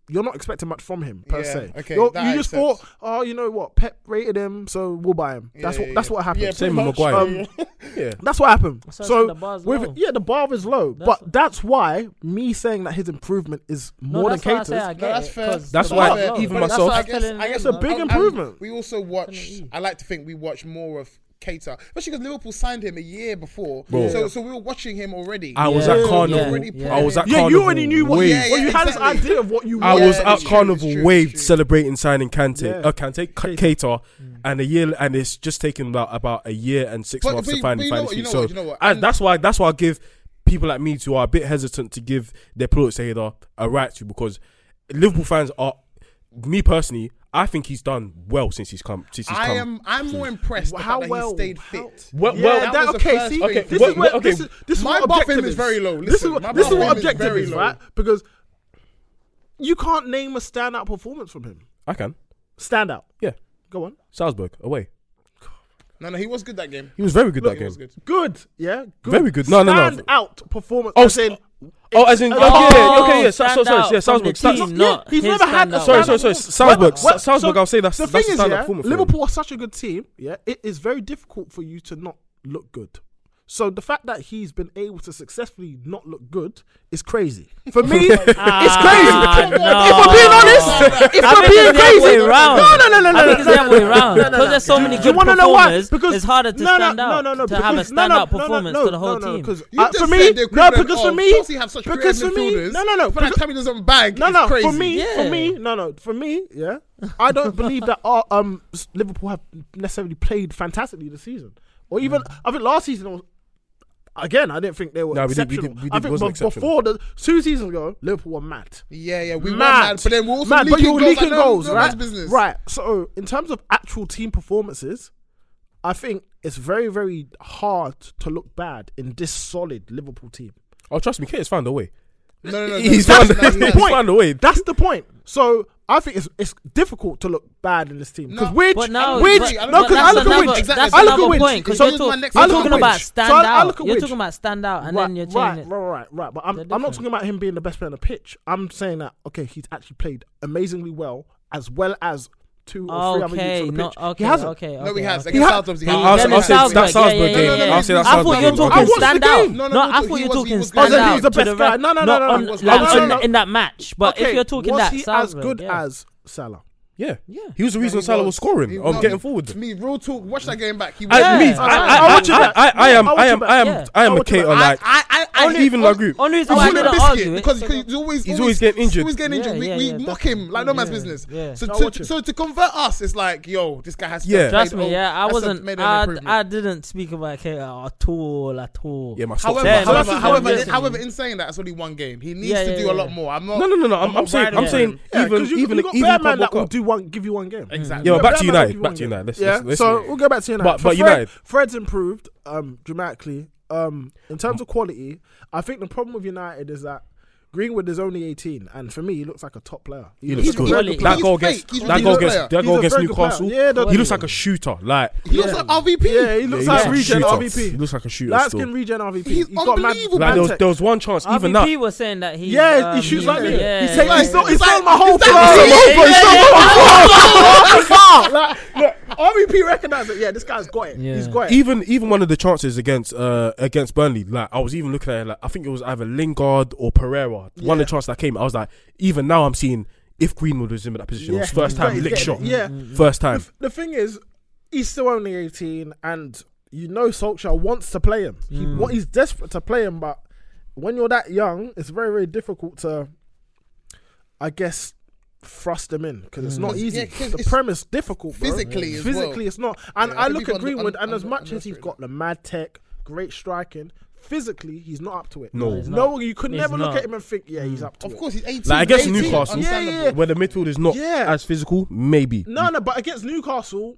C: You're not expecting much from him per
B: Yeah,
C: se.
B: okay,
C: You're-
B: that
C: you
B: I
C: just
B: accept.
C: thought, oh, you know what? Pep rated him, so we'll buy him. That's
B: Yeah,
C: what.
B: yeah,
C: That's
B: yeah.
C: what happened.
B: Yeah,
D: Same
B: pretty
D: with Maguire.
B: much.
D: Yeah.
C: That's what happened.
F: That's why I
C: So
F: said the bar's
C: with
F: low.
C: yeah, the bar is low,
F: That's-
C: but that's why me saying that his improvement is
F: No,
C: more than
F: that's why I
C: caters.
F: say I get
B: No, that's
F: it,
B: fair.
F: 'cause
D: That's
F: the
D: why
F: bar's low.
D: even
F: But that's
D: myself-
F: why
B: I
F: fell
B: guess,
F: in
B: I guess
C: a
F: love.
C: big
B: and- and
C: improvement.
B: We also watch. I like to think we watch more of Cater, especially because Liverpool signed him a year before.
D: Bro.
B: So, so we were watching him already.
D: I was
F: Yeah,
D: at
F: yeah,
D: Carnival.
F: yeah.
D: I was at
C: Yeah,
D: Carnival.
C: you already knew what.
D: waved.
B: Yeah, yeah,
C: well, you had
B: exactly.
C: this idea of what you.
D: I
C: wanted.
D: was
B: Yeah,
D: at
B: it's true,
D: Carnival
B: it's true,
D: waved
B: it's true.
D: celebrating signing Kante.
C: Yeah.
D: Uh, Kante, K- Keita, and a year, and it's just taken about, about a year and six
B: Mm. But-
D: months
B: but
D: to
B: you-
D: find
B: but
D: the
B: you know
D: final
B: what, you know
D: So
B: what, you know what,
D: I-
B: and-
D: that's why that's why I give people like me who are a bit hesitant to give their Pulisic hater a right to because Liverpool fans are. Me personally, I think he's done well since he's come. Since he's
B: I
D: come.
B: am. I'm more impressed
C: Well,
B: the
C: how
B: fact that
C: well-
B: he stayed
C: how-
B: fit.
D: Well-
C: yeah,
D: well,
C: that,
B: that was
C: was
B: the
C: okay.
B: first
C: See,
B: thing.
C: this
D: Well,
C: is where,
D: well, okay.
C: this is this is
B: My
C: what
B: bar
C: objective
B: fame is very low.
C: this is
B: Listen, my
C: what, this is
B: bar
C: what
B: fame is
C: objective
B: very
C: is,
B: low.
C: right? Because you can't name a standout performance from him.
D: I can.
C: Standout.
D: Yeah,
C: Go on.
D: Salzburg away.
B: No, no, he was good that game.
D: He was very good
B: Look,
D: that
B: he
D: game.
B: was good.
C: Good. Yeah. Good.
D: Very good. No, no, no.
C: Standout performance.
D: Oh,
C: as in,
D: Oh, as in okay,
C: Oh,
D: yeah, okay, yeah. So,
F: stand
D: so, sorry,
F: out
D: yeah,
F: from
D: Salzburg.
F: the
D: Sal-
F: team,
D: yeah,
F: not
C: he's
F: his
C: never had
F: standout.
C: a
D: Sorry,
C: standout
D: sorry, sorry.
C: performance.
D: Salzburg.
C: Well, well,
D: Salzburg, I'll say that's-
C: the
D: that's
C: thing is,
D: a standout
C: yeah,
D: performance for him.
C: Liverpool are such a good team. Yeah, it is very difficult for you to not look good. So the fact that he's been able to successfully not look good is crazy. For
D: [LAUGHS]
C: me, it's crazy.
F: Ah, no.
C: If I'm being honest, if
F: I
C: I'm
F: think
C: being
F: it's the other
C: crazy,
F: way round.
C: no, no, no, no, no,
F: I think it's the other way
C: no, no, [LAUGHS]
F: round.
C: no, no, no.
F: Because there's so many
C: Do
F: good
C: you wanna know why?
F: performers, it's harder to
C: no, no,
F: stand
C: no,
F: out,
C: no, no,
F: to have a
C: because- no, no,
F: standout
C: no, no,
F: performance
C: no,
F: to the
C: no,
F: whole
C: no,
F: team.
C: 'cause,
B: You
C: uh,
B: just
C: for
B: said
C: me,
B: the
C: no,
B: equivalent
C: because for
B: of
C: me,
B: Chelsea have such
C: because
B: creative
C: for me,
B: midfielders,
C: no, no, no,
B: but that
C: because-
B: time he doesn't bag.
C: No,
B: it's
C: no,
B: crazy.
C: for me,
F: Yeah.
C: for me, no, no, for me, yeah. I don't believe that our, um s- Liverpool have necessarily played fantastically this season, or even I think last season was. Again, I didn't think they were
D: No, we did- we
C: exceptional.
D: did- we
C: I
D: did-
C: think
D: wasn't
C: be-
D: exceptional.
C: before the two seasons ago, Liverpool were mad.
B: Yeah, yeah, we were
C: mad,
B: mad, but then we're also
C: mad, but
B: leaking
C: you were
B: goals.
C: leaking
B: like, no,
C: goals,
B: no man's
C: right?
B: Business.
C: Right. So in terms of actual team performances, I think it's very, very hard to look bad in this solid Liverpool team.
D: Oh, trust me, Kate has found a way.
B: No, no, no.
D: He's
B: no,
D: found,
B: no,
D: he's
B: no,
C: point.
D: found a way.
C: That's the point. So I think it's it's difficult to look bad in this team because
B: No,
C: Widge,
F: But no,
C: Widge,
F: but-
B: I
C: no,
B: don't
C: because
B: think
C: I
B: that's
C: look at
B: another-
C: Widge.
B: that's
C: I look
B: another
C: at Widge.
B: point, 'cause
C: So-
B: you're talking-
C: I
B: you're
C: look
B: talking
C: at
B: about
C: Widge. So I- I look at
F: You're
C: Widge.
F: talking about stand out, Uh, and
C: right,
F: then you're
C: right,
F: changing it.
C: right, right, right. But I'm,
F: They're
C: I'm not
F: different.
C: talking about him being the best player on the pitch. I'm saying that okay, he's actually played amazingly well, as well as two or three other
F: Okay,
C: youths on the
F: no,
C: pitch.
F: okay,
C: he hasn't.
F: okay, okay.
B: No, he has.
F: okay.
B: Against
C: ha-
B: Southampton, he
D: I'll,
B: has.
D: I'll,
F: then
D: I'll
F: it's
D: say
F: Salzburg,
D: that Salzburg
F: yeah, yeah,
D: game.
B: yeah, yeah.
D: I'll say that
F: I thought
D: Salzburg game.
F: you were
C: I
F: talking
C: watched the
F: stand out.
C: game.
F: No,
B: No, no,
F: I
B: he
F: thought you were
B: was- he
F: talking
B: was-
F: stand
C: wasn't he
F: out.
C: the
F: to
C: best guy?
F: right-
C: No, no, no,
F: not
C: no,
F: on-
C: no, no.
F: like,
C: No,
F: on-
C: no, no.
F: In that match, but if
C: Okay,
F: you're talking
C: was
F: that,
C: he
F: Salzburg,
C: as good
F: yeah.
C: as Salah?
D: Yeah,
F: Yeah.
D: He was the reason
B: He
D: Salah was scoring.
B: He
D: I'm
B: was.
D: getting forward.
B: Me, real talk. Watch that game back. He was.
D: I, me,
F: Yeah.
D: I, I,
C: watch it
D: I,
C: back.
D: I, I am,
C: I'll
D: I
C: watch
D: am,
C: it
D: I am,
F: back.
D: I am
C: I'll
D: a
C: watch it
D: Cater.
C: back.
D: Like
B: I, I, I,
D: even
B: I,
D: my group.
F: Only reason
B: I
F: why I
B: wouldn't
F: didn't
B: biscuit
F: argue it.
B: because, because he's always
D: He's always getting
B: He's
D: injured.
B: always getting
F: Yeah,
B: injured. we
F: yeah,
B: we
F: yeah,
B: mock
F: definitely.
B: him like no man's
F: Yeah,
B: business.
F: yeah.
B: So,
C: I'll
B: so,
C: watch it.
B: so to convert us, it's like yo, this guy has.
D: Yeah.
F: Trust
B: played,
F: me,
B: oh,
F: yeah, I
B: has
F: wasn't.
B: made an
F: I,
B: improvement.
F: I didn't speak about KR at all, at all.
D: yeah, my stocks.
B: However,
F: Yeah,
D: are-
F: no,
B: however,
F: that's
B: however,
F: what I'm
B: in, however, in saying that, it's only one game. He needs
F: Yeah,
B: to
F: yeah,
B: do
F: yeah.
B: a lot more. I'm not.
D: no, no, no, no. I'm, I'm saying,
B: riding
D: I'm
B: with
D: saying,
B: him.
C: Yeah,
D: even,
C: 'cause you,
D: even,
C: you got
D: even
C: Bearman
D: Pogba
C: that will
D: got-
C: do one, give you one game.
B: Exactly.
D: Yeah, but back to
C: Bearman
D: United,
C: will give you
D: back
C: one
D: to
C: game.
D: United, let's-
C: yeah,
D: let's- let's-
C: so we'll go back to United.
D: But-
C: So
D: but
C: Fred-
D: United-
C: Fred's improved um, dramatically um, in terms of quality. I think the problem with United is that. Greenwood is only 18, and for me, he looks like a top player.
D: He looks
F: He's
D: good.
F: quality.
D: That goal
B: He's fake.
D: against
B: He's
D: that
B: a good
D: goal against
B: player.
D: that goal
C: He's a
D: against
C: very good
D: Newcastle.
C: player. Yeah, the-
D: he looks like a shooter. Like
B: He looks like RVP.
C: Yeah, he looks
D: Yeah,
C: like
D: he's
C: regen
D: a shooter.
C: RVP.
D: He looks like a shooter
C: Light
D: still.
C: skin regen RVP.
B: He's
C: got mad,
B: unbelievable.
D: Like
C: mad
D: there was,
C: tech.
D: there was one chance, even that.
F: RVP was saying that he.
C: Yeah,
F: um,
C: he shoots like me.
F: yeah,
C: he's
F: yeah,
C: saying,
F: yeah.
C: he's, still, he's
B: Like,
C: still on my whole
B: it's like-
C: floor.
B: Yeah,
C: He's
B: yeah,
C: still on my floor. Like, look, RVP recognized it. Yeah, this guy's got it. He's
F: Yeah.
C: got it.
D: even even one of the chances against uh against Burnley, like I was even looking at it, like I think it was either Lingard or Pereira. One of the chances that came, I was like, even now I'm seeing if Greenwood was in that position, it was
C: Yeah.
D: first time
C: He's
D: lick
C: getting
D: shot.
C: it. Yeah.
D: first time.
C: The thing is, he's still only 18, and you know Solskjaer wants to play him. He,
B: Hmm.
C: what, he's desperate to play him, but when you're that young, it's very, very difficult to, I guess, thrust him in because it's not
B: Hmm.
C: easy.
B: yeah, 'cause
C: the
B: it's
C: premise difficult, bro.
B: physically as well.
C: physically it's not. And
B: Yeah, I
C: I
B: think
C: look
B: people
C: at
B: under-
C: Greenwood,
B: un-
C: and as
B: under-
C: much as he's
B: underestimate
C: got the mad tech, great striking, physically he's not up to it.
D: No.
F: he's
C: no,
F: not.
C: you could
F: He's
C: never look
F: not. Hmm.
C: at him and think, yeah, he's up to it.
B: Of course, he's 18.
D: Like against
B: 18,
D: Newcastle,
B: understandable.
C: Yeah, yeah.
D: where the midfield is not
C: Yeah.
D: as physical, maybe.
C: No, no, but against Newcastle,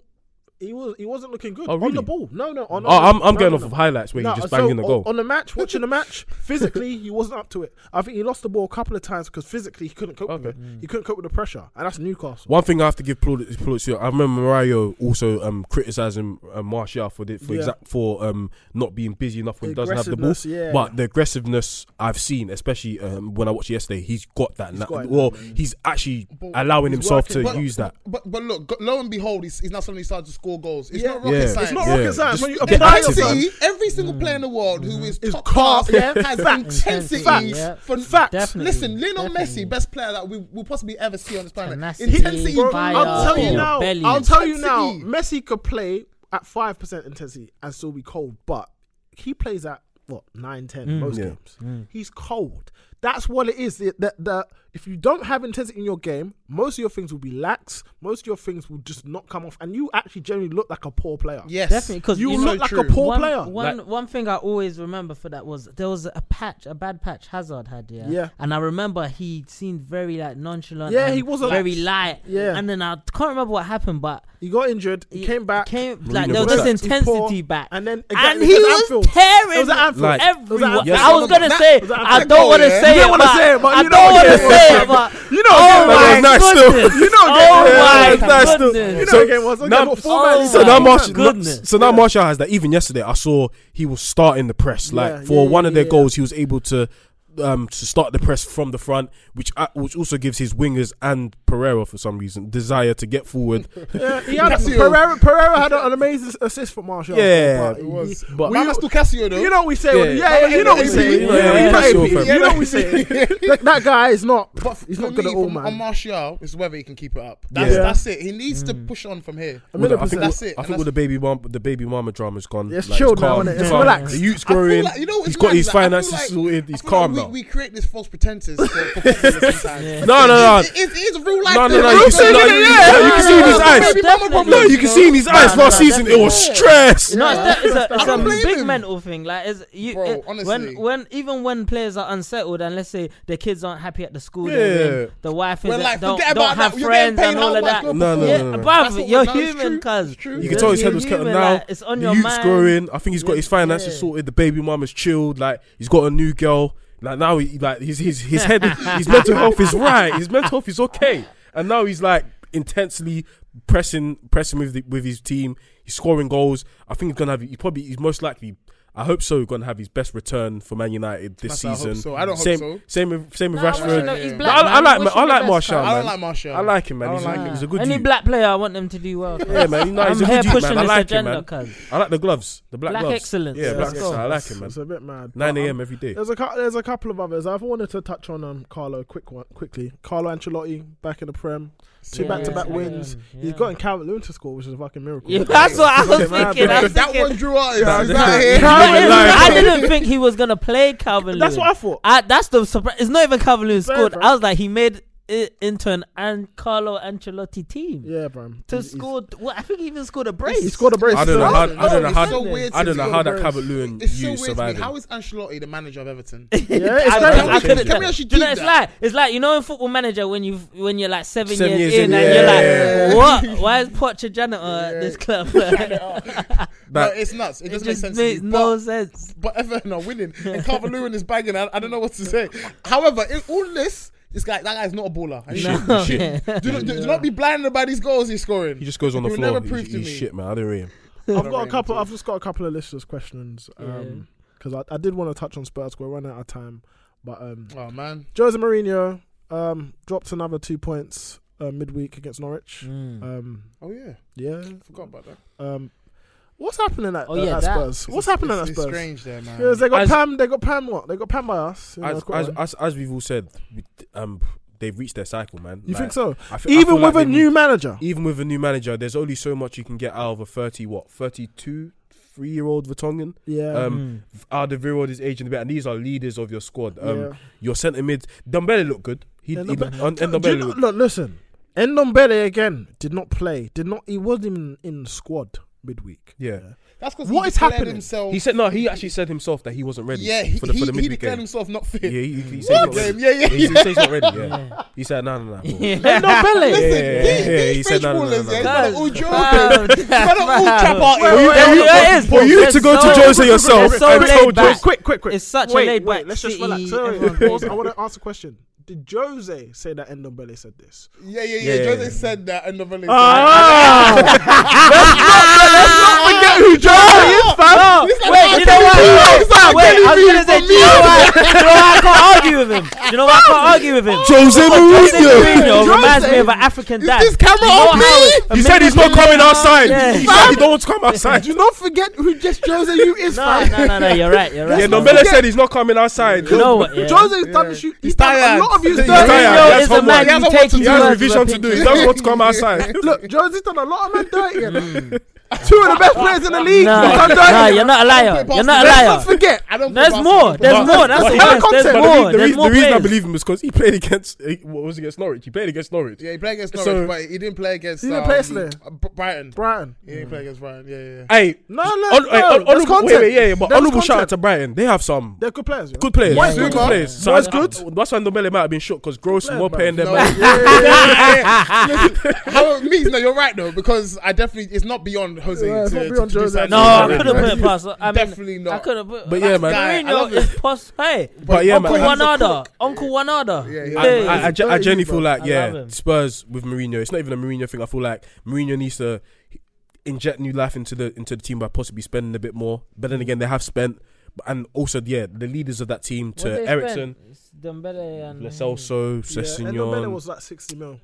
C: he was he wasn't looking good
D: Oh,
C: on the
D: really?
C: ball. No, no. On,
D: Oh, I'm, I'm
C: no,
D: going
C: no,
D: off
C: no.
D: of highlights where
C: No,
D: you just
C: so
D: banging the
C: o-
D: goal.
C: on the match, watching the
D: [LAUGHS]
C: match. Physically, he wasn't up to it. I think he lost the ball a couple of times because physically he couldn't cope with it. He couldn't cope with the pressure, and that's Newcastle.
D: One thing I have to give plaudits, plaudits to, I remember Mario also um, criticizing uh, Martial for the, for,
C: Yeah.
D: exact, for um, not being busy enough when he doesn't have the ball.
C: Aggressiveness, yeah.
D: But the aggressiveness I've seen, especially um, when I watched yesterday, he's got that. now.
C: got it
D: well,
C: now, man.
D: he's actually allowing
C: he's
D: himself
C: working-
D: to use that.
B: But but look, go- lo and behold, he's, he's now suddenly started to score goals. It's
C: Yeah.
B: not rocket
D: Yeah.
B: science.
C: It's not
D: Yeah.
C: rocket science
D: Just
C: when you
D: get
C: apply
D: active,
C: it. man.
D: man.
B: Intensity. Every single player in the world who is
C: Is
B: top
C: class,
B: class
C: yeah.
B: has
C: [LAUGHS] Facts.
B: intensity.
C: Facts.
F: Yeah.
B: For,
C: Facts.
F: Definitely.
D: Mm-hmm.
B: Listen, Lionel
F: Definitely.
B: Messi, best player that we will possibly ever see on this planet.
F: Tenacity,
B: Intensity,
F: Bro,
B: by
C: I'll
F: Fire
C: tell
F: in
C: you
F: your
C: now.
F: belly.
C: I'll tell you now.
B: Intensity.
C: Messi could play at five percent intensity and still be cold, but he plays at what 9, 10
F: Mm.
C: most
D: Yeah.
C: games. He's cold. That's what it is. The, the, the- if you don't have intensity in your game, most of your things will be lax. Most of your things will just not come off, and you actually generally look like a poor player.
B: Yes,
F: Definitely, 'cause
C: you
F: you
C: look
B: so
C: like a
B: true.
C: poor
F: one,
C: player.
F: One,
D: Like-
F: one thing I always remember for that was there was a patch, a bad patch Hazard had, yeah.
C: Yeah.
F: And I remember he seemed very like nonchalant.
C: Yeah,
F: and
C: he wasn't-
F: very light.
C: Yeah.
F: And then I can't remember what happened, but
C: he got injured. He, came back.
F: Came
D: Mourinho
F: like there
D: was
F: was this
C: back.
F: intensity
C: He's poor,
F: back,
C: and then-
F: and
C: exactly,
F: he
C: it was at
F: was
C: Anfield.
F: tearing
C: It was at Anfield.
D: Like- Oh,
C: It was
F: everyone.
C: at
F: I was
C: Anfield.
F: gonna
C: That-
F: say
C: it was at
F: I
C: Anfield.
F: don't want to
B: Yeah.
F: say
C: You
F: it,
C: don't wanna
F: but
C: say it, but
F: I
C: you know
F: don't
C: what
F: want
C: it
F: to
C: was.
F: say it, but
C: You know what
F: oh
C: it was.
F: my
D: That was nice still.
F: goodness,
C: You know what
F: oh
C: it was.
F: my
C: That was
D: nice still.
F: goodness.
C: You know
D: So-
C: the game was.
D: now-
C: Now, got four
F: Oh
C: man.
D: So now,
F: my
D: Martial,
F: goodness.
D: so now Martial has that. Even yesterday, I saw he was starting the press. Like
C: Yeah,
D: for
C: yeah,
D: one of their
C: yeah.
D: goals, he was able to um, to start the press from the front, which uh, which also gives his wingers and Pereira for some reason desire to get
F: [LAUGHS]
D: forward.
C: Yeah, he
D: [LAUGHS]
C: had,
B: Casio.
C: Pereira, Pereira had an amazing assist for Martial.
D: Yeah,
C: but
D: it
C: he-
B: was.
D: But-
B: Mama still Casio though.
C: you know what we say. Yeah,
D: Yeah.
C: yeah, yeah you know what we say.
D: Yeah,
C: Yeah,
D: yeah,
C: you know what
D: yeah.
C: we say.
D: Yeah.
C: You know what we say. That that guy is not.
B: But
C: He's
B: for
C: not good
B: me,
C: at all,
B: from- On
C: man.
B: Martial, it's whether he can keep it up. That's,
D: Yeah.
B: that's it. He needs to push on from here.
C: A
D: With the-
C: million
D: I think,
C: percent.
B: That's it.
D: I
B: And
D: think
B: that's-
D: with the baby mom, the baby mama drama's gone.
C: It's chilled now, innit? It's relaxed.
D: The youth's
B: I feel
D: growing.
B: like- you know, it's
D: he's got
B: mad,
D: his
B: like, I feel
D: finances
B: like-
D: sorted.
B: I
D: He's
B: feel
D: calm
B: like
D: now.
B: we, we create this false pretenses. For, for
D: [LAUGHS]
B: footballers sometimes.
D: No, no, no.
B: It, it, it is real life.
D: No, no,
B: though.
D: no. You
B: Real
D: can see,
B: life.
D: no, you, no, you can see in his eyes.
B: Baby mama problems,
D: No, you can see in his
B: know?
D: eyes.
F: Nah,
D: Last
F: nah,
D: season, it was
F: definitely.
D: stress.
F: No, it's, de- it's a,
B: I
F: it's
B: don't
F: a
B: blame
F: big
B: him.
F: mental thing. Like, it's, you,
B: Bro,
F: it-
B: honestly.
F: when when even when players are unsettled, and let's say their kids aren't happy at the school,
D: Yeah.
F: they're in, the wife is
B: We're like,
F: like, don't,
B: forget
F: don't
B: about
F: have
B: that. You're getting
F: friends and
B: paid
F: all
B: how
F: of
B: much?
F: that.
B: You're
D: No, no,
F: yeah,
D: no, no, no.
B: That's
F: bruv,
B: what-
F: you're
B: no, it's true.
F: human, cuz
B: It's true.
D: You can tell his head
F: You're
D: was cut
F: human,
D: now.
F: like, it's on
D: the
F: your
D: youth's
F: mind.
D: growing. I think he's got his finances sorted. The baby mama's chilled. Like he's got a new girl. Like now, he, like his his his
F: [LAUGHS]
D: head, his mental health is right. His mental health is okay. And now he's like intensely pressing pressing with the, with his team. He's scoring goals. I think he's gonna have. He probably he's most likely. I hope so. Gonna have his best return for Man United this
B: That's- I hope
D: season.
B: so. I don't hope
D: same,
B: so.
D: Same with same with
F: Nah, I wish
D: Rashford.
F: him- he's
D: But
F: black,
D: I, I
F: man.
D: like
F: Wish
D: man,
F: him
D: I
F: the
D: like
F: best,
D: Martial.
F: fam.
B: I
D: man.
B: don't like Martial.
D: I like him, man.
B: I don't
D: He's,
B: like
D: a,
B: him.
D: he's a good
F: Any
D: dude.
F: black player, I want them to do well. cuz.
D: Yeah, man. No, he's a
F: I'm
D: good
F: here
D: dude,
F: pushing
D: man. I
F: this
D: like him,
F: agenda,
D: man.
F: cuz.
D: I like the gloves, the black,
F: Black
D: gloves.
F: excellence.
D: Yeah, black
F: Let's
D: excellence.
F: go.
D: I like him, man.
C: It's a bit mad.
D: 9
C: But, um,
D: a.m. every day.
C: There's a cou- there's a couple of others. I've wanted to touch on um, Carlo quick one quickly. Carlo Ancelotti back in the Prem, two
F: Yeah,
C: back to back
F: yeah,
C: wins.
F: yeah.
C: He's gotten Calvert Lewin to score, which is a fucking miracle.
F: Yeah, that's what I was
C: Mad,
F: thinking. I
C: man.
F: was
B: that
F: thinking-
B: one drew out. He's
D: Nah,
B: out here.
C: nah.
F: I didn't,
D: Like-
C: [LAUGHS]
F: I didn't think he was gonna play Calvin.
C: That's what I thought.
F: that's the surprise. It's not even Calvin Lewin scored.
C: bro.
F: I was like, he made it into an An Carlo Ancelotti team
C: Yeah, bro.
F: to
C: He's- he's-
F: score. Well, I think he even scored a brace.
C: He
F: [LAUGHS]
C: scored a brace.
D: I don't know
C: so-
D: how.
B: No,
D: I don't know
B: it's
D: how.
B: so weird
D: I don't
B: to
D: know
B: me.
D: how that Calvert Lewin
B: It's so
D: you
B: weird to me.
D: survived.
B: How is Ancelotti the manager of Everton?
C: [LAUGHS] Yeah, it's
F: I,
C: crazy.
F: don't- I
B: Can
F: couldn't
B: we
F: tell.
B: actually
F: Do you know,
B: keep
F: it's
B: that?
F: like it's like you know in football manager when you when you're like seven,
D: Seven
F: years,
D: years
F: in
D: in,
F: and
D: yeah,
F: you're
D: yeah,
F: like, what? Why is Poch a janitor at
C: [LAUGHS]
F: this [LAUGHS] club?
B: No,
D: That-
B: it's nuts. It
F: it
B: doesn't
F: just
B: make sense.
F: makes
B: to me.
F: no
B: But-
C: [LAUGHS]
F: sense.
B: but Everton are winning, and Calvert Lewin is banging. I, I don't know what to say. However, in all this, this guy, that guy's not a baller. And
D: Shit,
F: No.
B: [LAUGHS]
D: shit.
B: Do, not, do, do not be blinded by these goals he's scoring.
D: He just goes on the
B: You'll
D: floor.
B: never prove
D: He's,
B: to
D: he's
B: me.
D: shit, man. I don't rate him.
C: I've got a
B: Alright,
C: couple.
B: cool.
C: I've just got a couple of listeners' questions because I, I did want to touch on Spurs. 'cause We're running out of time, but um,
B: Oh man,
C: Jose Mourinho um, dropped another two points uh, midweek against Norwich.
D: Mm.
C: Um,
B: oh yeah,
C: yeah.
B: forgot about that.
C: Um, what's happening at,
F: Oh, yeah,
C: at
F: that-
C: Spurs? What's happening
B: it's,
C: at
B: it's
C: Spurs?
B: strange there, man.
C: Because they got
D: As-
C: Pam. They got Pam. What? They got Pam by us. in
D: As,
C: the
D: as,
C: quarter.
D: as, as we've all said, we- um, they've reached their cycle, man.
C: you
D: Like,
C: think so?
D: I fe- I
C: Even
D: feel like Um,
C: with a
D: they
C: new
D: need-
C: manager.
D: even with a new manager, there's only so much you can get out of a thirty what thirty two three year old Vertonghen.
C: Yeah.
D: Um, Alderweireld is aging a bit, and these are leaders of your squad. Um,
C: Yeah.
D: your centre mid, Dembele looked good. He, he,
C: And
D: and,
C: Ndombele-
D: and
C: Do you
D: Ndombele
C: know-
D: looked
C: look, listen. Ndombele again did not play. Did not. He wasn't even in the squad. midweek.
D: Yeah.
B: That's because
C: What
B: he
C: is
B: declared
C: happening?
B: Himself,
D: He said no. He actually said himself that he wasn't ready.
B: yeah, he,
D: for the, for
B: he,
D: the
B: he
D: midweek
B: declared
D: game.
B: himself not
D: Yeah,
B: fit. [LAUGHS]
D: he, he said he's not ready.
B: Yeah, yeah,
D: He, he
B: yeah.
D: said he's not ready. Yeah. He said no, no, no. bro."
F: Yeah.
B: No, but [LAUGHS] listen,
D: Yeah, yeah,
B: these,
D: yeah, yeah, he
B: these
D: said
B: bench
D: no, no, no,
B: ballers,
D: no,
B: yeah,
D: no.
B: it's
F: Guys,
B: not all
F: [LAUGHS]
B: joke.
F: wow,
B: [LAUGHS] It's not all
F: wow.
B: chap out here.
F: Wait, wait, wait, it is,
D: For you
F: it's
D: to go
F: so-
D: to Jose yourself
F: it's so
D: and
F: laid
D: tell
F: back.
D: Jose,
C: Oh, Quick, quick, quick.
F: It's such a
C: wait,
F: laid
C: wait,
F: back
C: Let's just
F: city,
C: relax. Sorry,
F: everyone-
C: pause. I want to ask a question. Did Jose say that Endombele said
F: [LAUGHS]
C: this?
B: Yeah, yeah, yeah.
D: Yeah.
B: Jose said that and the village.
F: Ah!
C: Forget who Jose is,
F: No, wait, you know what? Wait, I was gonna say, do you know why? Do you know why I can't argue with him? Do you know why I can't argue with him?
D: Jose
F: Jose
D: Mourinho.
F: Mourinho
B: Jose-
F: reminds me of an African
B: Is
F: dad.
B: this camera
F: You
B: on
F: know how
B: me?
F: it-
D: He
F: Maybe
D: said he's not
F: he-
D: coming outside.
F: Yeah.
D: He said he don't want to come
B: [LAUGHS]
D: outside.
C: Do not forget who just Jose you is,
F: No,
C: fam. [LAUGHS]
F: no, no, no, you're right, you're right.
D: Yeah,
F: you're
D: Nombele
F: right.
D: said he's not coming outside.
F: You know what? yeah.
C: Jose's done the shoot. He's done a
B: tired.
C: lot of you.
B: He's
D: tired. He
F: Mourinho
D: has
F: is a
D: homework.
F: man
B: He has
F: you
B: homework
F: take
B: to
D: He
B: do.
F: two
D: has
F: words with a
D: revision to
F: pinch
D: do.
F: of
D: He
F: salt.
D: doesn't want to come outside.
C: [LAUGHS] Look, Jose's done a lot of men dirty. you know. Two of the best players in the league.
F: No,
C: He's done dirty.
F: no, you're not a liar. You're not a
C: Let's not
F: liar.
C: forget.
B: I don't.
F: There's
B: think basketball-
F: more. There's more. That's
D: But
F: the
D: he-
F: best.
D: but
F: There's
D: the re-
F: more.
D: The,
F: There's
D: reason-
F: more
D: the reason I
F: players.
D: believe him is because he played against eh, what was it against Norwich. He played against Norwich.
B: Yeah, he played against
D: So-
B: Norwich, but he didn't play against.
C: He
B: um,
C: didn't play Slayer.
B: B- Brighton.
C: Brighton.
B: Yeah, he played against Brighton. Yeah, yeah. yeah.
D: Hey,
C: No, no,
D: hon-
C: no,
D: hey, hon-
C: that's
D: honourable- wait,
C: content.
D: wait, yeah, yeah, but
C: That's
D: honorable shout out
C: content.
D: to Brighton. They have some
C: They're good players. you know.
D: good players.
C: One's
D: good
B: good.
D: players. So
C: One's
D: I-
C: good.
D: I- That's why Ndombele might have been shot because gross
C: Good
D: more
C: players,
D: paying them.
B: No,
D: back.
B: yeah, yeah, yeah,
D: [LAUGHS]
B: yeah. [LAUGHS] How it means no, you're right though because I definitely it's not beyond Jose.
C: Yeah, it's
B: to,
C: not beyond
B: to
C: Jose.
B: decide
F: No,
B: to-
F: I couldn't put it past. I mean,
B: Definitely not.
F: I couldn't put.
D: But yeah,
F: like,
D: man.
B: Guy, I
F: Mourinho
B: love
F: is pos. Hey,
D: But yeah,
F: Uncle
D: man.
B: Juan's a
F: Wanada. Uncle Wanada.
B: Yeah,
D: I,
B: yeah.
D: I, I, ge- I
C: He's
D: genuinely
C: bro.
D: feel like
F: I love
D: yeah,
F: him.
D: Spurs with Mourinho. It's not even a Mourinho thing. I feel like Mourinho needs to inject new life into the into the team by possibly spending a bit more. But then again, they have spent, and also yeah, the leaders of that team
F: What they
D: to
F: spent?
D: Ericsson,
F: It's Dembele and
D: Lo Celso,
C: Yeah, Endombele was
D: Sessegnon.
C: like 60 mil.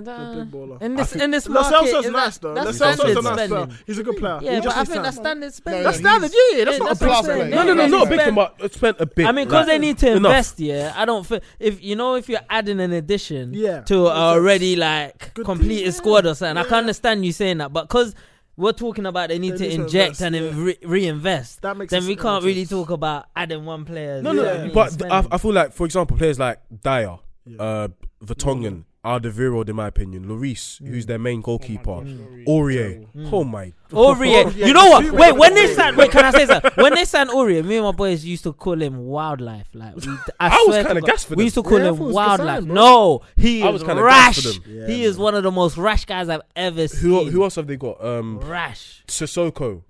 C: The big
F: that.
C: baller.
F: In this,
D: think-
F: in this
C: Lo
F: market,
C: Celso's
F: is
C: nice
F: that-
C: though. Lo
F: That's
C: Celso's a nice
F: standard
C: player.
F: spending.
C: He's a good player.
F: Yeah,
C: He
F: but
C: just
F: I
C: needs
F: think
C: time.
F: that's standard spending.
B: no,
C: That's standard, yeah. That's
F: Yeah,
C: not a
F: that's what I'm
C: plus
B: saying.
C: player.
D: No, no, no,
F: Yeah,
D: not a
F: he's
D: big
F: spent-
D: amount. Spent a bit.
F: I mean, because
D: like,
F: they need to
D: enough.
F: invest. Yeah, I don't think if you know if you're adding an addition
C: Yeah.
F: to
C: It's
F: a
C: a
F: already like
C: good
F: completed
C: team.
F: squad or something. I
C: Yeah.
F: can understand you saying that, but because we're talking about they need
C: They
F: to
C: need to
F: inject
C: invest,
F: and
C: yeah.
F: re- reinvest,
C: That makes
F: then
C: sense.
F: we
C: That
F: can't
C: makes
F: really
C: sense.
F: talk about adding one player.
C: No,
F: you
C: no,
F: know what I mean,
D: But
F: spending.
D: I, I feel like, for example, players like Dyer,
C: Yeah.
D: uh, Vertonghen, Alderweireld, in my opinion, Lloris, who's their main goalkeeper,
B: Mm.
D: Aurier. Oh my.
F: Aurier.
C: Yeah,
F: you know what?
C: you
F: Wait,
C: were
F: when they
C: Aurier.
F: signed, wait, can I say something? When they signed Aurier, me and my boys used to call him wildlife. Like, we,
D: I
F: I,
D: was
F: swear to
D: kinda
F: God,
D: gassed for
F: We
D: them.
F: used to call
C: Yeah, I
F: him
C: thought it was
F: wildlife.
C: Gassane, bro.
F: no, he
D: I
F: is
D: was kinda
F: rash.
D: gassed for them.
F: he is one of the most rash guys I've ever seen.
D: Who, who else have they got? Um,
F: Rash.
D: Sissoko,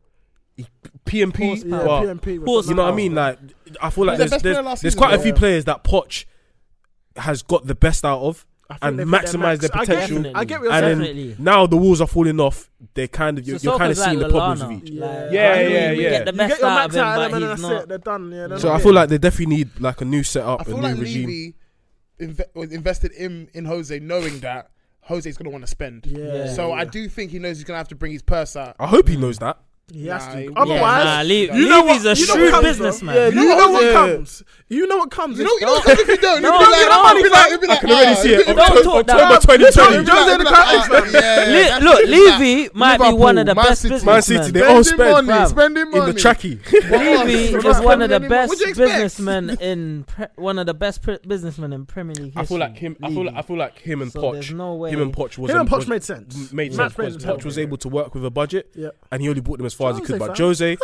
D: He- PMP.
C: Yeah,
D: but-
C: PMP. was
F: Horse-
D: you know what
C: phenomenal.
D: I mean? Like, I feel like
B: He was
D: there's,
B: the best player
D: there's,
B: last
D: there's
B: season,
D: quite a
B: though.
D: few players that Poch has got the best out of
C: I think
D: and
C: they've hit their
D: maximised their
C: max. I get-
D: potential.
C: I get what you're
F: Definitely.
D: and
C: saying.
F: Definitely.
D: then now the walls are falling off. They're kind of you're, you're
F: Sissoko
D: kind of
F: is like
D: seeing the problems
F: Lallana.
D: with each.
F: Like,
D: Yeah,
F: I mean,
D: yeah,
F: we
D: yeah.
F: get the
C: You get
F: best
C: your
F: out of
C: max
F: him,
C: out of
F: but
C: them and then
F: he's
C: that's it.
F: not.
C: They're done. Yeah, they're
D: So I
C: not
D: feel
C: it.
D: like they definitely need like a new setup,
B: I
D: a
B: feel
D: new
B: like
D: regime.
B: Levy inve- was invested in in Jose, knowing that Jose's gonna want to spend.
C: Yeah.
B: So I
C: yeah.
B: do think he knows he's gonna have to bring his purse out.
D: I hope he knows that.
C: He has
B: Nah, he-
C: to.
B: Yeah,
F: nah,
C: Otherwise,
F: Levy-
C: you know
F: Levy's
C: what-
F: a
C: you know
F: shrewd
C: what comes,
F: businessman.
C: though. Yeah, You know what
B: Yeah.
C: comes. You know what comes.
B: You
C: if
B: know, you know what if you [LAUGHS] don't.
F: No,
B: You'd be
F: don't get
B: like,
F: the money
B: you'd be like, you'd be
D: I
B: like,
D: can already
F: "Oh,
B: ah,
F: [LAUGHS]
D: see it.
B: you'd be
F: Don't
D: October,
F: talk that.
D: October
B: like,
D: 2020.
C: Don't- Jose's in the
B: ah,
C: conference,
B: yeah, yeah,
F: Le-
B: yeah.
F: look,
B: That's-
F: Levy might be
B: Liverpool,
F: one of the
B: Man
F: best
B: City.
D: Man
F: businessmen.
D: City, they all spent
B: money,
F: bruv.
B: spending
D: in
B: money
D: the trackie.
F: Levy
C: Bruv,
F: is one of
C: Premier
F: the
C: League,
F: best
B: what'd you expect?
F: businessmen in pre- one of the best pre- businessmen in Premier League history.
D: I feel like him. I feel like, I feel like him and
F: So
D: Poch.
F: there's no way-
D: Him and Poch was
C: Him and Poch
D: was-
C: made sense.
D: Made
C: Yeah.
D: sense
C: Match made
D: because
C: sense.
D: Poch was able to work with a budget.
C: Yeah.
D: and he only brought them as far as he
C: Jose,
D: could. But
C: fam.
D: Jose,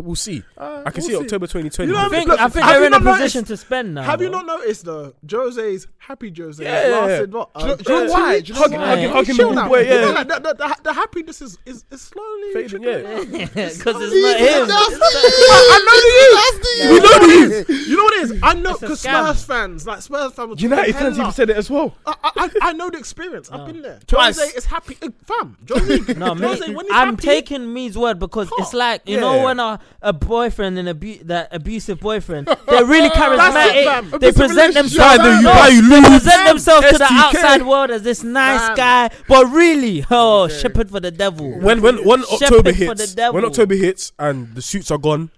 D: we'll see. I can
C: we'll
D: see,
C: see.
D: October 2020.
C: You know what I
F: I think,
C: Look,
F: I think
C: have
F: they're
C: you
F: in a
C: not noticed-
F: position to spend now.
C: Have you
F: bro. [LAUGHS]
C: not noticed though? Jose's happy Jose
D: Yeah.
C: lasted what?
B: Do you know-
C: uh,
B: do you know
C: two
B: why?
C: weeks?
B: Do you know Hugging-
F: why? hugging-
D: hugging
C: Chill
D: the
C: now.
D: boy, yeah.
C: You know, like, the, the, the, the happiness is is, is slowly
D: Fading,
C: trickling
D: yeah.
C: down.
F: Because it's
C: [LAUGHS]
F: not him.
C: I know the youth.
D: know the
C: know the youth. You know what it is? I know
F: It's a
C: because
F: scam.
C: Spurs fans, like Spurs fans, were
D: United
C: talking
D: fans
C: hell
D: even
C: up.
D: said it as well.
C: I, I, I know the experience. I've been there.
D: Twice.
C: Jose is happy, uh, fam. Jose,
F: [LAUGHS] No, mate,
C: Jose, when he's
F: I'm
C: happy,
F: taking me's word because it's like you know
D: Yeah.
F: when a, a boyfriend and abu- that abusive
C: [LAUGHS]
F: boyfriend they're really
C: it, fam.
F: charismatic. they
C: Abusive
F: present
C: relationship.
F: themselves.
C: Either you
F: no,
C: buy, you
F: They
D: lose.
F: present themselves to the
D: STK.
F: outside world as this nice
C: Fam.
F: guy, but really, oh, shepherd for the devil.
D: When when when
F: Shepherd
D: October
F: for the
D: hits,
F: devil.
D: when October hits and the suits are gone,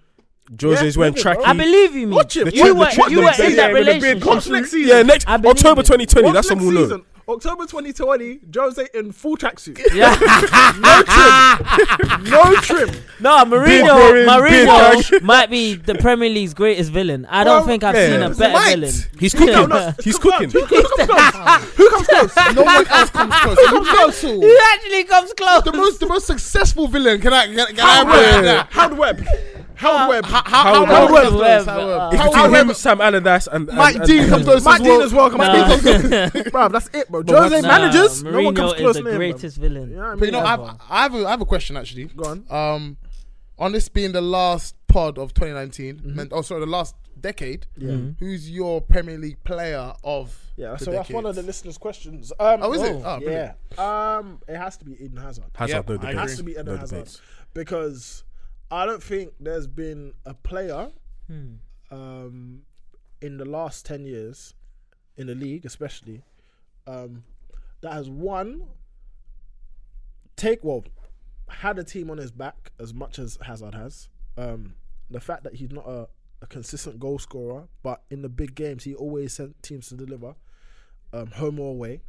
D: Jose's
C: Yeah,
D: wearing
C: look at
D: trackie.
F: I believe you, me.
C: Watch him.
D: The
C: You
D: tra- the
F: were-
D: tra-
F: you
D: the
F: were
D: tra-
F: in that
D: yeah, when the beard
F: [LAUGHS] relationship.
D: comes
C: Next
D: through-
C: season.
D: Yeah, next
F: I believe
D: October
F: it.
D: 2020.
C: What's
D: That's when
C: next
D: we'll know.
C: season? October 2020, Jose in full
F: [LAUGHS]
C: tracksuit. [LAUGHS] no trim.
F: No, Mourinho,
D: growing, big
F: Mourinho
D: dog.
F: [LAUGHS] might be the Premier League's greatest villain. I don't
D: Well,
F: think I've
D: yeah.
F: seen a
D: It's
F: better
D: right.
F: villain.
D: He's
F: [LAUGHS] Yeah.
D: cooking.
F: No, no,
D: He's cooking.
B: Who comes close? No one else comes
F: [LAUGHS]
B: close. The most,
F: He
B: successful-
F: actually comes close.
B: the most, the most successful villain. Can I? Can, can I?
C: Howard
B: Yeah.
C: Webb. Howard Webb. Howard Webb.
B: How, how, how,
D: Howard
B: how,
D: Webb.
B: comes close?
F: Webb.
B: Howard Webb.
D: It's
B: Howard
D: between him,
B: Webb.
D: Sam Allardyce, and, and
B: Mike
D: and-
B: Dean
D: and-
B: comes close.
C: Mike Dean as well. Come
F: Nah.
C: on,
F: [LAUGHS]
C: Bruv, that's it, bro. Jose
F: Nah,
C: managers.
F: Mourinho
C: no one comes close
F: is
C: to
F: the
C: him. bruv.
F: greatest villain.
C: You know what I
B: But you
C: mean?
B: know, I've, I have a, I have a question actually.
C: Go on.
B: Um, on this being the last pod of 2019,
C: Mm-hmm.
B: meant, oh sorry, the last decade.
D: Mm-hmm.
B: Who's your Premier League player of?
C: Yeah,
B: the
C: so that's one of the
B: decades?
C: listeners' questions. Um,
B: Oh, is it? Oh,
C: yeah.
B: brilliant.
C: Um, it has to be Eden Hazard.
D: Hazard, no
B: I
C: It has
D: debates.
C: to be Eden
D: No
C: Hazard
D: debates.
C: because I don't think there's been a player
D: Hmm.
C: um, in the last ten years in the league, especially um, that has won take well had a team on his back as much as Hazard has. Um, the fact that he's not a, a consistent goal scorer, but in the big games he always sent teams to deliver, um, home or away.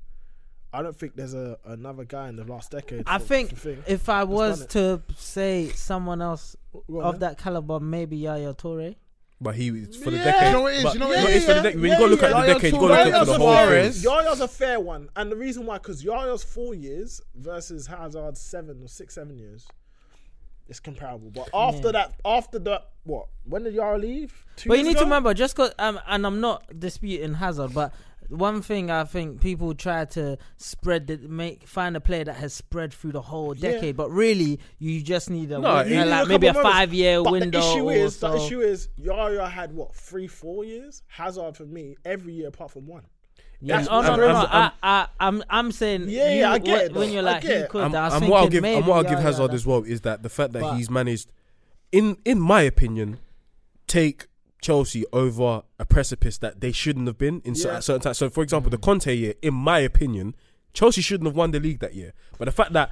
C: I don't think there's a another guy in the last decade.
F: I
C: for-
F: think
C: for thing.
F: if I was
C: it.
F: to say someone else
C: Go on
F: of
C: then.
F: that caliber, maybe Yaya Toure.
D: But he was for the
B: Yeah.
D: decade.
B: You know what it is,
D: but-
B: you know what
D: but
B: it
D: it's
B: is,
D: for the
B: yeah.
D: decade. When you go look
B: Yeah,
D: at
B: yeah.
D: the decade, you go
B: Yayo
D: look at the whole
B: Suarez.
D: thing.
B: Yes.
C: Yaya's a fair one, and the reason why, because Yaya's four years versus Hazard's seven or six, seven years, it's comparable. But after that, after that, what? When did Yaya leave? Two
F: But you
C: years
F: need to
C: ago?
F: remember, just cause, um, and I'm not disputing Hazard, but one thing I think people try to spread, the, make find a player that has spread through the whole decade, but really you just need a,
D: No,
F: win-
D: you
F: uh,
D: need
F: like
C: couple
F: maybe a
C: moments.
F: five year
C: But
F: window.
C: The issue
F: or
C: is,
F: so.
C: the issue is, Yaya had what three, four years. Hazard for me every year apart from one.
F: Yeah,
C: That's
F: oh, no,
C: what
F: no,
C: I'm-
F: no.
C: I'm-
F: I, I, I'm, I'm saying.
C: Yeah, yeah,
F: you-
C: I get it,
F: when- When
C: though.
F: you're
C: I
F: like,
C: get
F: he
C: it.
F: could.
D: And,
F: I was
D: and
F: thinking
D: what I'll give
F: maybe,
D: and what I'll
F: yeah,
D: give
F: yeah,
D: Hazard
F: yeah.
D: as well is that the fact that
F: But-
D: he's managed, in in my opinion, take Chelsea over a precipice that they shouldn't have been in cer-
C: Yeah.
D: at certain times. So, for example, the Conte year, in my opinion, Chelsea shouldn't have won the league that year. But the fact that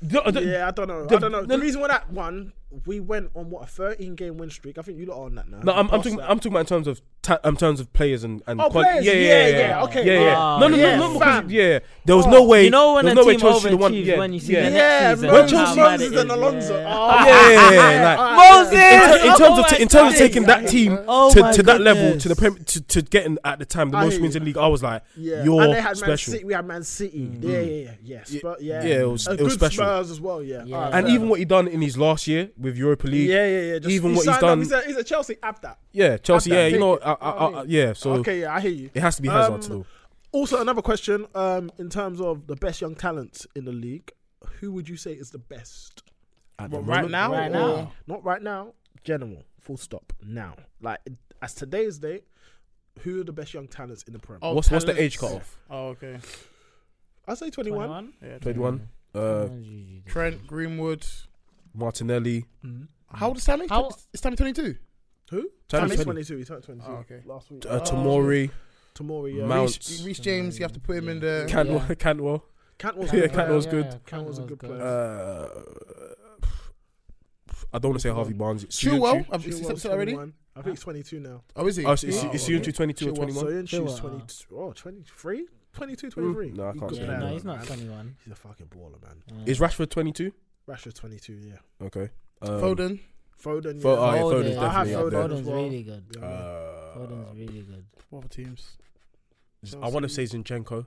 D: the- the-
C: Yeah, I don't know. I
D: the-
C: don't know.
D: the-
C: The reason why that one, we went on what a 13 game win streak. I think you lot are on that now.
D: No, I'm, I'm
C: Past
D: talking.
C: that.
D: I'm talking about in terms of ta- in terms of players and and
C: Oh, players, yeah, yeah, okay.
D: yeah, yeah.
C: Ah,
D: no, no,
C: yeah,
D: no, no, because,
C: fam.
D: yeah. There was no way.
F: You know when
D: there
F: a
D: was no way
F: team
D: Chelsea should have won.
F: overachieves
D: Yeah,
F: when you see
D: yeah.
F: the next
C: Yeah,
F: season,
C: Rachel
F: how
C: Moses
F: mad it
C: and
F: is,
C: Alonso.
F: yeah.
C: Oh,
D: Yeah, yeah, yeah,
C: yeah.
D: like-
C: Oh,
F: Moses!
D: in, ter- in
F: Oh
D: terms of
F: my
D: t- in terms of
F: God.
D: taking that team
F: Oh
D: to,
F: my
D: to that level
F: goodness.
D: to the prem- to, to getting at the time the
C: I
D: most
C: hear
D: wins in the
C: you.
D: league, I was like,
C: Yeah,
D: you're
C: and they had Man
D: special. Mm-hmm.
C: City. We had Man City. Yeah, yeah, yeah, yeah. Spur, yeah,
D: Yeah, it was-
C: A
D: it was
C: good
D: special.
C: Spurs as well. Yeah, Alright,
D: And
C: fair
D: even
C: enough.
D: what he done in his last year with Europa League,
C: yeah, yeah, yeah. Just,
D: even
C: he
D: what he's
C: signed up.
D: done,
C: he's a, he's a Chelsea apt
D: yeah, Chelsea,
C: I'd
D: yeah, you
C: take
D: know,
C: it.
D: I, I, I,
C: Okay.
D: yeah. So
C: Okay, yeah, I hear you.
D: it has to be Hazard
C: Um,
D: still.
C: Also, another question um, in terms of the best young talents in the league. Who would you say is the best?
B: Right now,
F: Right
B: or-
F: now.
C: Not right now. General. Full stop. Now, like as today's date, who are the best young talents in the Prem?
B: Oh,
D: What's what's the
B: talents.
D: age cutoff?
B: Oh, okay.
C: I say twenty-one.
B: Yeah,
D: Played one. Uh,
F: Oh,
B: Trent Greenwood.
D: Martinelli.
C: Mm-hmm.
B: How old is Sammy?
F: How-
B: Is Sammy 22?
C: Who?
D: Tony
C: Tony's
D: Tony.
C: twenty-two. He turned twenty-two
B: Oh, okay.
C: last week.
D: uh, Tomori,
C: Tomori. Yeah.
D: Mount.
B: Reece, Reece James, Um, you have to put him in there.
D: Cantwell, Cantwell.
C: Cantwell's
D: Yeah,
C: a good
D: Cantwell's
C: player.
D: good.
C: Cantwell's a good player.
D: Uh, I don't want to say Harvey Barnes. It's
B: Chilwell,
D: Siyunchu.
B: have you seen
C: Chilwell's
B: something already?
C: 21. I think he's 22 now.
B: Oh, is he?
D: Oh, it's, it's,
B: Oh,
D: it's
B: okay.
D: Siyunchu 22 or
B: Chilwell,
D: 21.
C: So Yunchu's
F: Chilwell.
C: 22, oh, 23? 22, 23.
D: No, I can't
C: He's
D: say
C: a good
F: Yeah,
D: that.
C: player,
F: no, he's not
C: man.
F: 21.
C: He's a fucking baller, man.
F: Hmm.
D: Is Rashford 22?
C: Rashford's 22, yeah.
D: Okay. Um,
B: Foden.
C: Foden, yeah.
D: Fo- oh, yeah,
F: Foden.
D: Foden's
C: I have
D: definitely up there.
C: Foden.
F: Foden's
C: well.
F: really good.
D: Uh,
F: Foden's really good.
B: What other teams?
D: I want to say Zinchenko.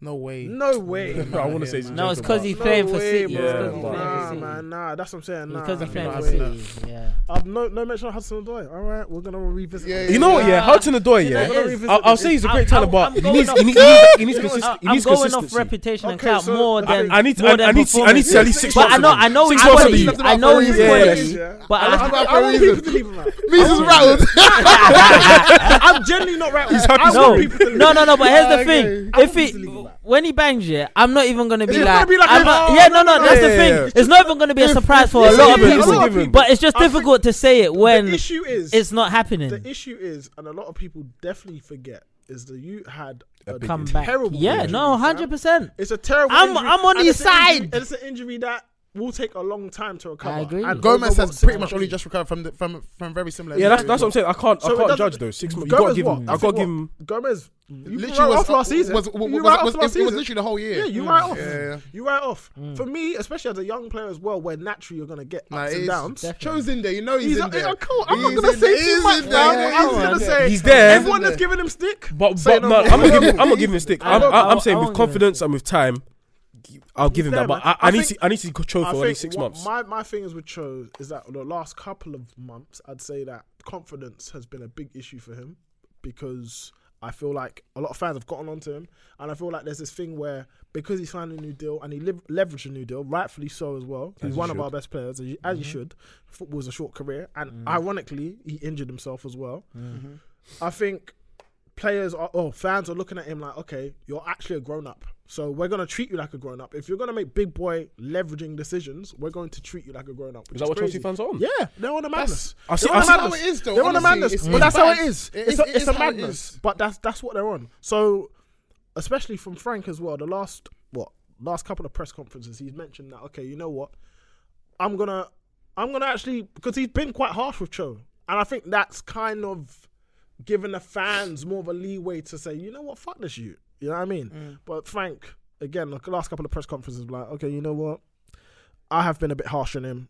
B: No way.
C: [LAUGHS] No way.
B: Yeah,
D: [LAUGHS] I want to
B: yeah, man.
D: say Zinchenko.
F: No, it's
D: but-
F: because he's playing for City.
D: bro.
F: It's 'cause
D: Yeah, but-
F: he's playing for
C: Nah,
F: City.
C: man, nah, that's what I'm saying. Nah,
F: Because he's playing
B: nah,
F: for
B: nah.
F: City. Yeah.
C: I've no, no mention of Hudson Odoi. All right, we're gonna revisit.
B: Yeah,
C: it.
D: You know what? Yeah,
F: Yeah.
D: Hudson Odoi.
F: Yeah, it
D: Yeah,
F: is.
D: I'll, I'll say he's a
F: I'm-
D: great talent,
F: I'm-
D: but
F: I'm
D: he
F: going
D: needs
F: off-
D: he needs he needs- he needs
F: I-
D: consist- he
F: I'm
D: needs
F: going
D: [LAUGHS]
F: off
D: consistency.
F: reputation and
C: Okay,
F: clout
C: so
F: more than
D: I need to-
F: more
D: I-
F: than
D: I need to- I need to see at least
F: performance.
D: six
F: But I
D: months
F: know
D: of him.
F: I know
D: Six
F: his
D: months of
F: quality.
D: him.
F: I know his
D: Yeah.
F: quality. But
C: I,
F: I,
C: I, I want people to leave
D: [LAUGHS]
C: him out.
B: Me, this is rattled.
C: I'm genuinely
D: [LAUGHS]
C: not right. He's
D: happy
C: I
D: to
F: no,
C: want people to leave
F: no, no, no. But here's
B: Okay.
F: the [LAUGHS] thing:
C: I
F: if
C: want people
F: he,
C: to leave him out.
F: when he bangs it, I'm not even gonna be
C: It's
F: like,
C: gonna be like
F: I'm
C: a-
F: not-
C: oh,
F: yeah,
C: no,
F: no, no.
C: no,
F: That's
D: yeah,
F: the
D: yeah,
F: thing.
D: yeah.
F: It's not even gonna be a surprise for a
C: it's
F: lot of
C: given,
D: it's
F: people.
D: given.
F: But it's just
C: I think-
F: difficult to say it when
C: The issue is
F: it's not happening.
C: The issue is, and a lot of people definitely forget, is that you had a,
D: big
F: Come
D: It's
F: back.
C: terrible.
F: Yeah,
C: injury,
F: no,
C: fam.
F: hundred percent.
C: It's a terrible.
F: I'm-
C: injury,
F: I'm on
C: and
D: his
C: it's an injury-
D: side.
C: and it's an injury that will take a long time to recover.
F: I agree.
C: And
B: Gomez
C: Gogo
B: has
C: was
B: pretty much
C: six
B: only
C: months.
B: just recovered from the, from from very similar.
D: Yeah, that's,
B: injury.
D: that's what I'm saying. I can't,
C: So it
D: I can't
C: doesn't-
D: judge those six months. You gotta
C: Gomez
D: give
C: what?
D: him.
C: I
D: I
C: think
D: gotta give him.
C: what? Gomez. You
B: Literally
C: write
B: was-
C: off last
B: was-
C: season.
B: was-
C: you
B: was-
C: write
B: was-
C: off last
B: it was
C: season.
B: literally the whole year.
C: Yeah, you
B: Mm.
C: write off.
B: Yeah, yeah.
C: You write off.
F: Mm.
C: For me, especially as a young player as well, where naturally you're gonna get
B: Nah,
C: ups and
B: he's-
C: downs.
B: Cho's in there. You know he's,
C: He's
B: in
C: a-
B: there.
C: yeah, cool. I'm not
B: He's
C: gonna
B: in
C: say
B: there.
C: too
B: He's
C: much.
B: in
C: now.
B: there.
C: I'm just gonna say
D: He's there.
C: Everyone that's giving him stick.
D: But,
C: say
D: but no, I'm
C: more. [LAUGHS]
D: gonna give him. I'm gonna give him a stick.
F: I
D: I'm,
F: don't-
D: I'm,
F: I-
D: I'm
F: I
D: saying
F: won't
D: with
F: give him a
D: confidence and with time, I'll give him
C: there,
D: that. But
C: man.
D: I,
C: I
D: I need
C: think-
D: to. I need to control
C: I
D: for at
C: think
D: least six
C: what
D: months.
C: My my thing is with Cho is that the last couple of months, I'd say that confidence has been a big issue for him because I feel like a lot of fans have gotten onto him, and I feel like there's this thing where because he signed a new deal and he liv- leveraged a new deal, rightfully so as well. He's one of our best players, as you, as you
D: Mm-hmm.
C: should. Football's a short career, and
D: Mm.
C: ironically, he injured himself as well. I think players are oh fans are looking at him like okay you're actually a grown up so we're going to treat you like a grown up if you're going to make big boy leveraging decisions we're going to treat you like a grown up
D: Is that what Chelsea fans are on?
C: yeah they're on a madness
D: I see-
C: they're on
D: I
C: a
D: see how
C: madness.
B: it is, though,
C: they're on a
B: honestly.
C: madness
B: It's-
C: but
B: it's
C: that's how it
B: bad.
C: is
B: It
C: it's
B: is-
C: a,
B: it
C: it's
B: is
C: a
B: how it
C: madness
B: is.
C: but that's that's what they're on so especially from Frank as well the last what last couple of press conferences he's mentioned that okay you know what I'm gonna I'm gonna actually because he's been quite harsh with Cho, and I think that's kind of given the fans more of a leeway to say, you know what, fuck this you. You know what I mean?
B: Mm.
C: But Frank, again, the last couple of press conferences, were like, okay, you know what, I have been a bit harsh on him.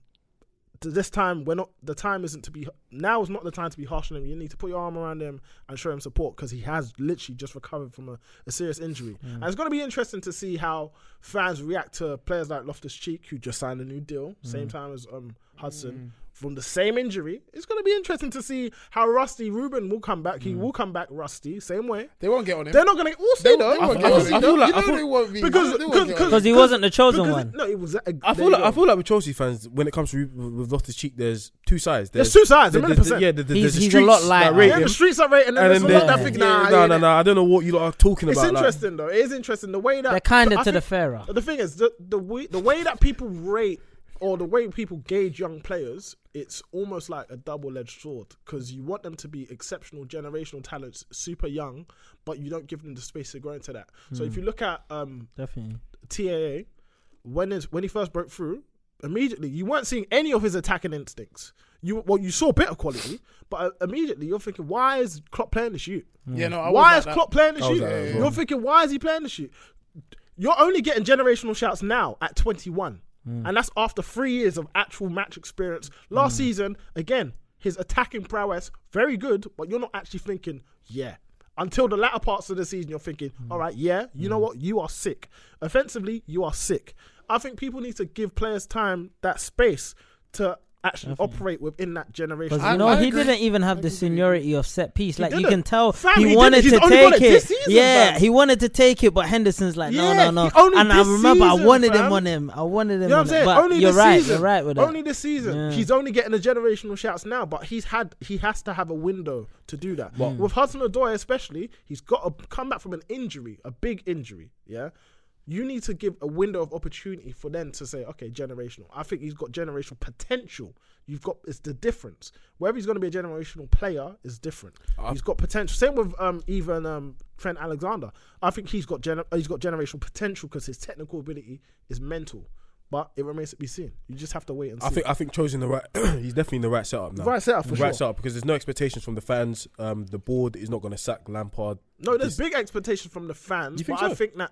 C: To This time, we're not. The time isn't to be. Now is not the time to be harsh on him. You need to put your arm around him and show him support because he has literally just recovered from a, a serious injury.
D: Mm.
C: And it's going to be interesting to see how fans react to players like Loftus Cheek, who just signed a new deal,
D: Mm.
C: same time as um, Hudson, from the same injury. It's going to be interesting to see how rusty Ruben will come back. He
D: Mm.
C: will come back rusty, same way.
B: They won't get on him.
C: They're not going to. We'll see.
B: They don't.
C: what-
B: They
D: I
B: won't
D: feel
B: get on him.
D: like-
B: You
D: I
B: know
D: feel-
B: they won't be.
C: because
B: They won't get on him.
F: he wasn't the chosen
C: because-
F: one.
C: No, it was.
D: I feel like I feel like with Chelsea fans, when it comes to Ru- with Loftus Cheek, there's two sides.
C: There's two sides, a
D: there-
C: million
D: there's-
C: percent.
D: Yeah, there- there's
F: He's-
D: the
F: he's a lot
D: streets that
F: lighter.
D: rate
C: yeah,
D: him,
C: the streets are rating, and,
D: and
C: there's
D: then
C: a lot that
D: there-
C: think,
D: yeah,
C: nah, yeah,
D: no,
C: yeah.
D: no, no. I don't know what you lot are talking
C: It's
D: about. like-
C: interesting though. It is interesting the way that
F: They're kinder
C: I
F: to the
C: think-
F: fairer.
C: The thing is, the the way, the way that people rate or the way people gauge young players, it's almost like a double-edged sword because you want them to be exceptional generational talents, super young, but you don't give them the space to grow into that. So if you look at um,
F: Definitely.
C: TAA, when is when he first broke through, immediately you weren't seeing any of his attacking instincts. You well, you saw a bit of quality, but uh, immediately you're thinking, why is Klopp playing this shoot?
B: Yeah, no. I was
C: Mm. why
B: like
C: is
B: that.
C: Klopp playing this
D: I was
C: shoot?
D: like that as
C: You're thinking, why is he playing this shoot? You're only getting generational shouts now at 21,
F: Hmm.
C: and that's after three years of actual match experience. Last season, again, his attacking prowess very good, but you're not actually thinking, yeah. Until the latter parts of the season, you're thinking,
F: Hmm.
C: all right, yeah, you know what? You are sick. Offensively, you are sick. I think people need to give players time, that space to actually operate within that generation.
F: Because you know
B: I
F: he
B: agree.
F: didn't even have the seniority of set piece. like you
C: didn't.
F: can tell
C: Fam, he
F: he,
C: didn't.
F: wanted
C: He's
F: to
C: only
F: take
C: got
F: it.
C: it this season,
F: yeah,
C: fam.
F: he wanted to take it, but Henderson's like, no,
C: Yeah,
F: no,
C: he
F: no.
C: only
F: And I
C: this
F: remember I
C: season,
F: wanted
C: fam.
F: him on him. I wanted him.
C: You know what
F: on
C: I'm
F: Him.
C: saying?
F: But
C: only
F: you're
C: this
F: right.
C: season.
F: You're right with that.
C: Only this season. He's only getting the generational shouts now, but he's had he has to have a window to do that. With Hudson Odoi especially, he's got to come back from an injury, a big injury. Yeah. You need to give a window of opportunity for them to say, okay, generational. I think he's got generational potential. You've got it's the difference. Whether he's going to be a generational player is different.
D: Uh,
C: he's got potential. Same with um, even um, Trent Alexander. I think he's got gener- he's got generational potential because his technical ability is mental. But it remains to be seen. You just have to wait and see.
D: I think I think chosen the right. he's definitely in the right setup now.
C: Right setup, for
D: right
C: sure.
D: setup because there's no expectations from the fans. Um, the board is not going to sack Lampard.
C: no, there's big expectations from the fans,
D: You think
C: but I
D: so?
C: think that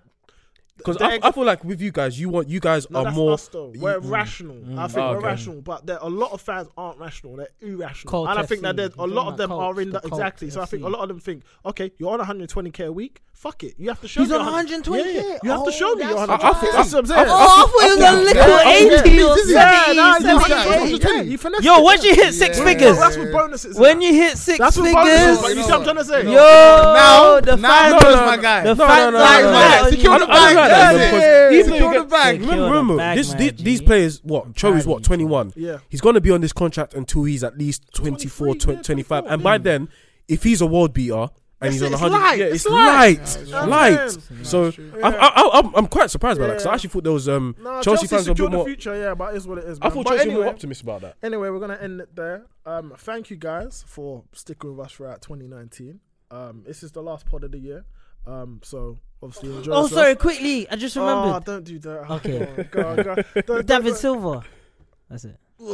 D: because
C: the
D: I,
C: ex-
D: I feel like with you guys, you want you guys
C: no,
D: are
C: that's
D: more.
C: us though. We're rational. I think
D: Oh,
C: we're
D: okay.
C: rational, but there a lot of fans aren't rational. They're irrational,
F: Cult
C: and I think
F: FC.
C: that there's a
F: You're
C: lot of
F: talking
C: them
F: about
C: are in
F: cults,
C: that
F: the
C: exactly.
F: cult
C: So I think a
F: FC.
C: lot of them think, okay, you're on 120k a week. Fuck it, you have to show
F: He's
C: me
F: on
C: 120
F: 120K?
C: Yeah, yeah. You have to
F: Oh,
C: show me you're
F: that's
C: 120k.
D: why. I think-
C: that's what I'm saying.
F: Oh, I thought you was a little eighty or
C: Yeah, nah,
F: seventy.
C: this guy,
F: seventy-eight.
C: yeah, he finessed
F: Yo,
C: it.
F: once you hit six
B: Yeah.
C: No,
F: figures,
C: that's what bonuses. is
F: when
C: now.
F: you hit six
C: that's what bonuses.
F: figures,
C: is, But you see what I'm trying to say?
F: yo,
B: Now-
F: the
B: now
F: fans,
B: knows my guy.
F: The
D: No,
F: fans
D: no, no,
F: like
D: no, no.
F: that.
B: Secure
F: You
B: the
F: know-
B: bag. Yeah,
D: because
B: yeah, yeah.
D: even if
B: Secure
D: you
B: the bag.
F: Secure
D: Remember,
F: the
D: remember
F: bag,
D: this,
F: my
D: thi-
F: G.
D: these players, what? Cho is what,
F: Entirely.
D: 21?
C: Yeah.
D: He's going to be on this contract until he's at least 24,
C: 23, yeah,
D: 25.
C: 24,
D: And by
C: yeah.
D: then, if he's a world beater and
C: That's
D: he's
C: it,
D: on
C: it's
D: 100,
C: light,
D: yeah,
C: it's
D: it's
C: light.
D: light.
C: Yeah,
D: Light.
C: that's
D: So I'm, I, I- I'm, I'm quite surprised by that because I actually thought there was um,
C: Nah,
D: Chelsea, fans were a
C: secure
D: bit
C: the
D: more.
C: future, yeah, but it's what it is.
D: I
C: man.
D: thought
C: But
D: Chelsea were
C: anyway-
D: more optimistic about that.
C: Anyway, we're gonna end it there. Um, thank you guys for sticking with us throughout 2019. Um, this is the last pod of the year. Um, so obviously. Endurance
F: Oh,
C: was-
F: sorry, quickly. I just
C: Oh,
F: remembered.
C: don't do that.
F: Okay.
D: [LAUGHS]
C: Oh, God, God. Don't-
F: David
C: don't-
F: Silva. That's it.
C: Ugh,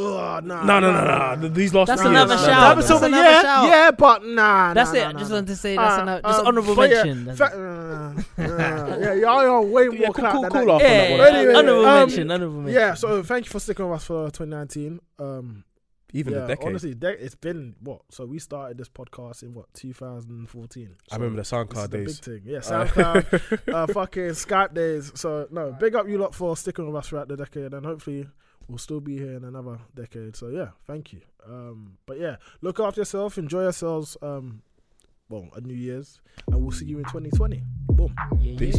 C: nah,
D: No, no, no, no. These last
F: That's
D: three
F: another
D: years-
F: shout.
C: David
F: That's
C: Silva,
F: another
C: yeah,
F: shout.
C: yeah, but nah.
F: That's
C: Ah, nah,
F: it.
C: nah,
F: I just
C: nah.
F: wanted to say that's
C: Uh,
F: another just
C: um,
F: honourable
C: but
F: mention.
C: Yeah,
F: That's
C: fa-
F: it.
C: uh, uh, yeah, y'all are way more
D: Yeah, cool,
C: clout
D: cool,
C: than
D: cool
C: that.
D: off on
F: yeah,
D: that one.
F: yeah,
C: Anyway,
F: honourable
C: um,
F: mention. Honourable mention.
C: Yeah, so thank you for sticking with us for 2019. Um,
D: Even
C: yeah,
D: a decade.
C: Honestly, de- it's been what? So we started this podcast in what 2014.
D: I remember the
C: this is
D: SoundCloud
C: the
D: days.
C: big thing. Yeah,
D: Uh,
C: SoundCloud,
D: [LAUGHS]
C: uh, fucking Skype days. So no, big up you lot for sticking with us throughout the decade, and hopefully we'll still be here in another decade. So yeah, thank you. Um, but yeah, look after yourself, enjoy yourselves. Um, well, a New Year's, and we'll see you in 2020. Boom.
D: Peace.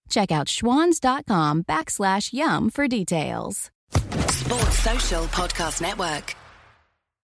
I: Check out schwans.com backslash YUM for details.
J: Sports Social Podcast Network.